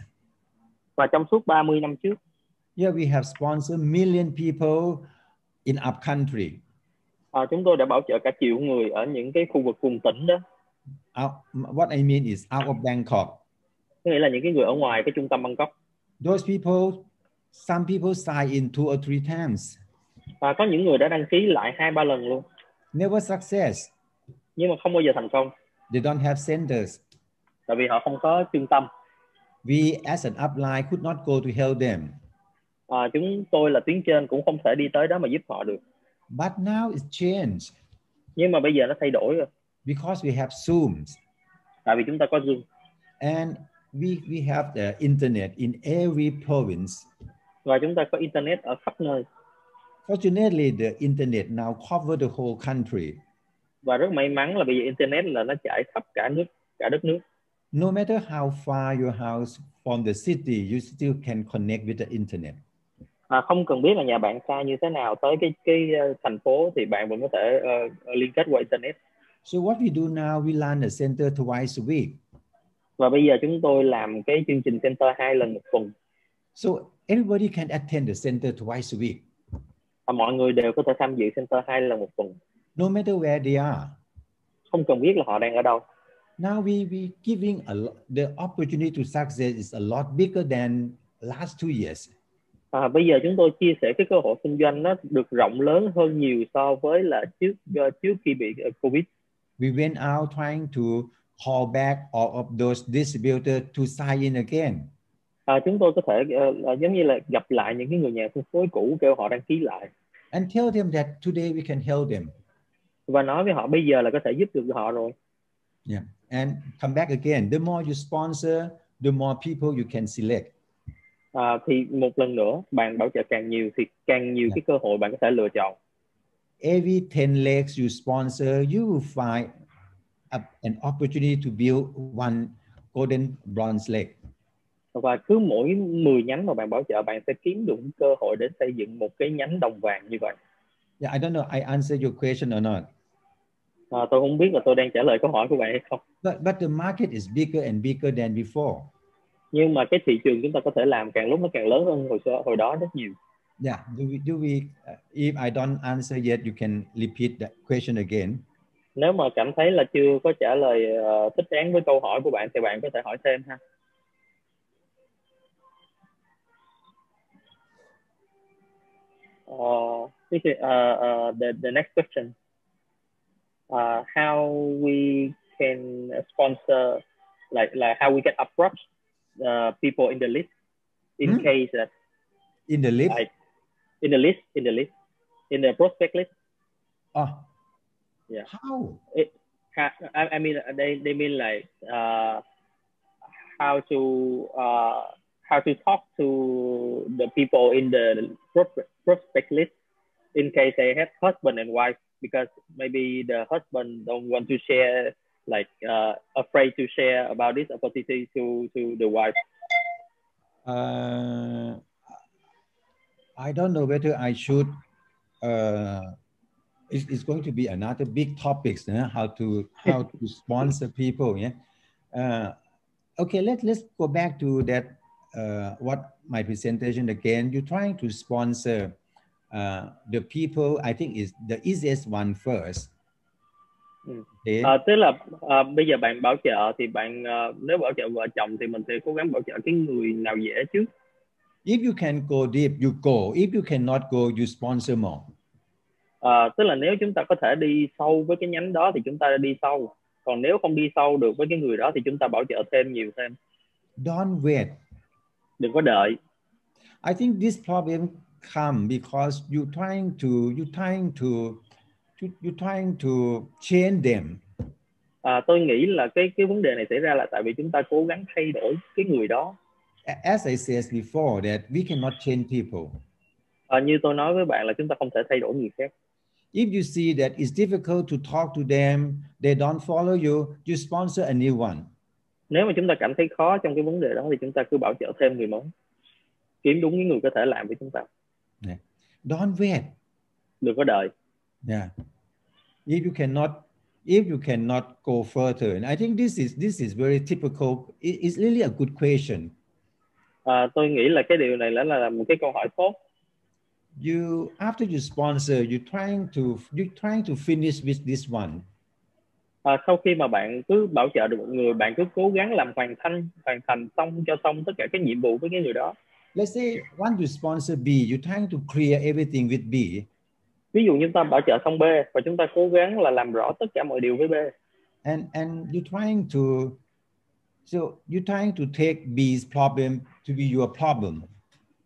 [SPEAKER 2] và trong suốt 30 năm trước
[SPEAKER 1] yeah, we have sponsored million people in our country.
[SPEAKER 2] à, chúng tôi đã bảo trợ cả triệu người ở những cái khu vực vùng tỉnh đó
[SPEAKER 1] Out, what I mean is out of Bangkok.
[SPEAKER 2] có nghĩa là những cái người ở ngoài cái trung tâm Bangkok
[SPEAKER 1] Those people, some people sign in two or three times,
[SPEAKER 2] và À, có những người đã đăng ký lại hai ba lần luôn
[SPEAKER 1] never success.
[SPEAKER 2] nhưng mà không bao giờ thành công
[SPEAKER 1] They don't have centers.
[SPEAKER 2] tại vì họ không có trung tâm
[SPEAKER 1] We as an upline could not go to help them.
[SPEAKER 2] à, chúng tôi là tuyến trên cũng không thể đi tới đó mà giúp họ được
[SPEAKER 1] But now it's changed
[SPEAKER 2] nhưng mà bây giờ nó thay đổi rồi
[SPEAKER 1] because we have Zooms
[SPEAKER 2] tại vì chúng ta có zoom
[SPEAKER 1] and we, we have the internet in every province.
[SPEAKER 2] và chúng ta có internet ở khắp nơi
[SPEAKER 1] Fortunately, the internet now cover the whole country.
[SPEAKER 2] và rất may mắn là bây giờ internet là nó trải khắp cả nước cả đất nước
[SPEAKER 1] No matter how far your house from the city, you still can connect with the internet.
[SPEAKER 2] à, không cần biết là nhà bạn xa như thế nào tới cái cái ờ, thành phố thì bạn vẫn có thể ờ, liên kết qua internet
[SPEAKER 1] So what we do now, we run the center twice a week.
[SPEAKER 2] và bây giờ chúng tôi làm cái chương trình center hai lần một tuần
[SPEAKER 1] So everybody can attend the center twice a week,
[SPEAKER 2] và mọi người đều có thể tham dự center hai lần một tuần
[SPEAKER 1] no matter where they are.
[SPEAKER 2] không cần biết là họ đang ở đâu
[SPEAKER 1] Now we we giving a lot, the opportunity to success is a lot bigger than last two years.
[SPEAKER 2] À, bây giờ chúng tôi chia sẻ cái cơ hội kinh doanh nó được rộng lớn hơn nhiều so với là trước ờ, trước khi bị ờ, covid
[SPEAKER 1] We went out trying to call back all of those distributors to sign in again.
[SPEAKER 2] à, chúng tôi có thể ờ, ờ, giống như là gặp lại những cái người nhà phân phối cũ kêu họ đăng ký lại
[SPEAKER 1] and tell them that today we can help them
[SPEAKER 2] và nói với họ bây giờ là có thể giúp được họ rồi
[SPEAKER 1] and come back again. The more you sponsor, the more people you can select.
[SPEAKER 2] à, thì một lần nữa bạn bảo trợ càng nhiều thì càng nhiều cái cơ hội bạn có thể lựa chọn
[SPEAKER 1] Every 10 legs you sponsor, you will find a, an opportunity to build one golden bronze leg.
[SPEAKER 2] và cứ mỗi 10 nhánh mà bạn bảo trợ bạn sẽ kiếm được cơ hội để xây dựng một cái nhánh đồng vàng như vậy
[SPEAKER 1] Yeah, I don't know I answered your question or not.
[SPEAKER 2] à, tôi không biết là tôi đang trả lời câu hỏi của bạn hay không
[SPEAKER 1] But but the market is bigger and bigger than before.
[SPEAKER 2] nhưng mà cái thị trường chúng ta có thể làm càng lúc nó càng lớn hơn hồi xưa hồi đó rất nhiều
[SPEAKER 1] Yeah, do we, do we uh, if I don't answer yet, you can repeat the question again.
[SPEAKER 2] nếu mà cảm thấy là chưa có trả lời ờ, thích đáng với câu hỏi của bạn thì bạn có thể hỏi thêm ha Uh, this is, uh, uh, the, the next question uh, how we can sponsor like like how we can approach uh, people in the list in
[SPEAKER 1] Hmm?
[SPEAKER 2] case that
[SPEAKER 1] In the lift.
[SPEAKER 2] I, in the list in the list in the prospect list
[SPEAKER 1] Oh.
[SPEAKER 2] Yeah.
[SPEAKER 1] How?
[SPEAKER 2] ha- I, I mean they, they mean like uh, how to uh, how to talk to the people in the pros- prospect list in case they have husband and wife because maybe the husband don't want to share like uh, afraid to share about this opportunity to to the wife
[SPEAKER 1] uh, I don't know whether I should. Uh, it's, it's going to be another big topics. huh? How to how to sponsor people. Yeah. Uh, okay. Let Let's go back to that. Uh, what my presentation again? You're trying to sponsor uh, the people. I think is the easiest one first.
[SPEAKER 2] Mm.
[SPEAKER 1] Okay.
[SPEAKER 2] Ờ, tức là ờ, bây giờ bạn bảo trợ thì bạn ờ, nếu bảo trợ vợ chồng thì mình sẽ cố gắng bảo trợ cái người nào dễ trước
[SPEAKER 1] if you can go deep, you go. If you cannot go, you sponsor more.
[SPEAKER 2] Ờ, tức là nếu chúng ta có thể đi sâu với cái nhánh đó thì chúng ta đi sâu còn nếu không đi sâu được với cái người đó thì chúng ta bảo trợ thêm nhiều thêm
[SPEAKER 1] Don't wait
[SPEAKER 2] đừng có đợi
[SPEAKER 1] I think this problem come because you trying to you trying to you you trying to change them.
[SPEAKER 2] à, tôi nghĩ là cái cái vấn đề này xảy ra là tại vì chúng ta cố gắng thay đổi cái người đó
[SPEAKER 1] A- As I said before, that we cannot change people.
[SPEAKER 2] à, như tôi nói với bạn là chúng ta không thể thay đổi người khác
[SPEAKER 1] If you see that it's difficult to talk to them, they don't follow you, you sponsor a new one.
[SPEAKER 2] nếu mà chúng ta cảm thấy khó trong cái vấn đề đó thì chúng ta cứ bảo trợ thêm người mới kiếm đúng những người có thể làm với chúng ta
[SPEAKER 1] Don't wait.
[SPEAKER 2] đừng có đợi
[SPEAKER 1] Yeah. If you cannot, if you cannot go further, and I think this is this is very typical. It- It's really a good question.
[SPEAKER 2] à, tôi nghĩ là cái điều này là là một cái câu hỏi tốt
[SPEAKER 1] You after you sponsor, you trying to you trying to finish with this one.
[SPEAKER 2] à, sau khi mà bạn cứ bảo trợ được một người bạn cứ cố gắng làm hoàn thành hoàn thành xong cho xong tất cả các nhiệm vụ với cái người đó
[SPEAKER 1] Let's say once you sponsor B, you're trying to clear everything with B,
[SPEAKER 2] ví dụ như chúng ta bảo trợ xong B và chúng ta cố gắng là làm rõ tất cả mọi điều với B
[SPEAKER 1] and and you're trying to so you're trying to take B's problem to be your problem.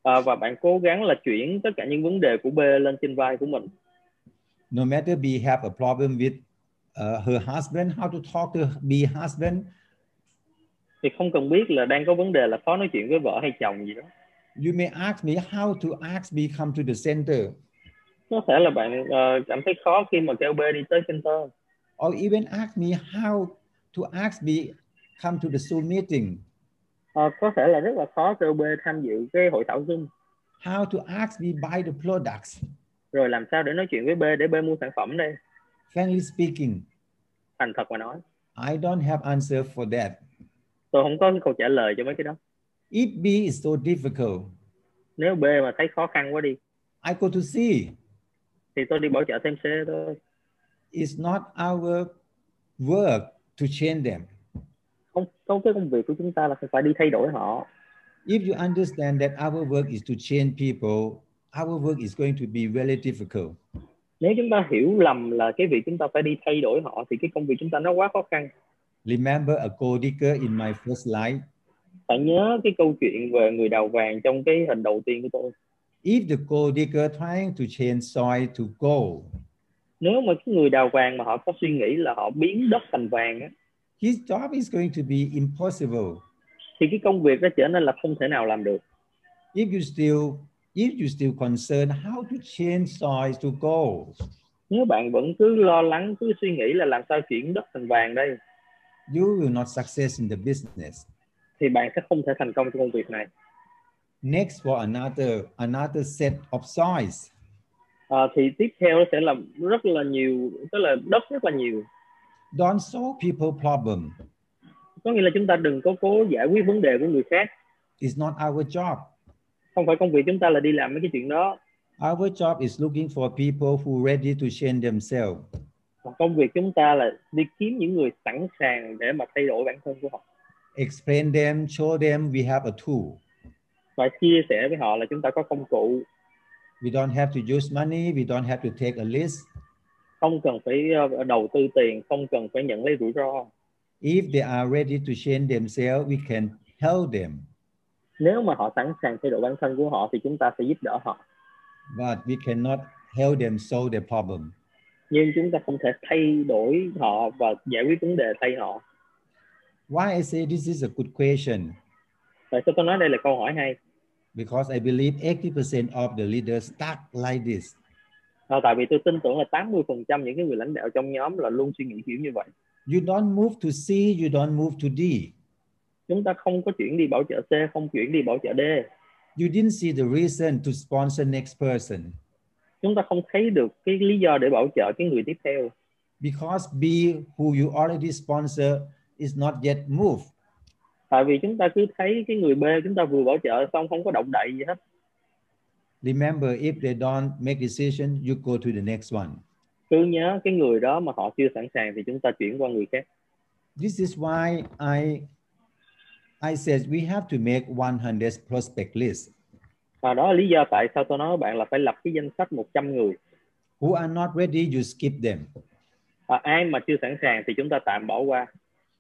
[SPEAKER 2] à, và bạn cố gắng là chuyển tất cả những vấn đề của B lên trên vai của mình
[SPEAKER 1] no matter B have a problem with uh, her husband, how to talk to B husband,
[SPEAKER 2] thì không cần biết là đang có vấn đề là khó nói chuyện với vợ hay chồng gì đó
[SPEAKER 1] you may ask me how to ask B come to the center,
[SPEAKER 2] có thể là bạn ờ, cảm thấy khó khi mà kêu B đi tới center
[SPEAKER 1] or even ask me how to ask B come to the Zoom meeting,
[SPEAKER 2] Ờ, có thể là rất là khó kêu B tham dự cái hội thảo Zoom
[SPEAKER 1] how to ask B buy the products.
[SPEAKER 2] rồi làm sao để nói chuyện với B để B mua sản phẩm đây
[SPEAKER 1] Frankly speaking,
[SPEAKER 2] thành thật mà nói
[SPEAKER 1] I don't have answer for that.
[SPEAKER 2] tôi không có cái câu trả lời cho mấy cái đó
[SPEAKER 1] If B is so difficult,
[SPEAKER 2] nếu B mà thấy khó khăn quá đi
[SPEAKER 1] I go to C.
[SPEAKER 2] thì tôi đi bảo trợ thêm C thôi
[SPEAKER 1] It's not our work to change them.
[SPEAKER 2] không không cái công việc của chúng ta là phải đi thay đổi họ
[SPEAKER 1] if you understand that our work is to change people, our work is going to be really difficult.
[SPEAKER 2] nếu chúng ta hiểu lầm là cái việc chúng ta phải đi thay đổi họ thì cái công việc chúng ta nó quá khó khăn
[SPEAKER 1] Remember a gold digger in my first life?
[SPEAKER 2] bạn nhớ cái câu chuyện về người đào vàng trong cái hình đầu tiên của tôi
[SPEAKER 1] If the gold digger trying to change soil to gold,
[SPEAKER 2] nếu mà cái người đào vàng mà họ có suy nghĩ là họ biến đất thành vàng á,
[SPEAKER 1] his job is going to be impossible.
[SPEAKER 2] thì cái công việc nó trở nên là không thể nào làm được
[SPEAKER 1] If you still if you still concerned how to change soil to gold,
[SPEAKER 2] nếu bạn vẫn cứ lo lắng cứ suy nghĩ là làm sao chuyển đất thành vàng đây
[SPEAKER 1] you will not success in the business.
[SPEAKER 2] thì bạn sẽ không thể thành công trong công việc này
[SPEAKER 1] Next for another another set of soils.
[SPEAKER 2] à, thì tiếp theo nó sẽ là rất là nhiều tức là đất rất là nhiều
[SPEAKER 1] Don't solve people problem.
[SPEAKER 2] có nghĩa là chúng ta đừng có cố giải quyết vấn đề của người khác
[SPEAKER 1] It's not our job.
[SPEAKER 2] không phải công việc chúng ta là đi làm mấy cái chuyện đó
[SPEAKER 1] Our job is looking for people who ready to change themselves.
[SPEAKER 2] mà công việc chúng ta là đi kiếm những người sẵn sàng để mà thay đổi bản thân của họ
[SPEAKER 1] Explain them, show them we have a tool.
[SPEAKER 2] và chia sẻ với họ là chúng ta có công cụ
[SPEAKER 1] We don't have to use money. We don't have to take a risk.
[SPEAKER 2] không cần phải ờ, đầu tư tiền không cần phải nhận lấy rủi ro
[SPEAKER 1] If they are ready to change themselves, we can help them.
[SPEAKER 2] nếu mà họ sẵn sàng thay đổi bản thân của họ thì chúng ta sẽ giúp đỡ họ
[SPEAKER 1] But we cannot help them solve their problem.
[SPEAKER 2] nhưng chúng ta không thể thay đổi họ và giải quyết vấn đề thay họ
[SPEAKER 1] Why I say this is a good question?
[SPEAKER 2] tại sao tôi nói đây là câu hỏi hay
[SPEAKER 1] Because I believe 80% of the leaders stuck like this.
[SPEAKER 2] Ờ, tại vì tôi tin tưởng là 80% những cái người lãnh đạo trong nhóm là luôn suy nghĩ kiểu như vậy
[SPEAKER 1] You don't move to C, you don't move to D.
[SPEAKER 2] chúng ta không có chuyển đi bảo trợ C không chuyển đi bảo trợ D
[SPEAKER 1] You didn't see the reason to sponsor next person.
[SPEAKER 2] chúng ta không thấy được cái lý do để bảo trợ cái người tiếp theo
[SPEAKER 1] because B, who you already sponsor, is not yet moved.
[SPEAKER 2] tại vì chúng ta cứ thấy cái người B chúng ta vừa bảo trợ xong không có động đậy gì hết
[SPEAKER 1] Remember, if they don't make decision, you go to the next one.
[SPEAKER 2] cứ nhớ cái người đó mà họ chưa sẵn sàng thì chúng ta chuyển qua người khác
[SPEAKER 1] This is why I, I said we have to make 100 prospect list
[SPEAKER 2] và đó là lý do tại sao tôi nói với bạn là phải lập cái danh sách 100 người
[SPEAKER 1] who are not ready. You skip them.
[SPEAKER 2] à, ai mà chưa sẵn sàng thì chúng ta tạm bỏ qua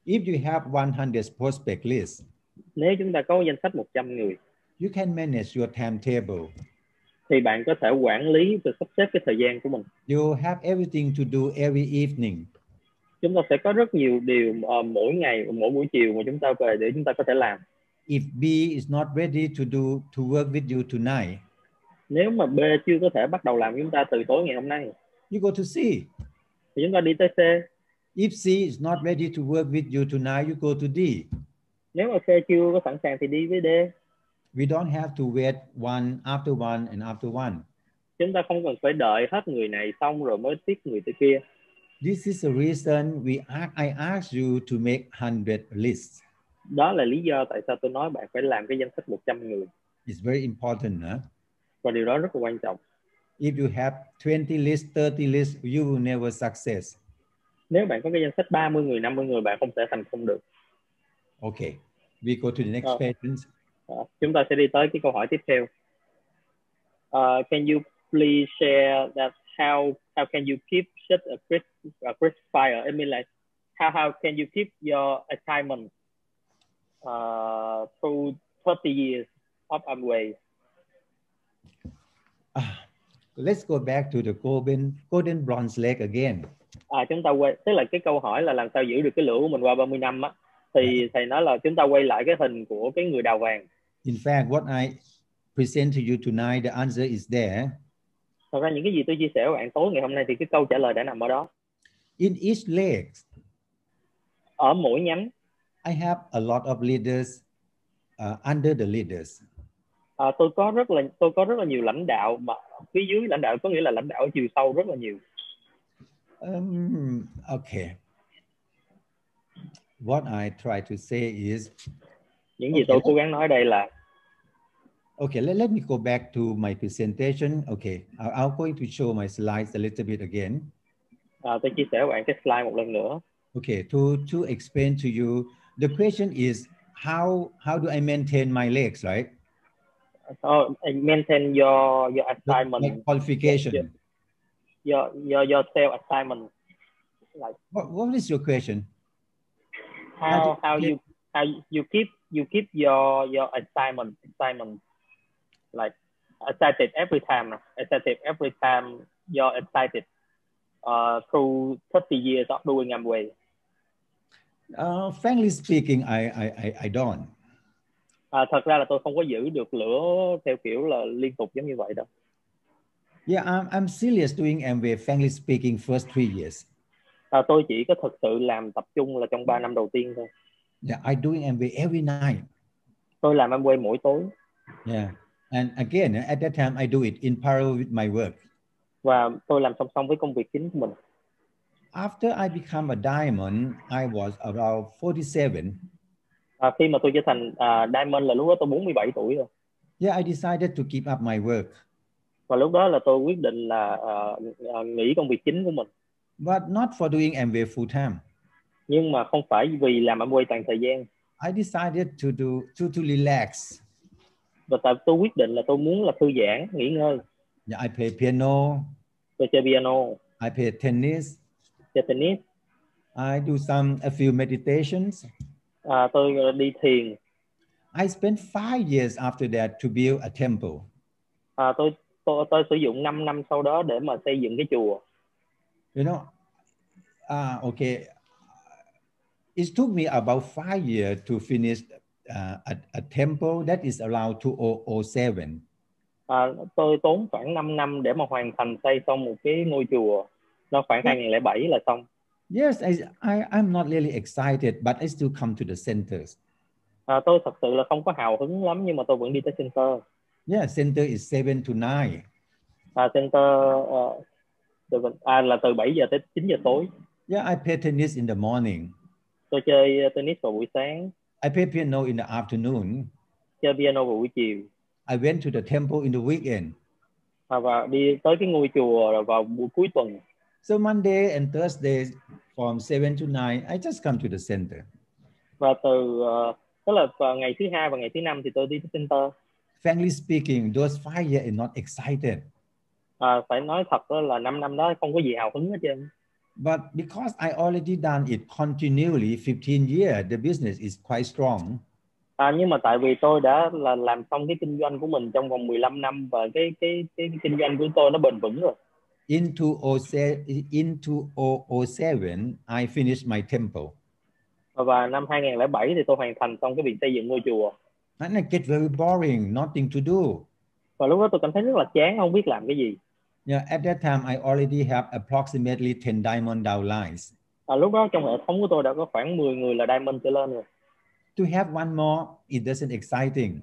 [SPEAKER 1] If you have 100 prospect list,
[SPEAKER 2] nếu chúng ta có danh sách 100 người
[SPEAKER 1] you can manage your timetable.
[SPEAKER 2] thì bạn có thể quản lý và sắp xếp cái thời gian của mình
[SPEAKER 1] You have everything to do every evening.
[SPEAKER 2] chúng ta sẽ có rất nhiều điều ờ, mỗi ngày mỗi buổi chiều mà chúng ta về để chúng ta có thể làm
[SPEAKER 1] If B is not ready to do to work with you tonight,
[SPEAKER 2] nếu mà B chưa có thể bắt đầu làm với chúng ta từ tối ngày hôm nay
[SPEAKER 1] you go to C.
[SPEAKER 2] thì chúng ta đi tới C
[SPEAKER 1] If C is not ready to work with you tonight, you go to D.
[SPEAKER 2] nếu mà C chưa có sẵn sàng thì đi với D
[SPEAKER 1] We don't have to wait one after one and after one.
[SPEAKER 2] chúng ta không cần phải đợi hết người này xong rồi mới tiếp người tới kia
[SPEAKER 1] This is the reason we ask, I asked you to make 100 lists.
[SPEAKER 2] đó là lý do tại sao tôi nói bạn phải làm cái danh sách 100 người
[SPEAKER 1] It's very important. Huh?
[SPEAKER 2] và điều đó rất là quan trọng
[SPEAKER 1] If you have 20 lists, 30 lists, you will never success.
[SPEAKER 2] nếu bạn có cái danh sách 30 người 50 người bạn không thể thành công được
[SPEAKER 1] Okay, we go to the next
[SPEAKER 2] Ờ.
[SPEAKER 1] patient.
[SPEAKER 2] Ờ, chúng ta sẽ đi tới cái câu hỏi tiếp theo Ờ, can you please share that how how can you keep such a crisp a crisp fire I mean like how how can you keep your assignment uh, through 30 years of Amway
[SPEAKER 1] Ah, let's go back to the golden, golden bronze leg again.
[SPEAKER 2] à, chúng ta quay tức là cái câu hỏi là làm sao giữ được cái lửa của mình qua 30 năm á thì thầy nói là chúng ta quay lại cái hình của cái người đào vàng
[SPEAKER 1] In fact, what I present to you tonight, the answer is there.
[SPEAKER 2] thật ra những cái gì tôi chia sẻ với bạn tối ngày hôm nay thì cái câu trả lời đã nằm ở đó
[SPEAKER 1] In each leg,
[SPEAKER 2] ở mỗi nhánh
[SPEAKER 1] I have a lot of leaders uh, under the leaders.
[SPEAKER 2] à, tôi có rất là tôi có rất là nhiều lãnh đạo mà phía dưới lãnh đạo có nghĩa là lãnh đạo ở chiều sâu rất là nhiều
[SPEAKER 1] Um, okay. What I try to say is,
[SPEAKER 2] những gì
[SPEAKER 1] Ok.
[SPEAKER 2] tôi cố gắng nói đây là
[SPEAKER 1] okay, let, let me go back to my presentation. Okay, I- I'm going to show my slides a little bit again.
[SPEAKER 2] à, tôi chia sẻ với bạn cái slide một lần nữa
[SPEAKER 1] Okay, to, to explain to you, the question is how, how do I maintain my legs, right?
[SPEAKER 2] oh, and maintain your your
[SPEAKER 1] The-
[SPEAKER 2] assignment
[SPEAKER 1] my qualification.
[SPEAKER 2] Yeah. your your your self assignment like
[SPEAKER 1] What, what is your question?
[SPEAKER 2] how how you how you keep you keep your your assignment assignment like excited every time excited every time you're excited uh, through 30 years of doing Amway
[SPEAKER 1] Uh, frankly speaking, I, I, I, I don't.
[SPEAKER 2] À, thật ra là tôi không có giữ được lửa theo kiểu là liên tục giống như vậy đâu.
[SPEAKER 1] Yeah, I'm, I'm serious doing Amway, frankly speaking, first three years.
[SPEAKER 2] À, tôi chỉ có thực sự làm tập trung là trong 3 năm đầu tiên thôi.
[SPEAKER 1] Yeah, I doing Amway every night.
[SPEAKER 2] Tôi làm em quay mỗi tối
[SPEAKER 1] Yeah. And again, at that time, I do it in parallel with my work.
[SPEAKER 2] và tôi làm song song với công việc chính của mình.
[SPEAKER 1] After I become a diamond, I was around 47.
[SPEAKER 2] À, khi mà tôi trở thành à, Diamond là lúc đó tôi 47 tuổi rồi.
[SPEAKER 1] Yeah, I decided to give up my work.
[SPEAKER 2] Và lúc đó là tôi quyết định là à, à, nghỉ công việc chính của mình.
[SPEAKER 1] but not for doing MBA full time.
[SPEAKER 2] Nhưng mà không phải vì làm em quay toàn thời gian.
[SPEAKER 1] I decided to do to, to relax.
[SPEAKER 2] Và tại tôi quyết định là tôi muốn là thư giãn, nghỉ ngơi.
[SPEAKER 1] Yeah, I play piano,
[SPEAKER 2] Tôi chơi piano,
[SPEAKER 1] I play tennis,
[SPEAKER 2] chơi tennis,
[SPEAKER 1] I do some a few meditations.
[SPEAKER 2] à, tôi đi thiền.
[SPEAKER 1] I spent five years after that to build a temple.
[SPEAKER 2] À, tôi, tôi tôi sử dụng 5 năm sau đó để mà xây dựng cái chùa.
[SPEAKER 1] You know, ah, okay. It took me about five years to finish uh, a, a temple that is around 2007.
[SPEAKER 2] À, tôi tốn khoảng 5 năm để mà hoàn thành xây xong một cái ngôi chùa. Nó khoảng 2007 là xong.
[SPEAKER 1] Yes, I, I, I'm not really excited, but I still come to the centers.
[SPEAKER 2] À, tôi thật sự là không có hào hứng lắm nhưng mà tôi vẫn đi tới center.
[SPEAKER 1] Yeah, center is seven to nine.
[SPEAKER 2] À, center ờ, từ, à, là từ 7 giờ tới 9 giờ tối.
[SPEAKER 1] Yeah, I play tennis in the morning.
[SPEAKER 2] Tôi chơi ờ, tennis vào buổi sáng,
[SPEAKER 1] I play piano in the afternoon.
[SPEAKER 2] chơi piano vào buổi chiều.
[SPEAKER 1] I went to the temple in the weekend.
[SPEAKER 2] À, và đi tới cái ngôi chùa là vào buổi cuối tuần.
[SPEAKER 1] So Monday and Thursday from 7 to 9, I just come to the center.
[SPEAKER 2] Và từ ờ, tức là vào ngày thứ hai và ngày thứ năm thì tôi đi tới center.
[SPEAKER 1] Frankly speaking, those five years is not excited.
[SPEAKER 2] À, phải nói thật đó là 5 năm đó không có gì hào hứng hết trơn.
[SPEAKER 1] But because I already done it continually 15 years, the business is quite strong.
[SPEAKER 2] à, nhưng mà tại vì tôi đã là làm xong cái kinh doanh của mình trong vòng 15 năm và cái cái cái, cái kinh doanh của tôi nó bền vững rồi
[SPEAKER 1] In 2007, in 2007, I finished my temple.
[SPEAKER 2] và năm 2007 thì tôi hoàn thành xong cái việc xây dựng ngôi chùa
[SPEAKER 1] And I get very boring, nothing to do.
[SPEAKER 2] và lúc đó tôi cảm thấy rất là chán không biết làm cái gì
[SPEAKER 1] Yeah, at that time, I already have approximately 10 diamond downlines.
[SPEAKER 2] à, lúc đó trong hệ thống của tôi đã có khoảng 10 người là diamond trở lên rồi
[SPEAKER 1] To have one more, it doesn't exciting.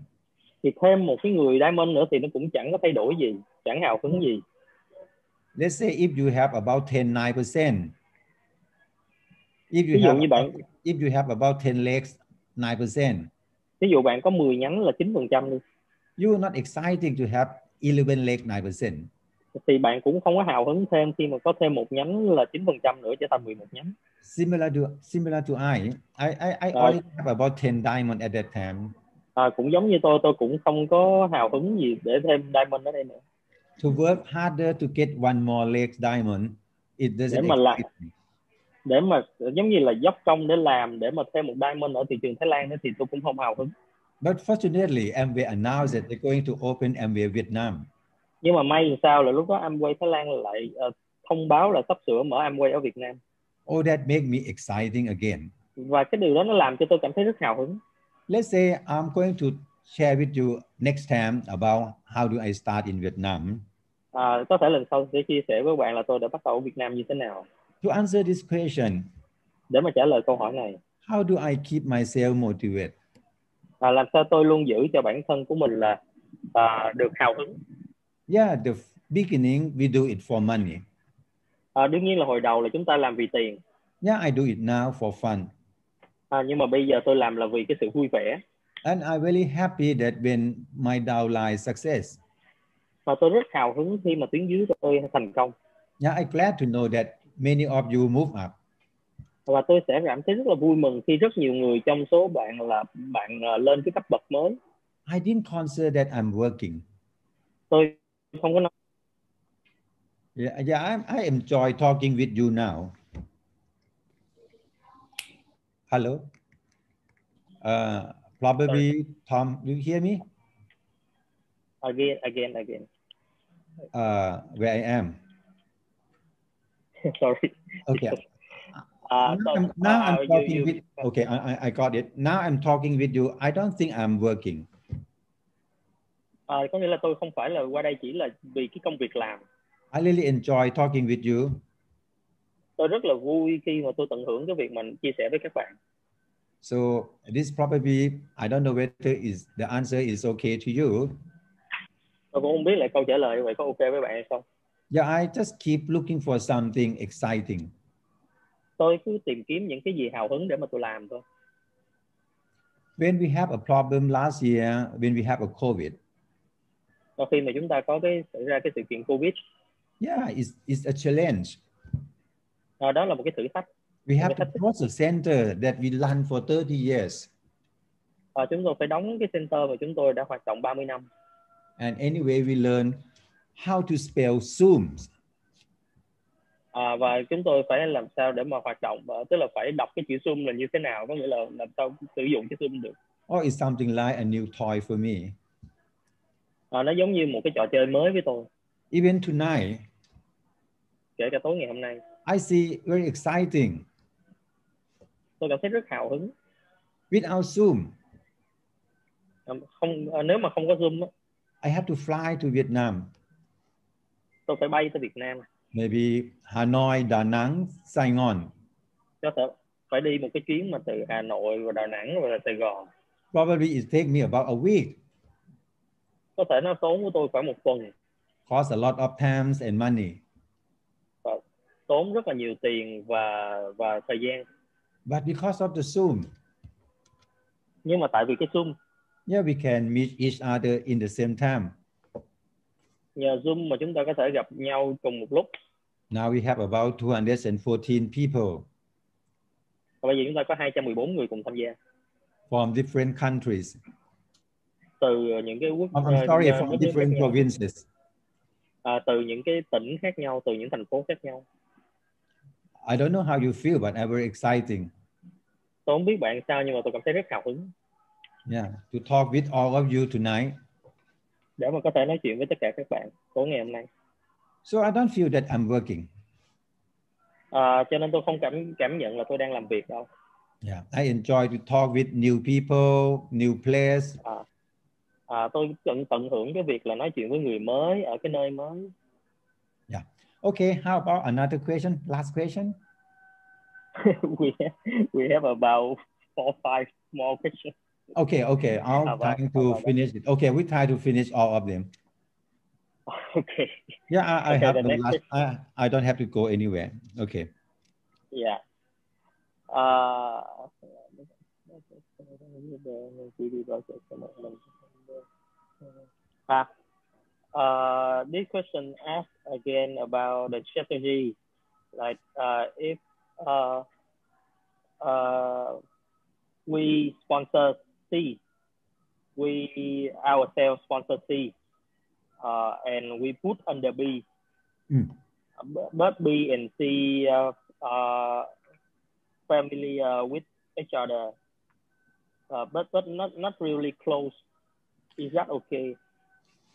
[SPEAKER 2] thì thêm một cái người diamond nữa thì nó cũng chẳng có thay đổi gì chẳng hào hứng gì
[SPEAKER 1] Let's say if you have about 10 9%, if you
[SPEAKER 2] ví dụ
[SPEAKER 1] have
[SPEAKER 2] như bạn
[SPEAKER 1] if you have about 10 legs 9%,
[SPEAKER 2] ví dụ bạn có 10 nhánh là 9 phần trăm đi
[SPEAKER 1] you're not exciting to have 11 leg 9%.
[SPEAKER 2] thì bạn cũng không có hào hứng thêm khi mà có thêm một nhánh là 9 phần trăm nữa trở thành 11 nhánh
[SPEAKER 1] Similar to similar to I, I I, I
[SPEAKER 2] Rồi.
[SPEAKER 1] already have about 10 diamond at that time.
[SPEAKER 2] à, cũng giống như tôi tôi cũng không có hào hứng gì để thêm diamond ở đây nữa
[SPEAKER 1] To work harder to get one more leg diamond, it doesn't
[SPEAKER 2] mà lại-
[SPEAKER 1] excite me.
[SPEAKER 2] để mà giống như là dốc công để làm để mà thêm một diamond ở thị trường Thái Lan nữa thì tôi cũng không hào hứng
[SPEAKER 1] But fortunately, MV announced that they're going to open MV Vietnam.
[SPEAKER 2] nhưng mà may làm sao là lúc đó Amway Thái Lan lại ờ, thông báo là sắp sửa mở Amway ở Việt Nam
[SPEAKER 1] Oh, that make me exciting again.
[SPEAKER 2] và cái điều đó nó làm cho tôi cảm thấy rất hào hứng
[SPEAKER 1] Let's say I'm going to share with you next time about how do I start in Vietnam.
[SPEAKER 2] à, có thể lần sau sẽ chia sẻ với bạn là tôi đã bắt đầu ở Việt Nam như thế nào
[SPEAKER 1] To answer this question,
[SPEAKER 2] để mà trả lời câu hỏi này
[SPEAKER 1] how do I keep myself motivated?
[SPEAKER 2] à, làm sao tôi luôn giữ cho bản thân của mình là à, được hào hứng
[SPEAKER 1] Yeah, the f- beginning we do it for money.
[SPEAKER 2] à, đương nhiên là hồi đầu là chúng ta làm vì tiền
[SPEAKER 1] Yeah, I do it now for fun.
[SPEAKER 2] à, nhưng mà bây giờ tôi làm là vì cái sự vui vẻ
[SPEAKER 1] And I'm really happy that when my downline success,
[SPEAKER 2] và tôi rất hào hứng khi mà tuyến dưới của tôi thành công
[SPEAKER 1] yeah, I'm glad to know that many of you move up.
[SPEAKER 2] và tôi sẽ cảm thấy rất là vui mừng khi rất nhiều người trong số bạn là bạn ờ, lên cái cấp bậc mới
[SPEAKER 1] I didn't consider that I'm working.
[SPEAKER 2] tôi không có nói
[SPEAKER 1] Yeah, yeah, I'm, I enjoy talking with you now. Hello. Uh, probably Tom, do you hear me?
[SPEAKER 2] again again again
[SPEAKER 1] Uh, where I am.
[SPEAKER 2] sorry
[SPEAKER 1] Okay. now
[SPEAKER 2] à, tôi,
[SPEAKER 1] I'm, now
[SPEAKER 2] à,
[SPEAKER 1] I'm
[SPEAKER 2] you-
[SPEAKER 1] talking
[SPEAKER 2] you-
[SPEAKER 1] with. Okay, I, I- I got it. Now I'm talking with you. I don't think I'm working.
[SPEAKER 2] à, có nghĩa là tôi không phải là qua đây chỉ là vì cái công việc làm
[SPEAKER 1] I really enjoy talking with you.
[SPEAKER 2] tôi rất là vui khi mà tôi tận hưởng cái việc mình chia sẻ với các bạn
[SPEAKER 1] So this probably I don't know whether is the answer is okay to you.
[SPEAKER 2] tôi cũng không biết là câu trả lời như vậy có ok với bạn hay không
[SPEAKER 1] Yeah, I just keep looking for something exciting.
[SPEAKER 2] tôi cứ tìm kiếm những cái gì hào hứng để mà tôi làm thôi
[SPEAKER 1] When we have a problem last year, when we have a COVID,
[SPEAKER 2] và khi mà chúng ta có cái xảy ra cái sự kiện covid
[SPEAKER 1] yeah, it's, it's a challenge.
[SPEAKER 2] à, đó là một cái thử thách
[SPEAKER 1] We have to close a center that we run for 30 years.
[SPEAKER 2] à, chúng tôi phải đóng cái center mà chúng tôi đã hoạt động 30 năm
[SPEAKER 1] And anyway, we learn how to spell Zooms.
[SPEAKER 2] à, và chúng tôi phải làm sao để mà hoạt động ờ, tức là phải đọc cái chữ zoom là như thế nào có nghĩa là làm sao sử dụng cái zoom được
[SPEAKER 1] or Oh, it's something like a new toy for me.
[SPEAKER 2] à, nó giống như một cái trò chơi mới với tôi
[SPEAKER 1] Even tonight,
[SPEAKER 2] kể cả tối ngày hôm nay
[SPEAKER 1] I see very exciting.
[SPEAKER 2] tôi cảm thấy rất hào hứng
[SPEAKER 1] Without Zoom,
[SPEAKER 2] Ờ, không ờ, nếu mà không có zoom á,
[SPEAKER 1] I have to fly to Vietnam,
[SPEAKER 2] tôi phải bay tới Việt Nam
[SPEAKER 1] maybe Hanoi, Da Nang, Saigon.
[SPEAKER 2] có thể phải đi một cái chuyến mà từ Hà Nội và Đà Nẵng rồi là Sài Gòn
[SPEAKER 1] Probably it take me about a week,
[SPEAKER 2] có thể nó tốn của tôi khoảng một tuần
[SPEAKER 1] cost a lot of times and money.
[SPEAKER 2] tốn rất là nhiều tiền và và thời gian
[SPEAKER 1] But because of the Zoom,
[SPEAKER 2] nhưng mà tại vì cái zoom
[SPEAKER 1] yeah, we can meet each other in the same time.
[SPEAKER 2] nhờ zoom mà chúng ta có thể gặp nhau cùng một lúc
[SPEAKER 1] Now we have about 214 people
[SPEAKER 2] và bây giờ chúng ta có 214 người cùng tham gia
[SPEAKER 1] from different countries.
[SPEAKER 2] từ những cái quốc
[SPEAKER 1] I'm, I'm sorry,
[SPEAKER 2] ờ,
[SPEAKER 1] from
[SPEAKER 2] nước khác
[SPEAKER 1] different
[SPEAKER 2] nhau.
[SPEAKER 1] provinces.
[SPEAKER 2] Ờ, từ những cái tỉnh khác nhau từ những thành phố khác nhau
[SPEAKER 1] I don't know how you feel, but I'm very exciting.
[SPEAKER 2] tôi không biết bạn sao nhưng mà tôi cảm thấy rất hào hứng
[SPEAKER 1] yeah, to talk with all of you tonight.
[SPEAKER 2] để mà có thể nói chuyện với tất cả các bạn tối ngày hôm nay
[SPEAKER 1] So I don't feel that I'm working.
[SPEAKER 2] à, cho nên tôi không cảm cảm nhận là tôi đang làm việc đâu
[SPEAKER 1] Yeah, I enjoy to talk with new people, new place.
[SPEAKER 2] à, tôi tận tận hưởng cái việc là nói chuyện với người mới ở cái nơi mới
[SPEAKER 1] Okay, how about another question? Last question.
[SPEAKER 2] we have, we have about four five more questions
[SPEAKER 1] Okay, okay. I'm
[SPEAKER 2] How about-
[SPEAKER 1] trying
[SPEAKER 2] how
[SPEAKER 1] to
[SPEAKER 2] about that?
[SPEAKER 1] finish it. Okay, we try to finish all of them.
[SPEAKER 2] okay
[SPEAKER 1] Yeah, I, I
[SPEAKER 2] Okay,
[SPEAKER 1] have the
[SPEAKER 2] the next
[SPEAKER 1] last. I, I don't have to go anywhere. Okay.
[SPEAKER 2] Yeah. Uh, ah, uh, this question asks again about the strategy, like uh, if uh, uh, we sponsor C, we ourselves sponsor C, uh, and we put under B,
[SPEAKER 1] Mm.
[SPEAKER 2] B- but B and C uh, uh, family uh, with each other, uh, but but not not really close. Is that okay?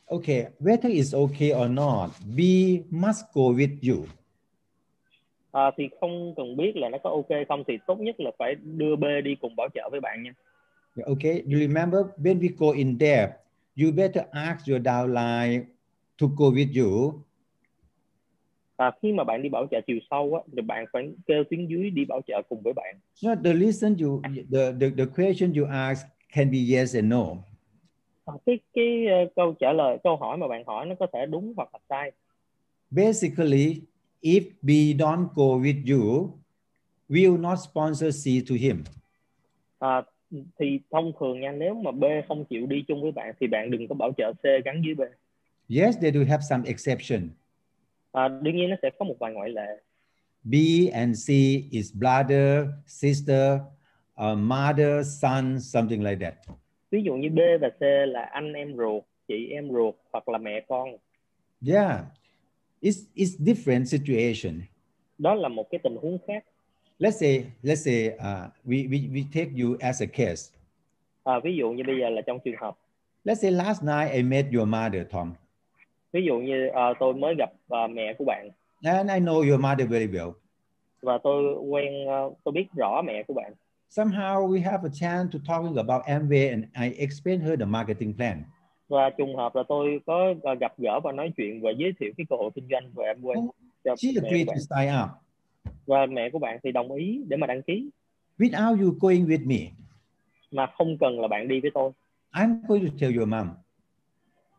[SPEAKER 1] Okay, whether it's okay or not, B must go with you.
[SPEAKER 2] À, thì không cần biết là nó có ok không thì tốt nhất là phải đưa B đi cùng bảo trợ với bạn nha.
[SPEAKER 1] Okay, you remember when we go in depth, you better ask your downline to go with you.
[SPEAKER 2] À, khi mà bạn đi bảo trợ chiều sâu á, thì bạn phải kêu tiếng dưới đi bảo trợ cùng với bạn.
[SPEAKER 1] You know, the listen you the, the, the question you ask can be yes and no.
[SPEAKER 2] À, cái cái ờ, câu trả lời câu hỏi mà bạn hỏi nó có thể đúng hoặc là sai.
[SPEAKER 1] Basically, if B don't go with you, we will not sponsor C to him.
[SPEAKER 2] À, thì thông thường nha nếu mà B không chịu đi chung với bạn thì bạn đừng có bảo trợ C gắn dưới B.
[SPEAKER 1] Yes, they do have some exception.
[SPEAKER 2] À, đương nhiên nó sẽ có một vài ngoại lệ.
[SPEAKER 1] B and C is brother, sister, uh, mother, son, something like that.
[SPEAKER 2] ví dụ như B và C là anh em ruột chị em ruột hoặc là mẹ con
[SPEAKER 1] Yeah, it's it's different situation.
[SPEAKER 2] đó là một cái tình huống khác
[SPEAKER 1] Let's say let's say uh, we, we we take you as a case.
[SPEAKER 2] à, ví dụ như bây giờ là trong trường hợp
[SPEAKER 1] Let's say last night I met your mother, Tom,
[SPEAKER 2] ví dụ như à, tôi mới gặp à, mẹ của bạn
[SPEAKER 1] and I know your mother very well.
[SPEAKER 2] và tôi quen à, tôi biết rõ mẹ của bạn
[SPEAKER 1] Somehow we have a chance to talking about Amway, and I explain her the marketing plan.
[SPEAKER 2] và trùng hợp là tôi có à, gặp gỡ và nói chuyện và giới thiệu cái cơ hội kinh doanh về em quen cho
[SPEAKER 1] She
[SPEAKER 2] mẹ của
[SPEAKER 1] agreed
[SPEAKER 2] bạn
[SPEAKER 1] to sign up
[SPEAKER 2] và mẹ của bạn thì đồng ý để mà đăng ký
[SPEAKER 1] without you going with me.
[SPEAKER 2] mà không cần là bạn đi với tôi
[SPEAKER 1] I'm going to tell your mom.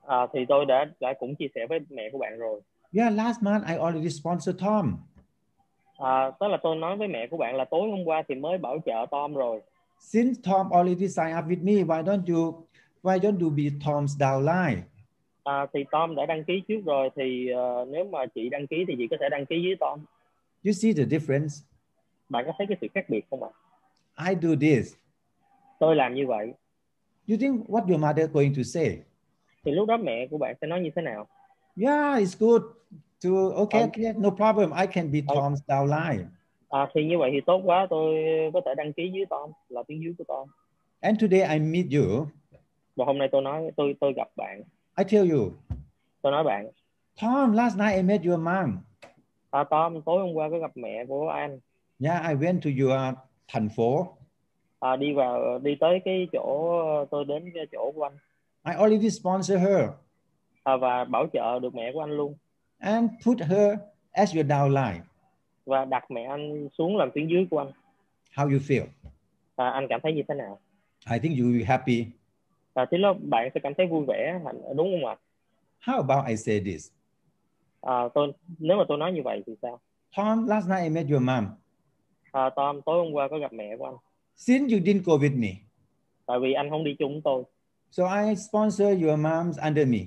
[SPEAKER 2] à, thì tôi đã đã cũng chia sẻ với mẹ của bạn rồi
[SPEAKER 1] Yeah, last month I already sponsored Tom.
[SPEAKER 2] à, tức là tôi nói với mẹ của bạn là tối hôm qua thì mới bảo trợ Tom rồi
[SPEAKER 1] Since Tom already signed up with me, why don't you why don't you be Tom's downline?
[SPEAKER 2] À, thì Tom đã đăng ký trước rồi thì ờ, nếu mà chị đăng ký thì chị có thể đăng ký với Tom.
[SPEAKER 1] You see the difference?
[SPEAKER 2] Bạn có thấy cái sự khác biệt không ạ?
[SPEAKER 1] I do this.
[SPEAKER 2] Tôi làm như vậy
[SPEAKER 1] You think what your mother going to say?
[SPEAKER 2] thì lúc đó mẹ của bạn sẽ nói như thế nào?
[SPEAKER 1] Yeah, it's good to okay,
[SPEAKER 2] Um,
[SPEAKER 1] okay, no problem. I can be Tom's downline.
[SPEAKER 2] À, thì như vậy thì tốt quá, tôi có thể đăng ký với Tom là tiếng dưới của Tom.
[SPEAKER 1] And today I meet you.
[SPEAKER 2] Và hôm nay tôi nói tôi tôi gặp bạn,
[SPEAKER 1] I tell you,
[SPEAKER 2] tôi nói bạn,
[SPEAKER 1] Tom, last night I met your mom.
[SPEAKER 2] à, Tom tối hôm qua có gặp mẹ của anh,
[SPEAKER 1] Yeah, I went to your Tanfo.
[SPEAKER 2] à, đi vào đi tới cái chỗ tôi đến cái chỗ của anh
[SPEAKER 1] I already sponsor her
[SPEAKER 2] à, và bảo trợ được mẹ của anh luôn
[SPEAKER 1] and put her as your downline.
[SPEAKER 2] và đặt mẹ anh xuống làm tiếng dưới của anh.
[SPEAKER 1] How you feel?
[SPEAKER 2] À, anh cảm thấy như thế nào?
[SPEAKER 1] I think you will be happy.
[SPEAKER 2] À, thế là bạn sẽ cảm thấy vui vẻ hạnh- đúng không ạ?
[SPEAKER 1] How about I say this?
[SPEAKER 2] À, tôi nếu mà tôi nói như vậy thì sao?
[SPEAKER 1] Tom, last night I met your mom.
[SPEAKER 2] À, Tom tối hôm qua có gặp mẹ của anh,
[SPEAKER 1] Since you didn't go with me,
[SPEAKER 2] tại vì anh không đi chung với tôi,
[SPEAKER 1] so I sponsor your mom's under me.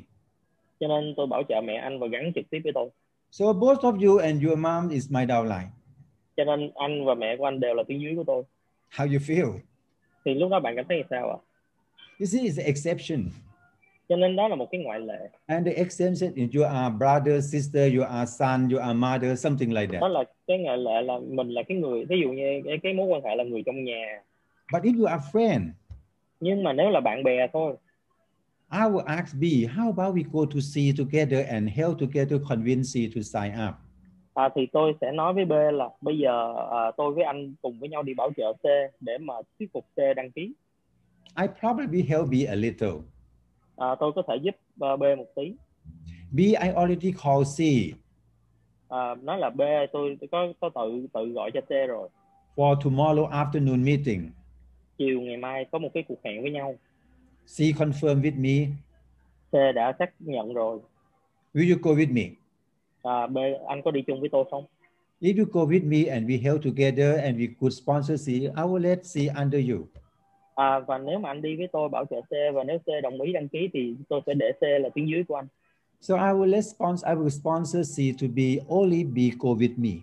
[SPEAKER 2] cho nên tôi bảo trợ mẹ anh và gắn trực tiếp với tôi.
[SPEAKER 1] So both of you and your mom is my downline.
[SPEAKER 2] Cho nên anh và mẹ của anh đều là tiếng dưới của tôi.
[SPEAKER 1] How you feel?
[SPEAKER 2] Thì lúc đó bạn cảm thấy như sao ạ?
[SPEAKER 1] You see, it's an exception.
[SPEAKER 2] Cho nên đó là một cái ngoại lệ,
[SPEAKER 1] And the exception is you are brother, sister, you are son, you are mother, something like
[SPEAKER 2] đó
[SPEAKER 1] that.
[SPEAKER 2] là cái ngoại lệ là mình là cái người, ví dụ như cái, cái mối quan hệ là người trong nhà.
[SPEAKER 1] But if you are friend,
[SPEAKER 2] nhưng mà nếu là bạn bè thôi
[SPEAKER 1] I will ask B, how about we go to C together and help together convince C to sign up?
[SPEAKER 2] à, thì tôi sẽ nói với B là bây giờ à, tôi với anh cùng với nhau đi bảo trợ C để mà thuyết phục C đăng ký
[SPEAKER 1] I probably help B a little.
[SPEAKER 2] à, tôi có thể giúp à, B một tí
[SPEAKER 1] B, I already called C
[SPEAKER 2] à, nói là B tôi, tôi có có tự tự gọi cho C rồi
[SPEAKER 1] for tomorrow afternoon meeting.
[SPEAKER 2] chiều ngày mai có một cái cuộc hẹn với nhau
[SPEAKER 1] C confirmed with me.
[SPEAKER 2] C đã xác nhận rồi
[SPEAKER 1] Will you go with me?
[SPEAKER 2] à, B anh có đi chung với tôi không
[SPEAKER 1] If you go with me and we help together and we could sponsor C, I will let C under you.
[SPEAKER 2] à, và nếu mà anh đi với tôi bảo trợ C và nếu C đồng ý đăng ký thì tôi sẽ để C là tiếng dưới của anh
[SPEAKER 1] So I will let sponsor, I will sponsor C to be only B go with me.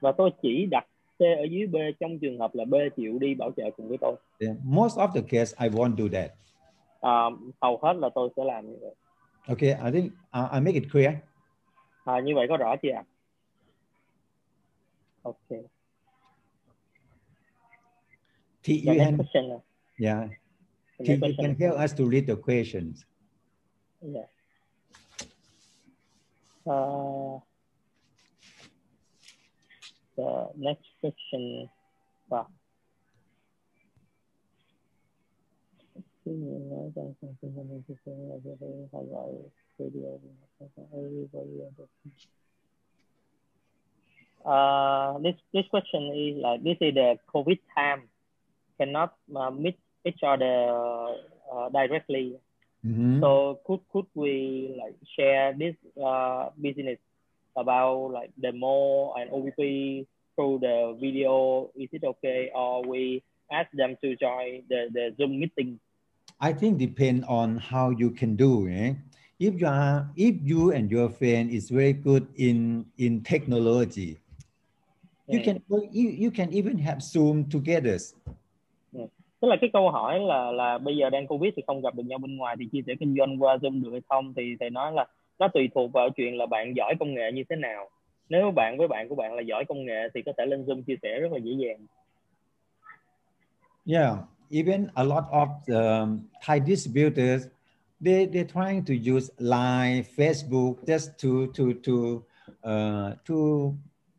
[SPEAKER 2] và tôi chỉ đặt C ở dưới B trong trường hợp là B chịu đi bảo trợ cùng với tôi
[SPEAKER 1] Then most of the case, I won't do that.
[SPEAKER 2] à, hầu hết là tôi sẽ làm như vậy
[SPEAKER 1] Okay, I think uh, I, I make it clear.
[SPEAKER 2] à, như vậy có rõ chưa ạ ok Dạ,
[SPEAKER 1] T,
[SPEAKER 2] the
[SPEAKER 1] you
[SPEAKER 2] next
[SPEAKER 1] can,
[SPEAKER 2] question nè.
[SPEAKER 1] yeah,
[SPEAKER 2] The
[SPEAKER 1] T,
[SPEAKER 2] next
[SPEAKER 1] you
[SPEAKER 2] question
[SPEAKER 1] can help us to read the questions.
[SPEAKER 2] Yeah. Uh, the next question. Wow. Uh, this this question is like this is the COVID time, cannot uh, meet each other uh, directly.
[SPEAKER 1] Mhm.
[SPEAKER 2] So could could we like share this uh, business about like demo and OVP through the video? Is it okay, or we ask them to join the the Zoom meeting?
[SPEAKER 1] I think depend on how you can do. eh? If you are, if you and your friend is very good in in technology, you
[SPEAKER 2] Mm.
[SPEAKER 1] can you, you can even have Zoom together.
[SPEAKER 2] Tức là cái câu hỏi là là bây giờ đang Covid thì không gặp được nhau bên ngoài thì chia sẻ kinh doanh qua Zoom được hay không? Thì thầy nói là nó tùy thuộc vào chuyện là bạn giỏi công nghệ như thế nào. Nếu bạn với bạn của bạn là giỏi công nghệ thì có thể lên Zoom chia sẻ rất là dễ dàng.
[SPEAKER 1] Yeah, even a lot of um, Thai distributors, they they're trying to use Line, Facebook, just to to to uh, to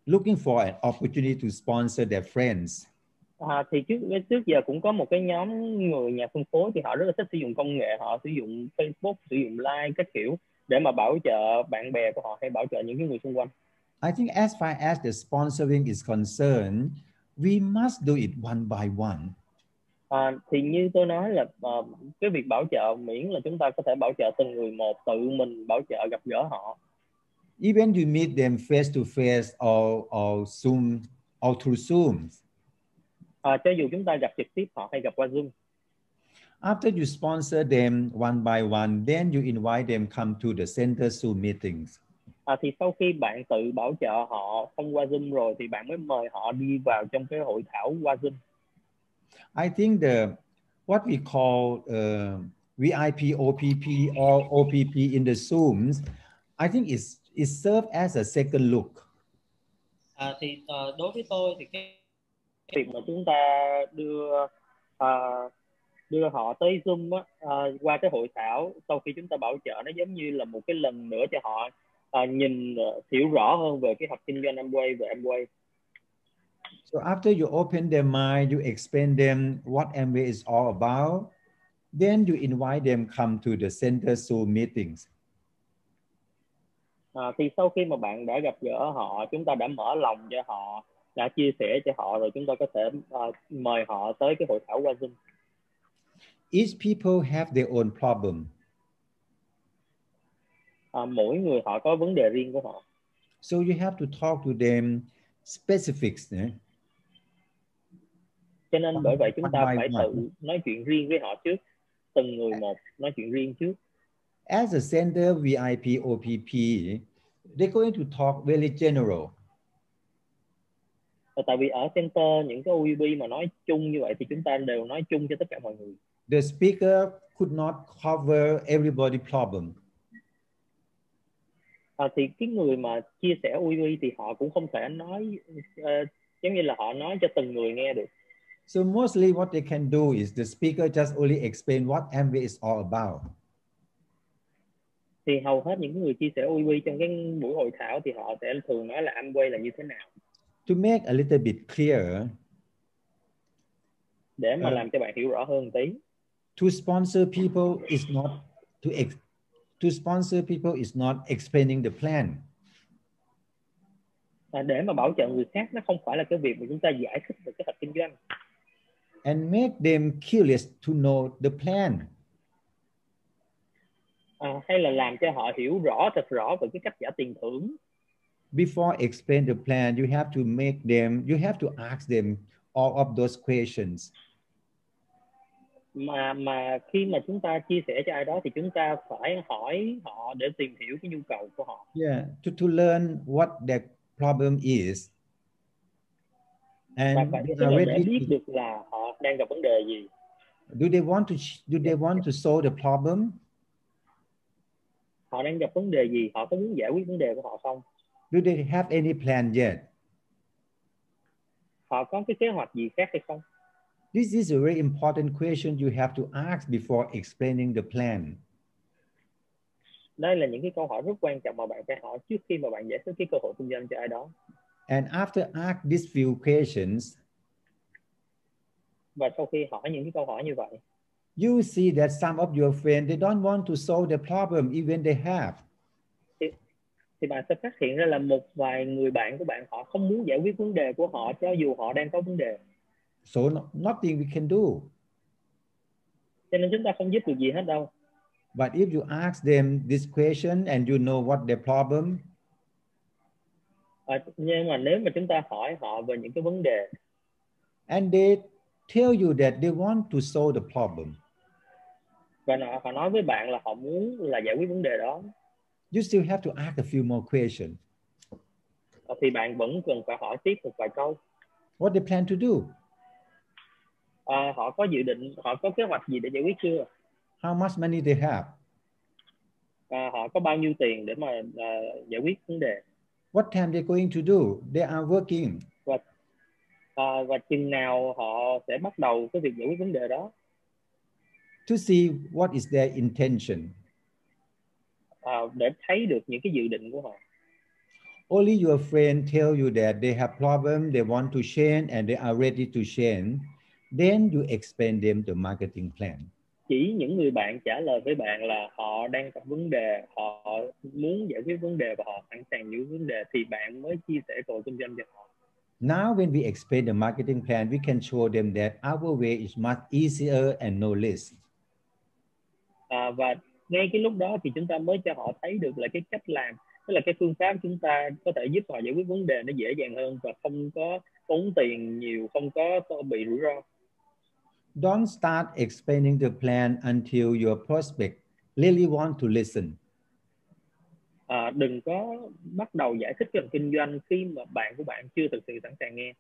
[SPEAKER 1] looking for an opportunity to sponsor their friends.
[SPEAKER 2] À, thì trước trước giờ cũng có một cái nhóm người nhà phân phối thì họ rất là thích sử dụng công nghệ họ sử dụng Facebook sử dụng Line các kiểu để mà bảo trợ bạn bè của họ hay bảo trợ những cái người xung quanh
[SPEAKER 1] I think as far as the sponsoring is concerned, we must do it one by one.
[SPEAKER 2] à, thì như tôi nói là ờ, cái việc bảo trợ miễn là chúng ta có thể bảo trợ từng người một tự mình bảo trợ gặp gỡ họ
[SPEAKER 1] Even you meet them face to face or or Zoom or through Zoom.
[SPEAKER 2] à, cho dù chúng ta gặp trực tiếp họ hay gặp qua Zoom
[SPEAKER 1] After you sponsor them one by one, then you invite them come to the center Zoom meetings.
[SPEAKER 2] à, thì sau khi bạn tự bảo trợ họ thông qua Zoom rồi thì bạn mới mời họ đi vào trong cái hội thảo qua Zoom
[SPEAKER 1] I think the what we call uh, VIP OPP or OPP in the Zooms, I think is is served as a second look.
[SPEAKER 2] À, thì ờ, đối với tôi thì cái cái việc mà chúng ta đưa ờ, đưa họ tới Zoom á, ờ, qua cái hội thảo sau khi chúng ta bảo trợ nó giống như là một cái lần nữa cho họ ờ, nhìn ờ, hiểu rõ hơn về cái học kinh doanh Amway về Amway
[SPEAKER 1] So after you open their mind, you explain them what Amway is all about, then you invite them come to the center Zoom meetings.
[SPEAKER 2] À, thì sau khi mà bạn đã gặp gỡ họ chúng ta đã mở lòng cho họ đã chia sẻ cho họ rồi chúng ta có thể ờ, mời họ tới cái hội thảo qua Zoom
[SPEAKER 1] Each people have their own problem.
[SPEAKER 2] À, mỗi người họ có vấn đề riêng của họ
[SPEAKER 1] So you have to talk to them specifics. eh?
[SPEAKER 2] cho nên bởi vậy chúng ta
[SPEAKER 1] Online
[SPEAKER 2] phải
[SPEAKER 1] mà.
[SPEAKER 2] tự nói chuyện riêng với họ trước từng người một nói chuyện riêng trước
[SPEAKER 1] As a center VIP OPP, they're going to talk very general.
[SPEAKER 2] Và tại vì ở center những cái UEB mà nói chung như vậy thì chúng ta đều nói chung cho tất cả mọi người
[SPEAKER 1] The speaker could not cover everybody problem.
[SPEAKER 2] à, thì cái người mà chia sẻ UEB thì họ cũng không thể nói ờ, giống như là họ nói cho từng người nghe được
[SPEAKER 1] So mostly what they can do is the speaker just only explain what MV is all about.
[SPEAKER 2] thì hầu hết những người chia sẻ OEB trong cái buổi hội thảo thì họ sẽ thường nói là Amway là như thế nào
[SPEAKER 1] To make a little bit clearer,
[SPEAKER 2] để mà
[SPEAKER 1] Ờ.
[SPEAKER 2] làm cho bạn hiểu rõ hơn tí
[SPEAKER 1] to sponsor people is not to ex- to sponsor people is not explaining the plan.
[SPEAKER 2] à, để mà bảo trợ người khác nó không phải là cái việc mà chúng ta giải thích về cái hợp kinh doanh
[SPEAKER 1] and make them curious to know the plan.
[SPEAKER 2] à, hay là làm cho họ hiểu rõ thật rõ về cái cách trả tiền thưởng
[SPEAKER 1] Before explain the plan, you have to make them, you have to ask them all of those questions.
[SPEAKER 2] mà mà khi mà chúng ta chia sẻ cho ai đó thì chúng ta phải hỏi họ để tìm hiểu cái nhu cầu của họ
[SPEAKER 1] Yeah. To, to learn what their problem is.
[SPEAKER 2] và
[SPEAKER 1] And uh,
[SPEAKER 2] phải
[SPEAKER 1] they
[SPEAKER 2] tức
[SPEAKER 1] are
[SPEAKER 2] là để
[SPEAKER 1] ready
[SPEAKER 2] biết
[SPEAKER 1] to-
[SPEAKER 2] được là họ đang gặp vấn đề gì
[SPEAKER 1] do they want to ch- do they want to solve the problem?
[SPEAKER 2] họ đang gặp vấn đề gì họ có muốn giải quyết vấn đề của họ không
[SPEAKER 1] Do they have any plan yet?
[SPEAKER 2] họ có cái kế hoạch gì khác hay không
[SPEAKER 1] This is a very important question you have to ask before explaining the plan.
[SPEAKER 2] đây là những cái câu hỏi rất quan trọng mà bạn phải hỏi trước khi mà bạn giải thích cái cơ hội kinh doanh cho ai đó
[SPEAKER 1] And after ask these few questions,
[SPEAKER 2] và sau khi hỏi những cái câu hỏi như vậy
[SPEAKER 1] you see that some of your friends they don't want to solve the problem even they have
[SPEAKER 2] thì bạn sẽ phát hiện ra là một vài người bạn của bạn họ không muốn giải quyết vấn đề của họ cho dù họ đang có vấn đề
[SPEAKER 1] so no- nothing we can do
[SPEAKER 2] cho nên chúng ta không giúp được gì hết đâu
[SPEAKER 1] but if you ask them this question and you know what their problem
[SPEAKER 2] à, nhưng mà nếu mà chúng ta hỏi họ về những cái vấn đề
[SPEAKER 1] and they tell you that they want to solve the problem
[SPEAKER 2] và họ, họ nói với bạn là họ muốn là giải quyết vấn đề đó
[SPEAKER 1] you still have to ask a few more questions
[SPEAKER 2] à, thì bạn vẫn cần phải hỏi tiếp một vài câu
[SPEAKER 1] what they plan to do
[SPEAKER 2] à, họ có dự định họ có kế hoạch gì để giải quyết chưa
[SPEAKER 1] how much money they have
[SPEAKER 2] à, họ có bao nhiêu tiền để mà à, giải quyết vấn đề
[SPEAKER 1] what time they're going to do they are working
[SPEAKER 2] à, và chừng nào họ sẽ bắt đầu cái việc giải quyết vấn đề đó
[SPEAKER 1] to see what is their intention
[SPEAKER 2] à, để thấy được những cái dự định của họ
[SPEAKER 1] only your friend tell you that they have problem they want to change and they are ready to change then you explain them the marketing plan
[SPEAKER 2] chỉ những người bạn trả lời với bạn là họ đang gặp vấn đề họ muốn giải quyết vấn đề và họ sẵn sàng giải quyết vấn đề thì bạn mới chia sẻ cơ hội kinh doanh cho họ
[SPEAKER 1] now when we explain the marketing plan we can show them that our way is much easier and no less
[SPEAKER 2] à, và ngay cái lúc đó thì chúng ta mới cho họ thấy được là cái cách làm tức là cái phương pháp chúng ta có thể giúp họ giải quyết vấn đề nó dễ dàng hơn và không có tốn tiền nhiều không có bị rủi ro
[SPEAKER 1] don't start explaining the plan until your prospect really want to listen
[SPEAKER 2] à, đừng có bắt đầu giải thích cái kinh doanh khi mà bạn của bạn chưa thực sự sẵn sàng nghe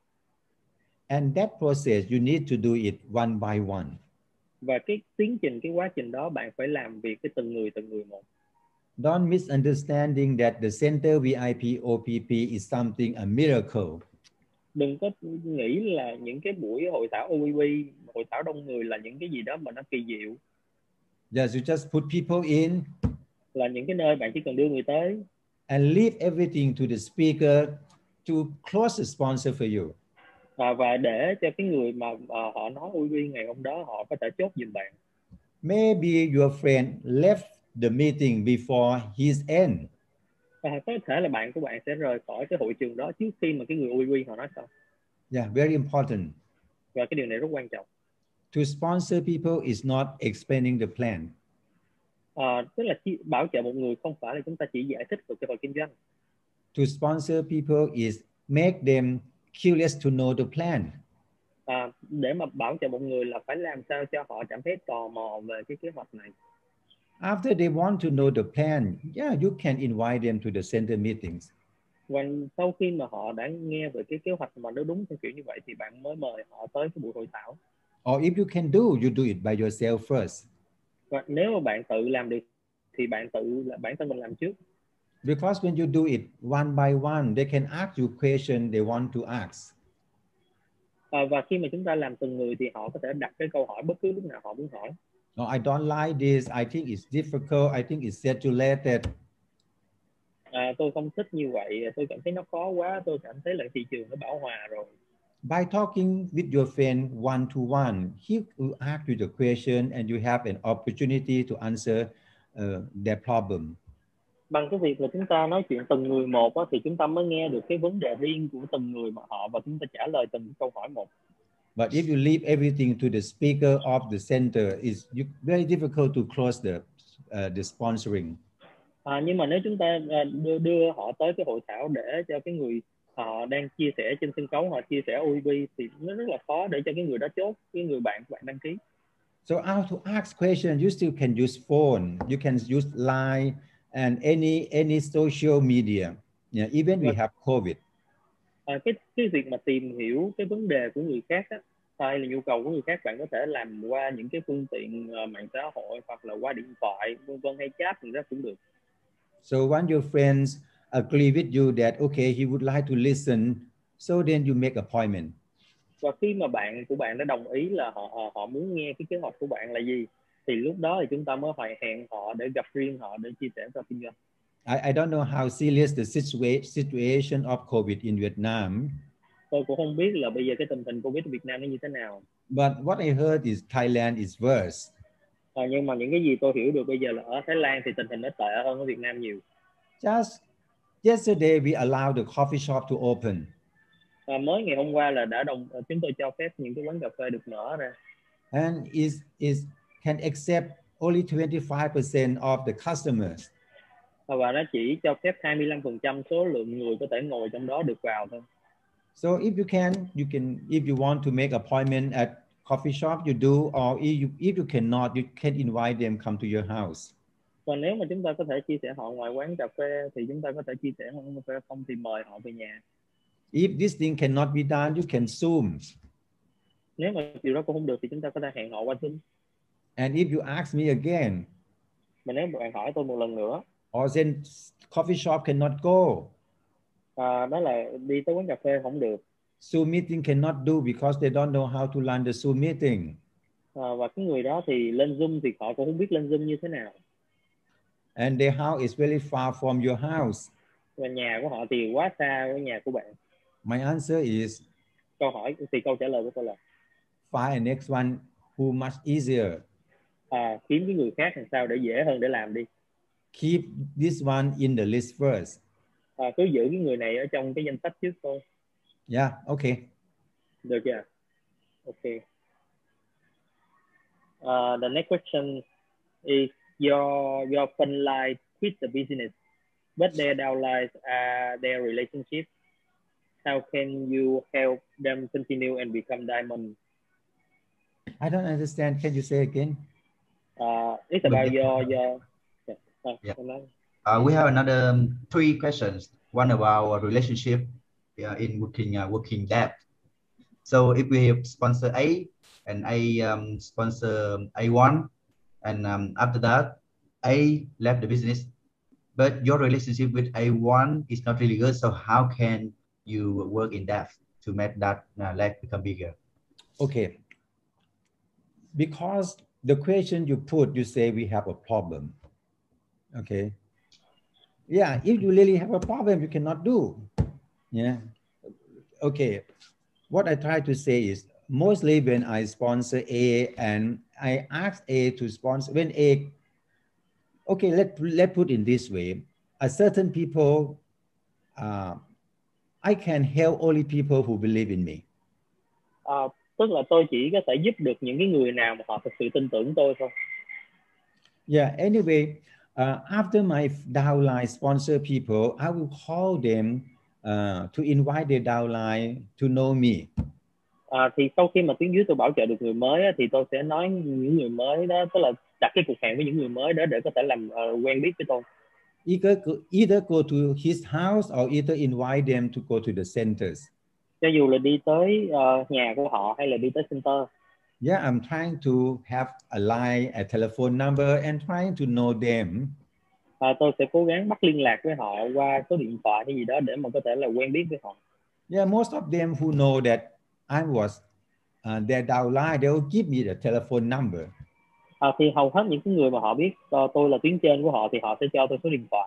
[SPEAKER 1] and that process you need to do it one by one
[SPEAKER 2] và cái tiến trình cái quá trình đó bạn phải làm việc với từng người từng người một
[SPEAKER 1] don't misunderstanding that the center vip opp is something a miracle
[SPEAKER 2] đừng có nghĩ là những cái buổi hội thảo OEB hội thảo đông người là những cái gì đó mà nó kỳ diệu
[SPEAKER 1] Yes, you just put people in
[SPEAKER 2] là những cái nơi bạn chỉ cần đưa người tới
[SPEAKER 1] and leave everything to the speaker to close a sponsor for you.
[SPEAKER 2] à, và để cho cái người mà à, họ nói OEB ngày hôm đó họ có thể chốt giùm bạn
[SPEAKER 1] Maybe your friend left the meeting before his end.
[SPEAKER 2] và À, có thể là bạn của bạn sẽ rời khỏi cái hội trường đó trước khi mà cái người OEB họ nói xong
[SPEAKER 1] Yeah, very important.
[SPEAKER 2] và cái điều này rất quan trọng
[SPEAKER 1] To sponsor people is not explaining the plan.
[SPEAKER 2] à, tức là chỉ bảo trợ một người không phải là chúng ta chỉ giải thích về cơ hội kinh doanh
[SPEAKER 1] To sponsor people is make them curious to know the plan.
[SPEAKER 2] à, để mà bảo trợ một người là phải làm sao cho họ cảm thấy tò mò về cái kế hoạch này
[SPEAKER 1] After they want to know the plan, yeah, you can invite them to the center meetings.
[SPEAKER 2] và sau khi mà họ đã nghe về cái kế hoạch mà nó đúng theo kiểu như vậy thì bạn mới mời họ tới cái buổi hội thảo
[SPEAKER 1] Or if you can do, you do it by yourself first.
[SPEAKER 2] và nếu mà bạn tự làm được thì bạn tự là bản thân mình làm trước
[SPEAKER 1] Because when you do it one by one, they can ask you question they want to ask.
[SPEAKER 2] Ờ, và khi mà chúng ta làm từng người thì họ có thể đặt cái câu hỏi bất cứ lúc nào họ muốn hỏi
[SPEAKER 1] No, I don't like this. I think it's difficult. I think it's saturated.
[SPEAKER 2] à, tôi không thích như vậy tôi cảm thấy nó khó quá tôi cảm thấy là thị trường nó bão hòa rồi
[SPEAKER 1] By talking with your friend one to one, he will ask you the question and you have an opportunity to answer uh, their problem.
[SPEAKER 2] bằng cái việc là chúng ta nói chuyện từng người một á, thì chúng ta mới nghe được cái vấn đề riêng của từng người mà họ và chúng ta trả lời từng câu hỏi một
[SPEAKER 1] But if you leave everything to the speaker of the center, it's you- very difficult to close the, uh, the sponsoring.
[SPEAKER 2] à, nhưng mà nếu chúng ta à, đưa, đưa họ tới cái hội thảo để cho cái người họ đang chia sẻ trên sân khấu họ chia sẻ OEB thì nó rất là khó để cho cái người đó chốt cái người bạn của bạn đăng ký
[SPEAKER 1] So how to ask questions, you still can use phone, you can use line and any any social media. Yeah, even we
[SPEAKER 2] Right.
[SPEAKER 1] have COVID.
[SPEAKER 2] à, cái cái việc mà tìm hiểu cái vấn đề của người khác á hay là nhu cầu của người khác bạn có thể làm qua những cái phương tiện à, mạng xã hội hoặc là qua điện thoại vân vân hay chat thì đó cũng được
[SPEAKER 1] So when your friends agree with you that okay, he would like to listen, so then you make appointment.
[SPEAKER 2] và khi mà bạn của bạn đã đồng ý là họ họ, họ muốn nghe cái kế hoạch của bạn là gì thì lúc đó thì chúng ta mới phải hẹn họ để gặp riêng họ để chia sẻ và kinh doanh
[SPEAKER 1] I, I don't know how serious the situa- situation of COVID in Vietnam,
[SPEAKER 2] tôi cũng không biết là bây giờ cái tình hình covid ở Việt Nam nó như thế nào
[SPEAKER 1] but what I heard is Thailand is worse.
[SPEAKER 2] à, nhưng mà những cái gì tôi hiểu được bây giờ là ở Thái Lan thì tình hình nó tệ hơn ở Việt Nam nhiều
[SPEAKER 1] Just yesterday, we allowed the coffee shop to open.
[SPEAKER 2] à, mới ngày hôm qua là đã đồng à, chúng tôi cho phép những cái quán cà phê được mở ra
[SPEAKER 1] and is is can accept only 25% of the customers.
[SPEAKER 2] À, và nó chỉ cho phép 25% số lượng người có thể ngồi trong đó được vào thôi
[SPEAKER 1] So if you can, you can if you want to make appointment at coffee shop, you do, or if you if you cannot, you can invite them come to your house.
[SPEAKER 2] và nếu mà chúng ta có thể chia sẻ họ ngoài quán cà phê thì chúng ta có thể chia sẻ ngoài quán cà phê không thì mời họ về nhà
[SPEAKER 1] If this thing cannot be done, you can Zoom.
[SPEAKER 2] nếu mà điều đó cũng không được thì chúng ta có thể hẹn họ qua Zoom
[SPEAKER 1] And if you ask me again,
[SPEAKER 2] mà nếu bạn hỏi tôi một lần nữa
[SPEAKER 1] or then coffee shop cannot go,
[SPEAKER 2] à, đó là đi tới quán cà phê không được
[SPEAKER 1] Zoom meeting cannot do because they don't know how to run the Zoom meeting.
[SPEAKER 2] à, và cái người đó thì lên Zoom thì họ cũng không biết lên Zoom như thế nào
[SPEAKER 1] And their house is very far from your house.
[SPEAKER 2] và nhà của họ thì quá xa với nhà của bạn
[SPEAKER 1] My answer is
[SPEAKER 2] câu hỏi thì câu trả lời của tôi là
[SPEAKER 1] find a next one who much easier.
[SPEAKER 2] à, kiếm cái người khác làm sao để dễ hơn để làm đi
[SPEAKER 1] Keep this one in the list first.
[SPEAKER 2] à, cứ giữ cái người này ở trong cái danh sách trước thôi
[SPEAKER 1] Yeah, okay.
[SPEAKER 2] được chưa ok Uh, the next question is your your friend line quit the business but their downlines are their relationship how can you help them continue and become diamond
[SPEAKER 1] I don't understand. Can you say again?
[SPEAKER 2] uh, it's about
[SPEAKER 3] Mình-
[SPEAKER 2] your your yeah. Uh,
[SPEAKER 3] Yeah.
[SPEAKER 2] em nói.
[SPEAKER 3] Uh, we have another um, three questions. One about relationship uh, in working uh, working depth. So if we have sponsor A and A um, sponsor A one, and um, after that A left the business, but your relationship with A one is not really good. So how can you work in depth to make that uh, leg become bigger?
[SPEAKER 1] Okay. Because the question you put, you say we have a problem. Okay. Yeah, if you really have a problem, you cannot do. Yeah. Okay. What I try to say is mostly when I sponsor A and I ask A to sponsor when A okay, let let put in this way. A certain people uh, I can help only people who believe in me.
[SPEAKER 2] Uh, tức là tôi chỉ có thể giúp được những cái người nào mà họ thực sự tin tưởng tôi thôi
[SPEAKER 1] Yeah, anyway, uh, after my downline sponsor people, I will call them uh, to invite their downline to know me.
[SPEAKER 2] À, thì sau khi mà tuyến dưới tôi bảo trợ được người mới á, thì tôi sẽ nói những người mới đó tức là đặt cái cuộc hẹn với những người mới đó để có thể làm ờ, quen biết với tôi
[SPEAKER 1] Either go, either go to his house or either invite them to go to the centers.
[SPEAKER 2] cho dù là đi tới ờ, nhà của họ hay là đi tới center
[SPEAKER 1] Yeah, I'm trying to have a line, a telephone number, and trying to know them.
[SPEAKER 2] à, tôi sẽ cố gắng bắt liên lạc với họ qua số điện thoại hay gì đó để mà có thể là quen biết với họ
[SPEAKER 1] Yeah, most of them who know that I was uh, their downline, they will give me the telephone number.
[SPEAKER 2] à, thì hầu hết những cái người mà họ biết ờ, tôi là tuyến trên của họ thì họ sẽ cho tôi số điện thoại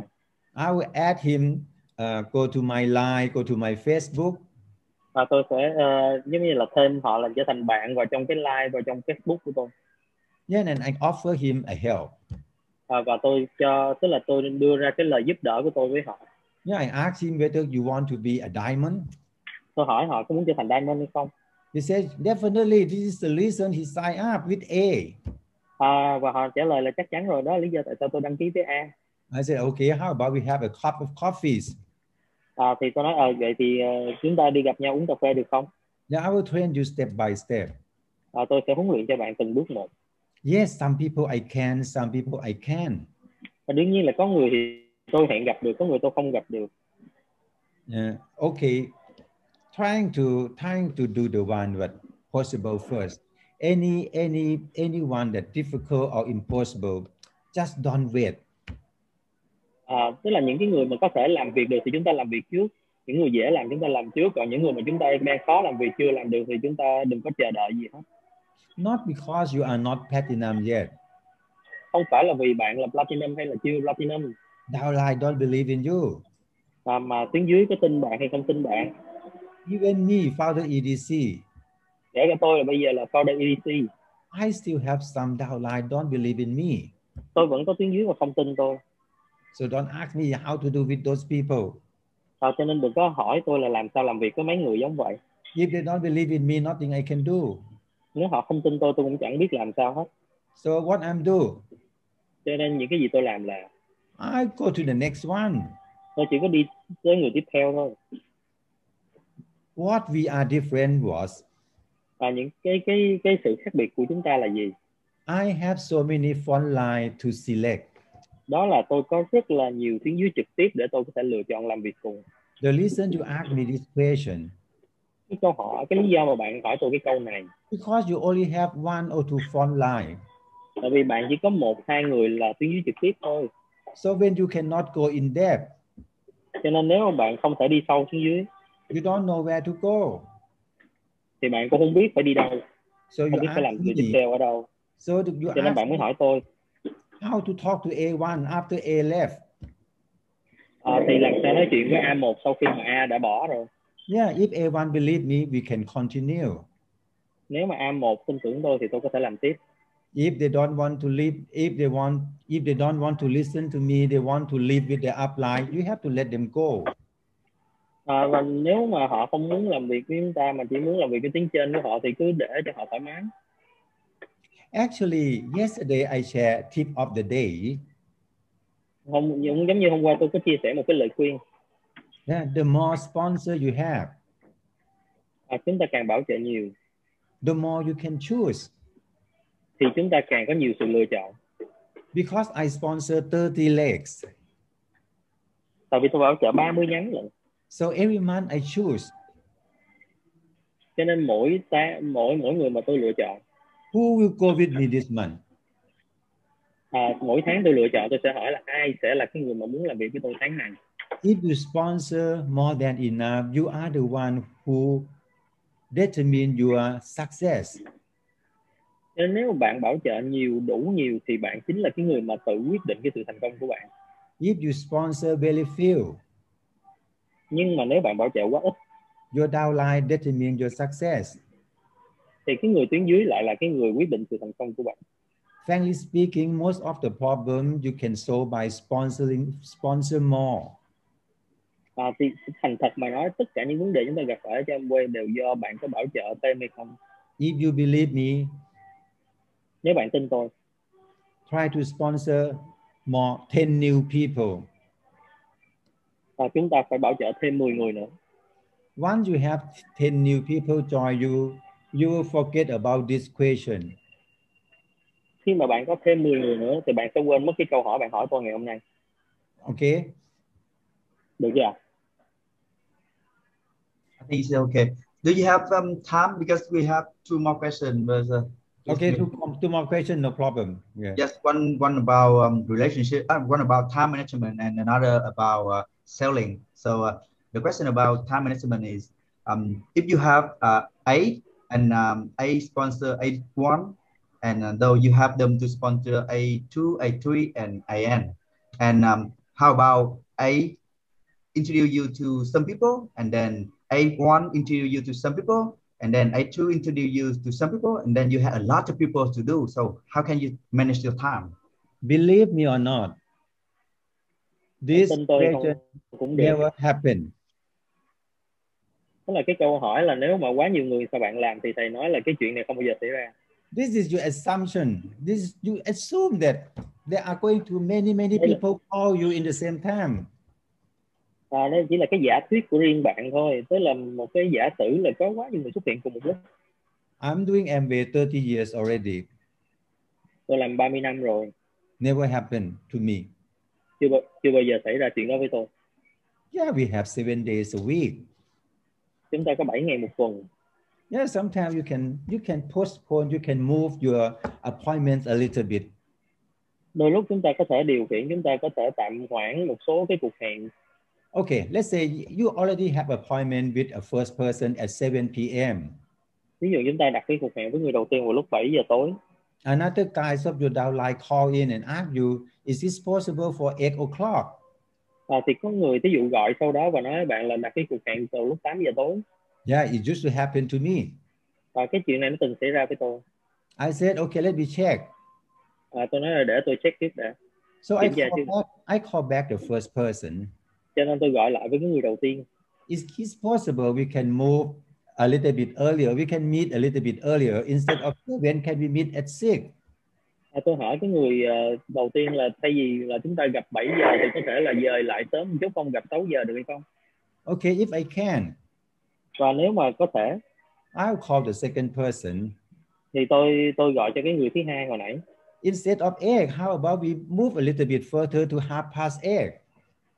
[SPEAKER 1] I will add him, uh, go to my line, go to my Facebook,
[SPEAKER 2] và tôi sẽ ờ, giống như là thêm họ làm trở thành bạn vào trong cái like vào trong Facebook của tôi
[SPEAKER 1] yeah, and I offer him a help.
[SPEAKER 2] à, và tôi cho tức là tôi đưa ra cái lời giúp đỡ của tôi với họ
[SPEAKER 1] Yeah, I asked him whether you want to be a diamond.
[SPEAKER 2] tôi hỏi họ có muốn trở thành diamond hay không
[SPEAKER 1] He said, definitely, this is the reason he signed up with A.
[SPEAKER 2] à, và họ trả lời là chắc chắn rồi đó lý do tại sao tôi đăng ký với A
[SPEAKER 1] I said, okay, how about we have a cup of coffees?
[SPEAKER 2] à, thì tôi nói ờ vậy thì ờ, chúng ta đi gặp nhau uống cà phê được không
[SPEAKER 1] Yeah, I will train you step by step.
[SPEAKER 2] à, tôi sẽ huấn luyện cho bạn từng bước một
[SPEAKER 1] Yes, some people I can, some people I can.
[SPEAKER 2] và đương nhiên là có người thì tôi hẹn gặp được có người tôi không gặp được
[SPEAKER 1] Yeah, Uh, okay, trying to trying to do the one what possible first. Any any anyone that difficult or impossible, just don't wait.
[SPEAKER 2] à, tức là những cái người mà có thể làm việc được thì chúng ta làm việc trước những người dễ làm chúng ta làm trước còn những người mà chúng ta đang khó làm việc chưa làm được thì chúng ta đừng có chờ đợi gì hết
[SPEAKER 1] Not because you are not platinum yet.
[SPEAKER 2] không phải là vì bạn là platinum hay là chưa platinum
[SPEAKER 1] Downline don't believe in you.
[SPEAKER 2] à, mà tuyến dưới có tin bạn hay không tin bạn
[SPEAKER 1] Even me, E founder EDC,
[SPEAKER 2] kể cả tôi là bây giờ là founder E EDC
[SPEAKER 1] I still have some downline don't believe in me.
[SPEAKER 2] tôi vẫn có tuyến dưới mà không tin tôi
[SPEAKER 1] So don't ask me how to do with those people.
[SPEAKER 2] à, cho nên đừng có hỏi tôi là làm sao làm việc với mấy người giống vậy
[SPEAKER 1] If they don't believe in me, nothing I can do.
[SPEAKER 2] nếu họ không tin tôi tôi cũng chẳng biết làm sao hết
[SPEAKER 1] So what I'm do?
[SPEAKER 2] cho nên những cái gì tôi làm là
[SPEAKER 1] I go to the next one.
[SPEAKER 2] tôi chỉ có đi tới người tiếp theo thôi
[SPEAKER 1] What we are different was
[SPEAKER 2] và những cái cái cái sự khác biệt của chúng ta là gì
[SPEAKER 1] I have so many phone line to select.
[SPEAKER 2] đó là tôi có rất là nhiều tuyến dưới trực tiếp để tôi có thể lựa chọn làm việc cùng
[SPEAKER 1] The reason you ask me this question
[SPEAKER 2] cái câu hỏi cái lý do mà bạn hỏi tôi cái câu này
[SPEAKER 1] because you only have one or two phone line.
[SPEAKER 2] tại vì bạn chỉ có một hai người là tuyến dưới trực tiếp thôi
[SPEAKER 1] So when you cannot go in depth,
[SPEAKER 2] cho nên nếu mà bạn không thể đi sâu xuống dưới
[SPEAKER 1] you don't know where to go.
[SPEAKER 2] thì bạn cũng không biết phải đi đâu
[SPEAKER 1] So you
[SPEAKER 2] không biết phải
[SPEAKER 1] ask
[SPEAKER 2] làm việc tiếp
[SPEAKER 1] me.
[SPEAKER 2] theo ở đâu
[SPEAKER 1] So you
[SPEAKER 2] cho nên
[SPEAKER 1] ask
[SPEAKER 2] bạn mới hỏi tôi
[SPEAKER 1] how to talk to A1 after A left.
[SPEAKER 2] ờ, thì làm sao nói chuyện với A 1 sau khi mà A đã bỏ rồi
[SPEAKER 1] Yeah, if A1 believe me, we can continue.
[SPEAKER 2] nếu mà A 1 tin tưởng tôi thì tôi có thể làm tiếp
[SPEAKER 1] If they don't want to leave, if they want, if they don't want to listen to me, they want to leave with their upline, you have to let them go.
[SPEAKER 2] à, và nếu mà họ không muốn làm việc với chúng ta mà chỉ muốn làm việc với tiếng trên của họ thì cứ để cho họ thoải mái
[SPEAKER 1] Actually, yesterday I shared tip of the day.
[SPEAKER 2] không giống giống như hôm qua tôi có chia sẻ một cái lời khuyên
[SPEAKER 1] that the more sponsor you have,
[SPEAKER 2] à, chúng ta càng bảo trợ nhiều
[SPEAKER 1] the more you can choose.
[SPEAKER 2] thì chúng ta càng có nhiều sự lựa chọn
[SPEAKER 1] Because I sponsor 30 legs.
[SPEAKER 2] tại vì tôi bảo trợ 30 nhánh lận
[SPEAKER 1] So every month I choose
[SPEAKER 2] cho nên mỗi ta mỗi mỗi người mà tôi lựa chọn
[SPEAKER 1] who will go with me this month.
[SPEAKER 2] à, mỗi tháng tôi lựa chọn tôi sẽ hỏi là ai sẽ là cái người mà muốn làm việc với tôi tháng này
[SPEAKER 1] If you sponsor more than enough, you are the one who determine your success.
[SPEAKER 2] cho nên nếu mà bạn bảo trợ nhiều đủ nhiều thì bạn chính là cái người mà tự quyết định cái sự thành công của bạn
[SPEAKER 1] If you sponsor very few,
[SPEAKER 2] nhưng mà nếu bạn bảo trợ quá ít
[SPEAKER 1] your downline determine your success.
[SPEAKER 2] thì cái người tuyến dưới lại là cái người quyết định sự thành công của bạn
[SPEAKER 1] Frankly speaking, most of the problem you can solve by sponsoring sponsor more.
[SPEAKER 2] à, thì thành thật mà nói tất cả những vấn đề chúng ta gặp ở trong Amway đều do bạn có bảo trợ thêm hay không
[SPEAKER 1] If you believe me,
[SPEAKER 2] nếu bạn tin tôi
[SPEAKER 1] try to sponsor more 10 new people.
[SPEAKER 2] à, chúng ta phải bảo trợ thêm 10 người nữa
[SPEAKER 1] Once you have 10 new people join you, you will forget about this question.
[SPEAKER 2] khi mà bạn có thêm 10 người nữa thì bạn sẽ quên mất cái câu hỏi bạn hỏi tôi ngày hôm nay
[SPEAKER 1] Okay?
[SPEAKER 2] được chưa ạ?
[SPEAKER 3] I think it's okay. Do you have um, time because we have two more questions? but, uh, just
[SPEAKER 1] Okay,
[SPEAKER 3] make-
[SPEAKER 1] two, two more questions, no problem. Yeah.
[SPEAKER 3] Yes, one one about um, relationship, uh, one about time management, and another about uh, selling. So uh, the question about time management is um, if you have uh, eight and um, a sponsor a one, and uh, though you have them to sponsor a two, a three, and an. And um, how about a introduce you to some people, and then a one introduce you to some people, and then a two introduce you to some people, and then you have a lot of people to do. So how can you manage your time?
[SPEAKER 1] Believe me or not, this
[SPEAKER 2] tin tôi không
[SPEAKER 1] question
[SPEAKER 2] cũng được
[SPEAKER 1] never happened.
[SPEAKER 2] tức là cái câu hỏi là nếu mà quá nhiều người sao bạn làm thì thầy nói là cái chuyện này không bao giờ xảy ra
[SPEAKER 1] This is your assumption. This you assume that there are going to many many
[SPEAKER 2] Đây là-
[SPEAKER 1] people call you in the same time.
[SPEAKER 2] à, đây chỉ là cái giả thuyết của riêng bạn thôi tức là một cái giả sử là có quá nhiều người xuất hiện cùng một lúc
[SPEAKER 1] I'm doing MBA 30 years already.
[SPEAKER 2] tôi làm 30 năm rồi
[SPEAKER 1] Never happened to me.
[SPEAKER 2] chưa bao, chưa bao giờ xảy ra chuyện đó với tôi
[SPEAKER 1] Yeah, we have seven days a week.
[SPEAKER 2] chúng ta có 7 ngày một tuần
[SPEAKER 1] Yeah, sometimes you can you can postpone, you can move your appointments a little bit.
[SPEAKER 2] đôi lúc chúng ta có thể điều khiển chúng ta có thể tạm hoãn một số cái cuộc hẹn
[SPEAKER 1] Okay, let's say you already have appointment with a first person at 7 p.m.
[SPEAKER 2] ví dụ chúng ta đặt cái cuộc hẹn với người đầu tiên vào lúc 7 giờ tối
[SPEAKER 1] Another guys of your downline call in and ask you, is this possible for 8 o'clock?
[SPEAKER 2] à, thì có người ví dụ gọi sau đó và nói bạn là đặt cái cuộc hẹn vào lúc 8 giờ tối
[SPEAKER 1] Yeah, it used to happen to me.
[SPEAKER 2] và cái chuyện này nó từng xảy ra với tôi
[SPEAKER 1] I said, okay, let me check.
[SPEAKER 2] à, tôi nói là để tôi check tiếp đã
[SPEAKER 1] So I
[SPEAKER 2] Kiểm tra
[SPEAKER 1] call,
[SPEAKER 2] chứ.
[SPEAKER 1] back, I call back the first person.
[SPEAKER 2] cho nên tôi gọi lại với cái người đầu tiên
[SPEAKER 1] Is it possible we can move a little bit earlier? We can meet a little bit earlier. Instead of when can we meet at 6?
[SPEAKER 2] à, tôi hỏi cái người ờ, đầu tiên là thay vì là chúng ta gặp 7 giờ thì có thể là dời lại sớm một chút không gặp 6 giờ được hay không
[SPEAKER 1] Okay, if I can,
[SPEAKER 2] và nếu mà có thể
[SPEAKER 1] I'll call the second person.
[SPEAKER 2] thì tôi tôi gọi cho cái người thứ hai hồi nãy
[SPEAKER 1] Instead of 8, how about we move a little bit further to half past 8?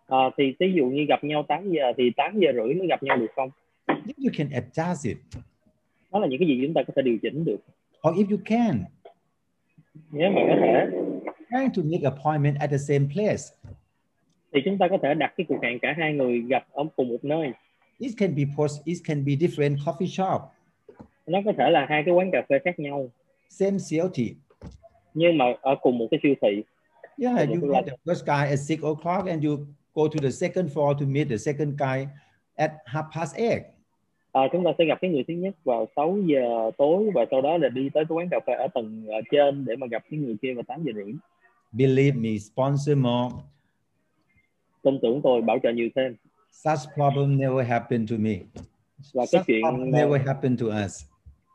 [SPEAKER 2] à, thì ví dụ như gặp nhau 8 giờ thì 8 giờ rưỡi mới gặp nhau được không
[SPEAKER 1] If you can adjust it,
[SPEAKER 2] đó là những cái gì chúng ta có thể điều chỉnh được
[SPEAKER 1] or if you can,
[SPEAKER 2] nếu mà có thể
[SPEAKER 1] trying to make appointment at the same place.
[SPEAKER 2] thì chúng ta có thể đặt cái cuộc hẹn cả hai người gặp ở cùng một nơi
[SPEAKER 1] It can be post, it can be different coffee shop,
[SPEAKER 2] nó có thể là hai cái quán cà phê khác nhau
[SPEAKER 1] same CLT.
[SPEAKER 2] nhưng mà ở cùng một cái siêu thị
[SPEAKER 1] Yeah,
[SPEAKER 2] Cùng một
[SPEAKER 1] you
[SPEAKER 2] cái
[SPEAKER 1] meet
[SPEAKER 2] loại.
[SPEAKER 1] the first guy at six o'clock and you go to the second floor to meet the second guy at half past eight.
[SPEAKER 2] À, chúng ta sẽ gặp cái người thứ nhất vào 6 giờ tối và sau đó là đi tới cái quán cà phê ở tầng ờ, trên để mà gặp cái người kia vào 8 giờ rưỡi.
[SPEAKER 1] Believe me, sponsor more.
[SPEAKER 2] Tin tưởng tôi bảo trợ nhiều thêm.
[SPEAKER 1] Such problem never happened to me.
[SPEAKER 2] Và cái
[SPEAKER 1] Such
[SPEAKER 2] chuyện
[SPEAKER 1] problem
[SPEAKER 2] mà-
[SPEAKER 1] never happened to us.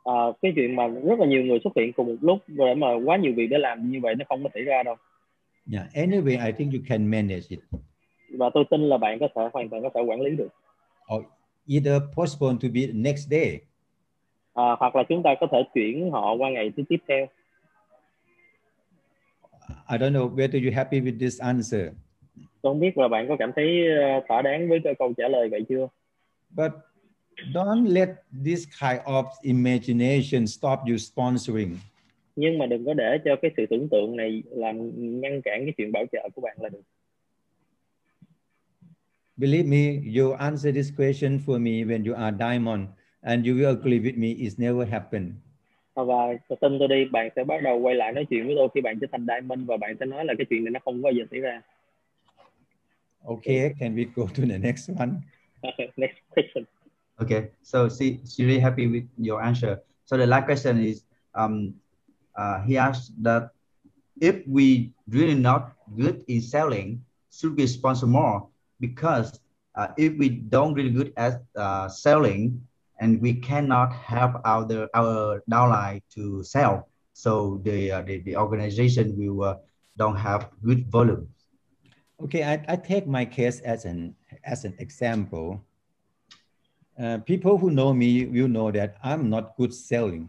[SPEAKER 2] à, cái chuyện mà rất là nhiều người xuất hiện cùng một lúc rồi mà quá nhiều việc để làm như vậy nó không có xảy ra đâu.
[SPEAKER 1] Yeah. Anyway, I think you can manage it.
[SPEAKER 2] Và tôi tin là bạn có thể hoàn toàn có thể quản lý được.
[SPEAKER 1] Either postpone to be the next day.
[SPEAKER 2] À, hoặc là chúng ta có thể chuyển họ qua ngày thứ tiếp theo.
[SPEAKER 1] I don't know whether you're happy with this answer,
[SPEAKER 2] Tôi không biết là bạn có cảm thấy ờ, thỏa đáng với cái câu trả lời vậy chưa?
[SPEAKER 1] but don't let this kind of imagination stop you sponsoring.
[SPEAKER 2] Nhưng mà đừng có để cho cái sự tưởng tượng này làm ngăn cản cái chuyện bảo trợ của bạn là được.
[SPEAKER 1] Believe me, you answer this question for me when you are diamond, and you will agree with me. It's never happened.
[SPEAKER 2] và tin tôi đi bạn sẽ bắt đầu quay lại nói chuyện với tôi khi bạn trở thành diamond và bạn sẽ nói là cái chuyện này nó không bao giờ xảy ra
[SPEAKER 1] Okay, can we go to the next one?
[SPEAKER 2] next question
[SPEAKER 3] Okay, so she she really happy with your answer. So the last question is, um, uh, he asked that if we really not good in selling, should we sponsor more? Because uh, if we don't really good at uh, selling, and we cannot help our the, our downline to sell, so the uh, the, the organization will uh, don't have good volume.
[SPEAKER 1] Okay, I, I take my case as an as an example. Uh, people who know me will know that I'm not good selling.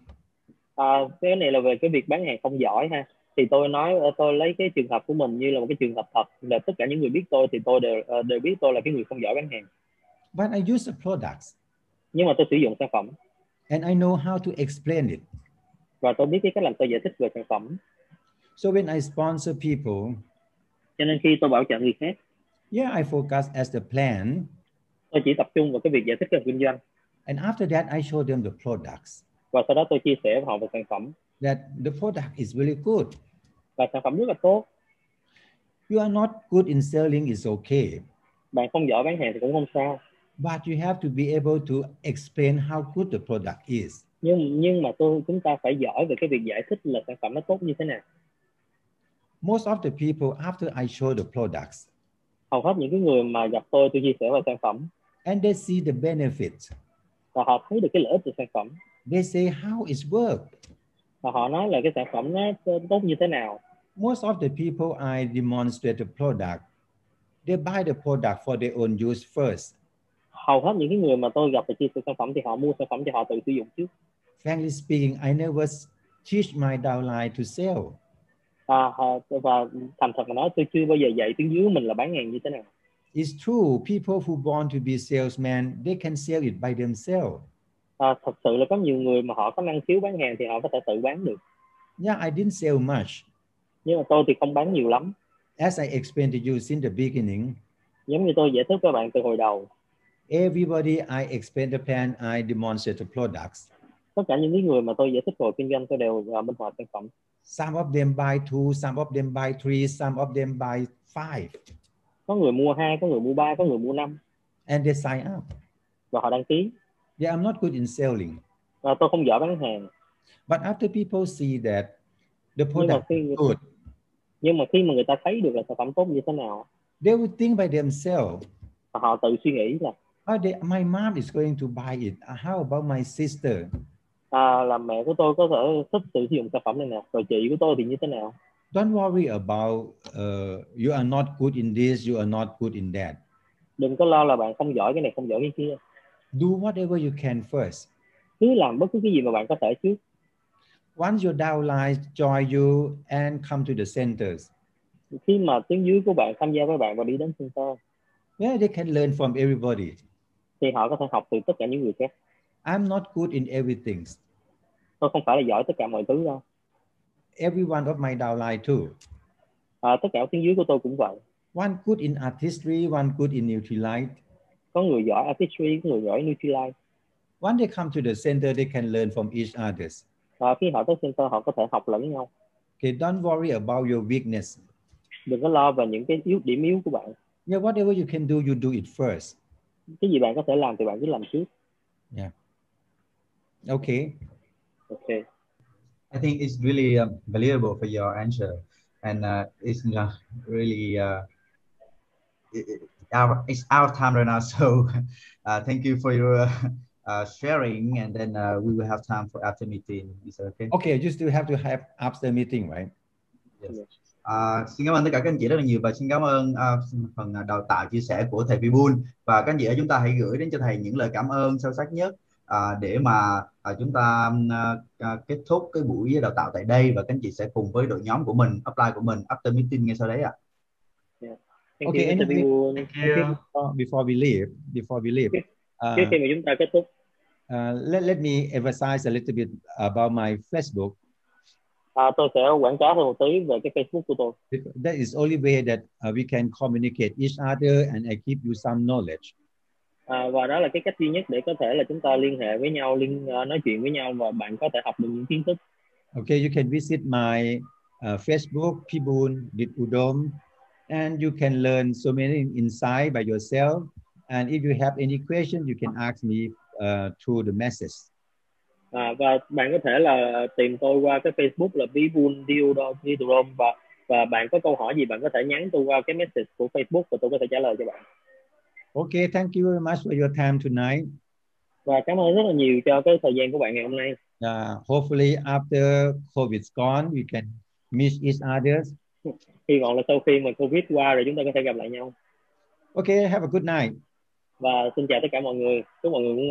[SPEAKER 2] à, cái này là về cái việc bán hàng không giỏi ha thì tôi nói ờ, tôi lấy cái trường hợp của mình như là một cái trường hợp thật là tất cả những người biết tôi thì tôi đều ờ, đều biết tôi là cái người không giỏi bán hàng
[SPEAKER 1] But I use the products
[SPEAKER 2] nhưng mà tôi sử dụng sản phẩm
[SPEAKER 1] and I know how to explain it.
[SPEAKER 2] và tôi biết cái cách làm tôi giải thích về sản phẩm
[SPEAKER 1] So when I sponsor people,
[SPEAKER 2] cho nên khi tôi bảo trợ người khác
[SPEAKER 1] yeah, I focus as the plan,
[SPEAKER 2] tôi chỉ tập trung vào cái việc giải thích về kinh doanh
[SPEAKER 1] And after that, I show them the products
[SPEAKER 2] và sau đó tôi chia sẻ với họ về sản phẩm
[SPEAKER 1] that the product is really good.
[SPEAKER 2] và sản phẩm rất là tốt
[SPEAKER 1] You are not good in selling, it's okay.
[SPEAKER 2] bạn không giỏi bán hàng thì cũng không sao
[SPEAKER 1] But you have to be able to explain how good the product is.
[SPEAKER 2] nhưng nhưng mà tôi chúng ta phải giỏi về cái việc giải thích là sản phẩm nó tốt như thế nào
[SPEAKER 1] Most of the people, after I show the products,
[SPEAKER 2] hầu hết những cái người mà gặp tôi tôi chia sẻ về sản phẩm
[SPEAKER 1] and they see the benefit,
[SPEAKER 2] và họ thấy được cái lợi ích từ sản phẩm
[SPEAKER 1] they say how it's worked.
[SPEAKER 2] và họ nói là cái sản phẩm nó tốt như thế nào
[SPEAKER 1] most of the people I demonstrate the product, they buy the product for their own use first.
[SPEAKER 2] hầu hết những cái người mà tôi gặp và chia sẻ sản phẩm thì họ mua sản phẩm thì họ tự sử dụng trước
[SPEAKER 1] Frankly speaking, I never s- teach my downline to sell.
[SPEAKER 2] à, họ- và thành thật mà nói tôi chưa bao giờ dạy tiếng dưới của mình là bán hàng như thế nào
[SPEAKER 1] It's true, people who born to be salesmen, they can sell it by themselves.
[SPEAKER 2] à, thật sự là có nhiều người mà họ có năng khiếu bán hàng thì họ có thể tự bán được
[SPEAKER 1] Yeah, I didn't sell much.
[SPEAKER 2] nhưng mà tôi thì không bán nhiều lắm
[SPEAKER 1] As I explained to you since the beginning,
[SPEAKER 2] giống như tôi giải thích với bạn từ hồi đầu
[SPEAKER 1] everybody I explain the plan, I demonstrate the products.
[SPEAKER 2] tất cả những cái người mà tôi giải thích rồi kinh doanh tôi đều à, minh họa sản phẩm
[SPEAKER 1] Some of them buy two, some of them buy three, some of them buy five,
[SPEAKER 2] có người mua hai có người mua ba có người mua năm
[SPEAKER 1] and they sign up.
[SPEAKER 2] và họ đăng ký
[SPEAKER 1] Yeah, I'm not good in selling.
[SPEAKER 2] à, tôi không giỏi bán hàng
[SPEAKER 1] But after people see that the
[SPEAKER 2] nhưng mà
[SPEAKER 1] product
[SPEAKER 2] khi
[SPEAKER 1] is good,
[SPEAKER 2] nhưng mà khi mà người ta thấy được là sản phẩm tốt như thế nào
[SPEAKER 1] they will think by themselves,
[SPEAKER 2] và họ tự suy nghĩ là
[SPEAKER 1] oh, they, my mom is going to buy it. Uh, How about my sister?
[SPEAKER 2] à, là mẹ của tôi có thể thích tự sử dụng sản phẩm này nè rồi chị của tôi thì như thế nào
[SPEAKER 1] Don't worry about uh, you are not good in this, you are not good in that.
[SPEAKER 2] đừng có lo là bạn không giỏi cái này không giỏi cái kia
[SPEAKER 1] Do whatever you can first.
[SPEAKER 2] cứ làm bất cứ cái gì mà bạn có thể trước
[SPEAKER 1] Once your downline join you and come to the centers,
[SPEAKER 2] khi mà tiếng dưới của bạn tham gia với bạn và đi đến center
[SPEAKER 1] yeah, they can learn from everybody.
[SPEAKER 2] thì họ có thể học từ tất cả những người khác
[SPEAKER 1] I'm not good in everything.
[SPEAKER 2] tôi không phải là giỏi tất cả mọi thứ đâu
[SPEAKER 1] Every one of my downline too.
[SPEAKER 2] à, tất cả tiếng dưới của tôi cũng vậy
[SPEAKER 1] One good in artistry, one good in Nutrilite.
[SPEAKER 2] có người giỏi artistry có người giỏi Nutrilite
[SPEAKER 1] When they come to the center, they can learn from each others.
[SPEAKER 2] à, khi họ tới center họ có thể học lẫn nhau
[SPEAKER 1] Okay, don't worry about your weakness.
[SPEAKER 2] đừng có lo về những cái yếu điểm yếu của bạn
[SPEAKER 1] Yeah, whatever you can do, you do it first.
[SPEAKER 2] cái gì bạn có thể làm thì bạn cứ làm trước
[SPEAKER 1] Okay.
[SPEAKER 2] ok
[SPEAKER 3] I think it's really um, valuable for your answer, and uh, it's not really uh, it, it- our it's our time right now. So, uh, thank you for your uh, sharing, and then uh, we will have time for after meeting. Is that okay?
[SPEAKER 1] Okay, you still have to have after meeting, right?
[SPEAKER 3] À, xin cảm ơn tất cả các anh chị rất là nhiều và xin cảm ơn à, phần à, đào tạo chia sẻ của thầy Vibun và các anh chị ở chúng ta hãy gửi đến cho thầy những lời cảm ơn sâu sắc nhất à, để mà à, chúng ta ừm, à, à, kết thúc cái buổi đào tạo tại đây và các anh chị sẽ cùng với đội nhóm của mình, upline của mình after meeting ngay sau đấy ạ.
[SPEAKER 2] Thank
[SPEAKER 1] Okay,
[SPEAKER 2] you, Mr.
[SPEAKER 1] anything-
[SPEAKER 2] Bigun.
[SPEAKER 1] Okay, before, before we leave, before we leave, uh,
[SPEAKER 2] Trước khi mà chúng ta kết thúc
[SPEAKER 1] uh, let, let me emphasize a little bit about my Facebook.
[SPEAKER 2] à, tôi sẽ quảng cáo thêm một tí về cái Facebook của tôi
[SPEAKER 1] because That is only way that uh, we can communicate each other and I give you some knowledge.
[SPEAKER 2] à, và đó là cái cách duy nhất để có thể là chúng ta liên hệ với nhau liên ờ, nói chuyện với nhau và bạn có thể học được những kiến thức
[SPEAKER 1] Okay, you can visit my uh, Facebook, Pibun with Udom, and you can learn so many insight by yourself. And if you have any question, you can ask me uh, through the message.
[SPEAKER 2] à, và bạn có thể là tìm tôi qua cái Facebook là Bibun Diodom và và bạn có câu hỏi gì bạn có thể nhắn tôi qua cái message của Facebook và tôi có thể trả lời cho bạn
[SPEAKER 1] Okay, thank you very much for your time tonight.
[SPEAKER 2] và cảm ơn rất là nhiều cho cái thời gian của bạn ngày hôm nay
[SPEAKER 1] Uh, hopefully, after COVID's gone, we can meet each other.
[SPEAKER 2] hy vọng là sau khi mà Covid qua rồi chúng ta có thể gặp lại nhau
[SPEAKER 1] Okay, have a good night.
[SPEAKER 2] và xin chào tất cả mọi người chúc mọi người ngủ ngon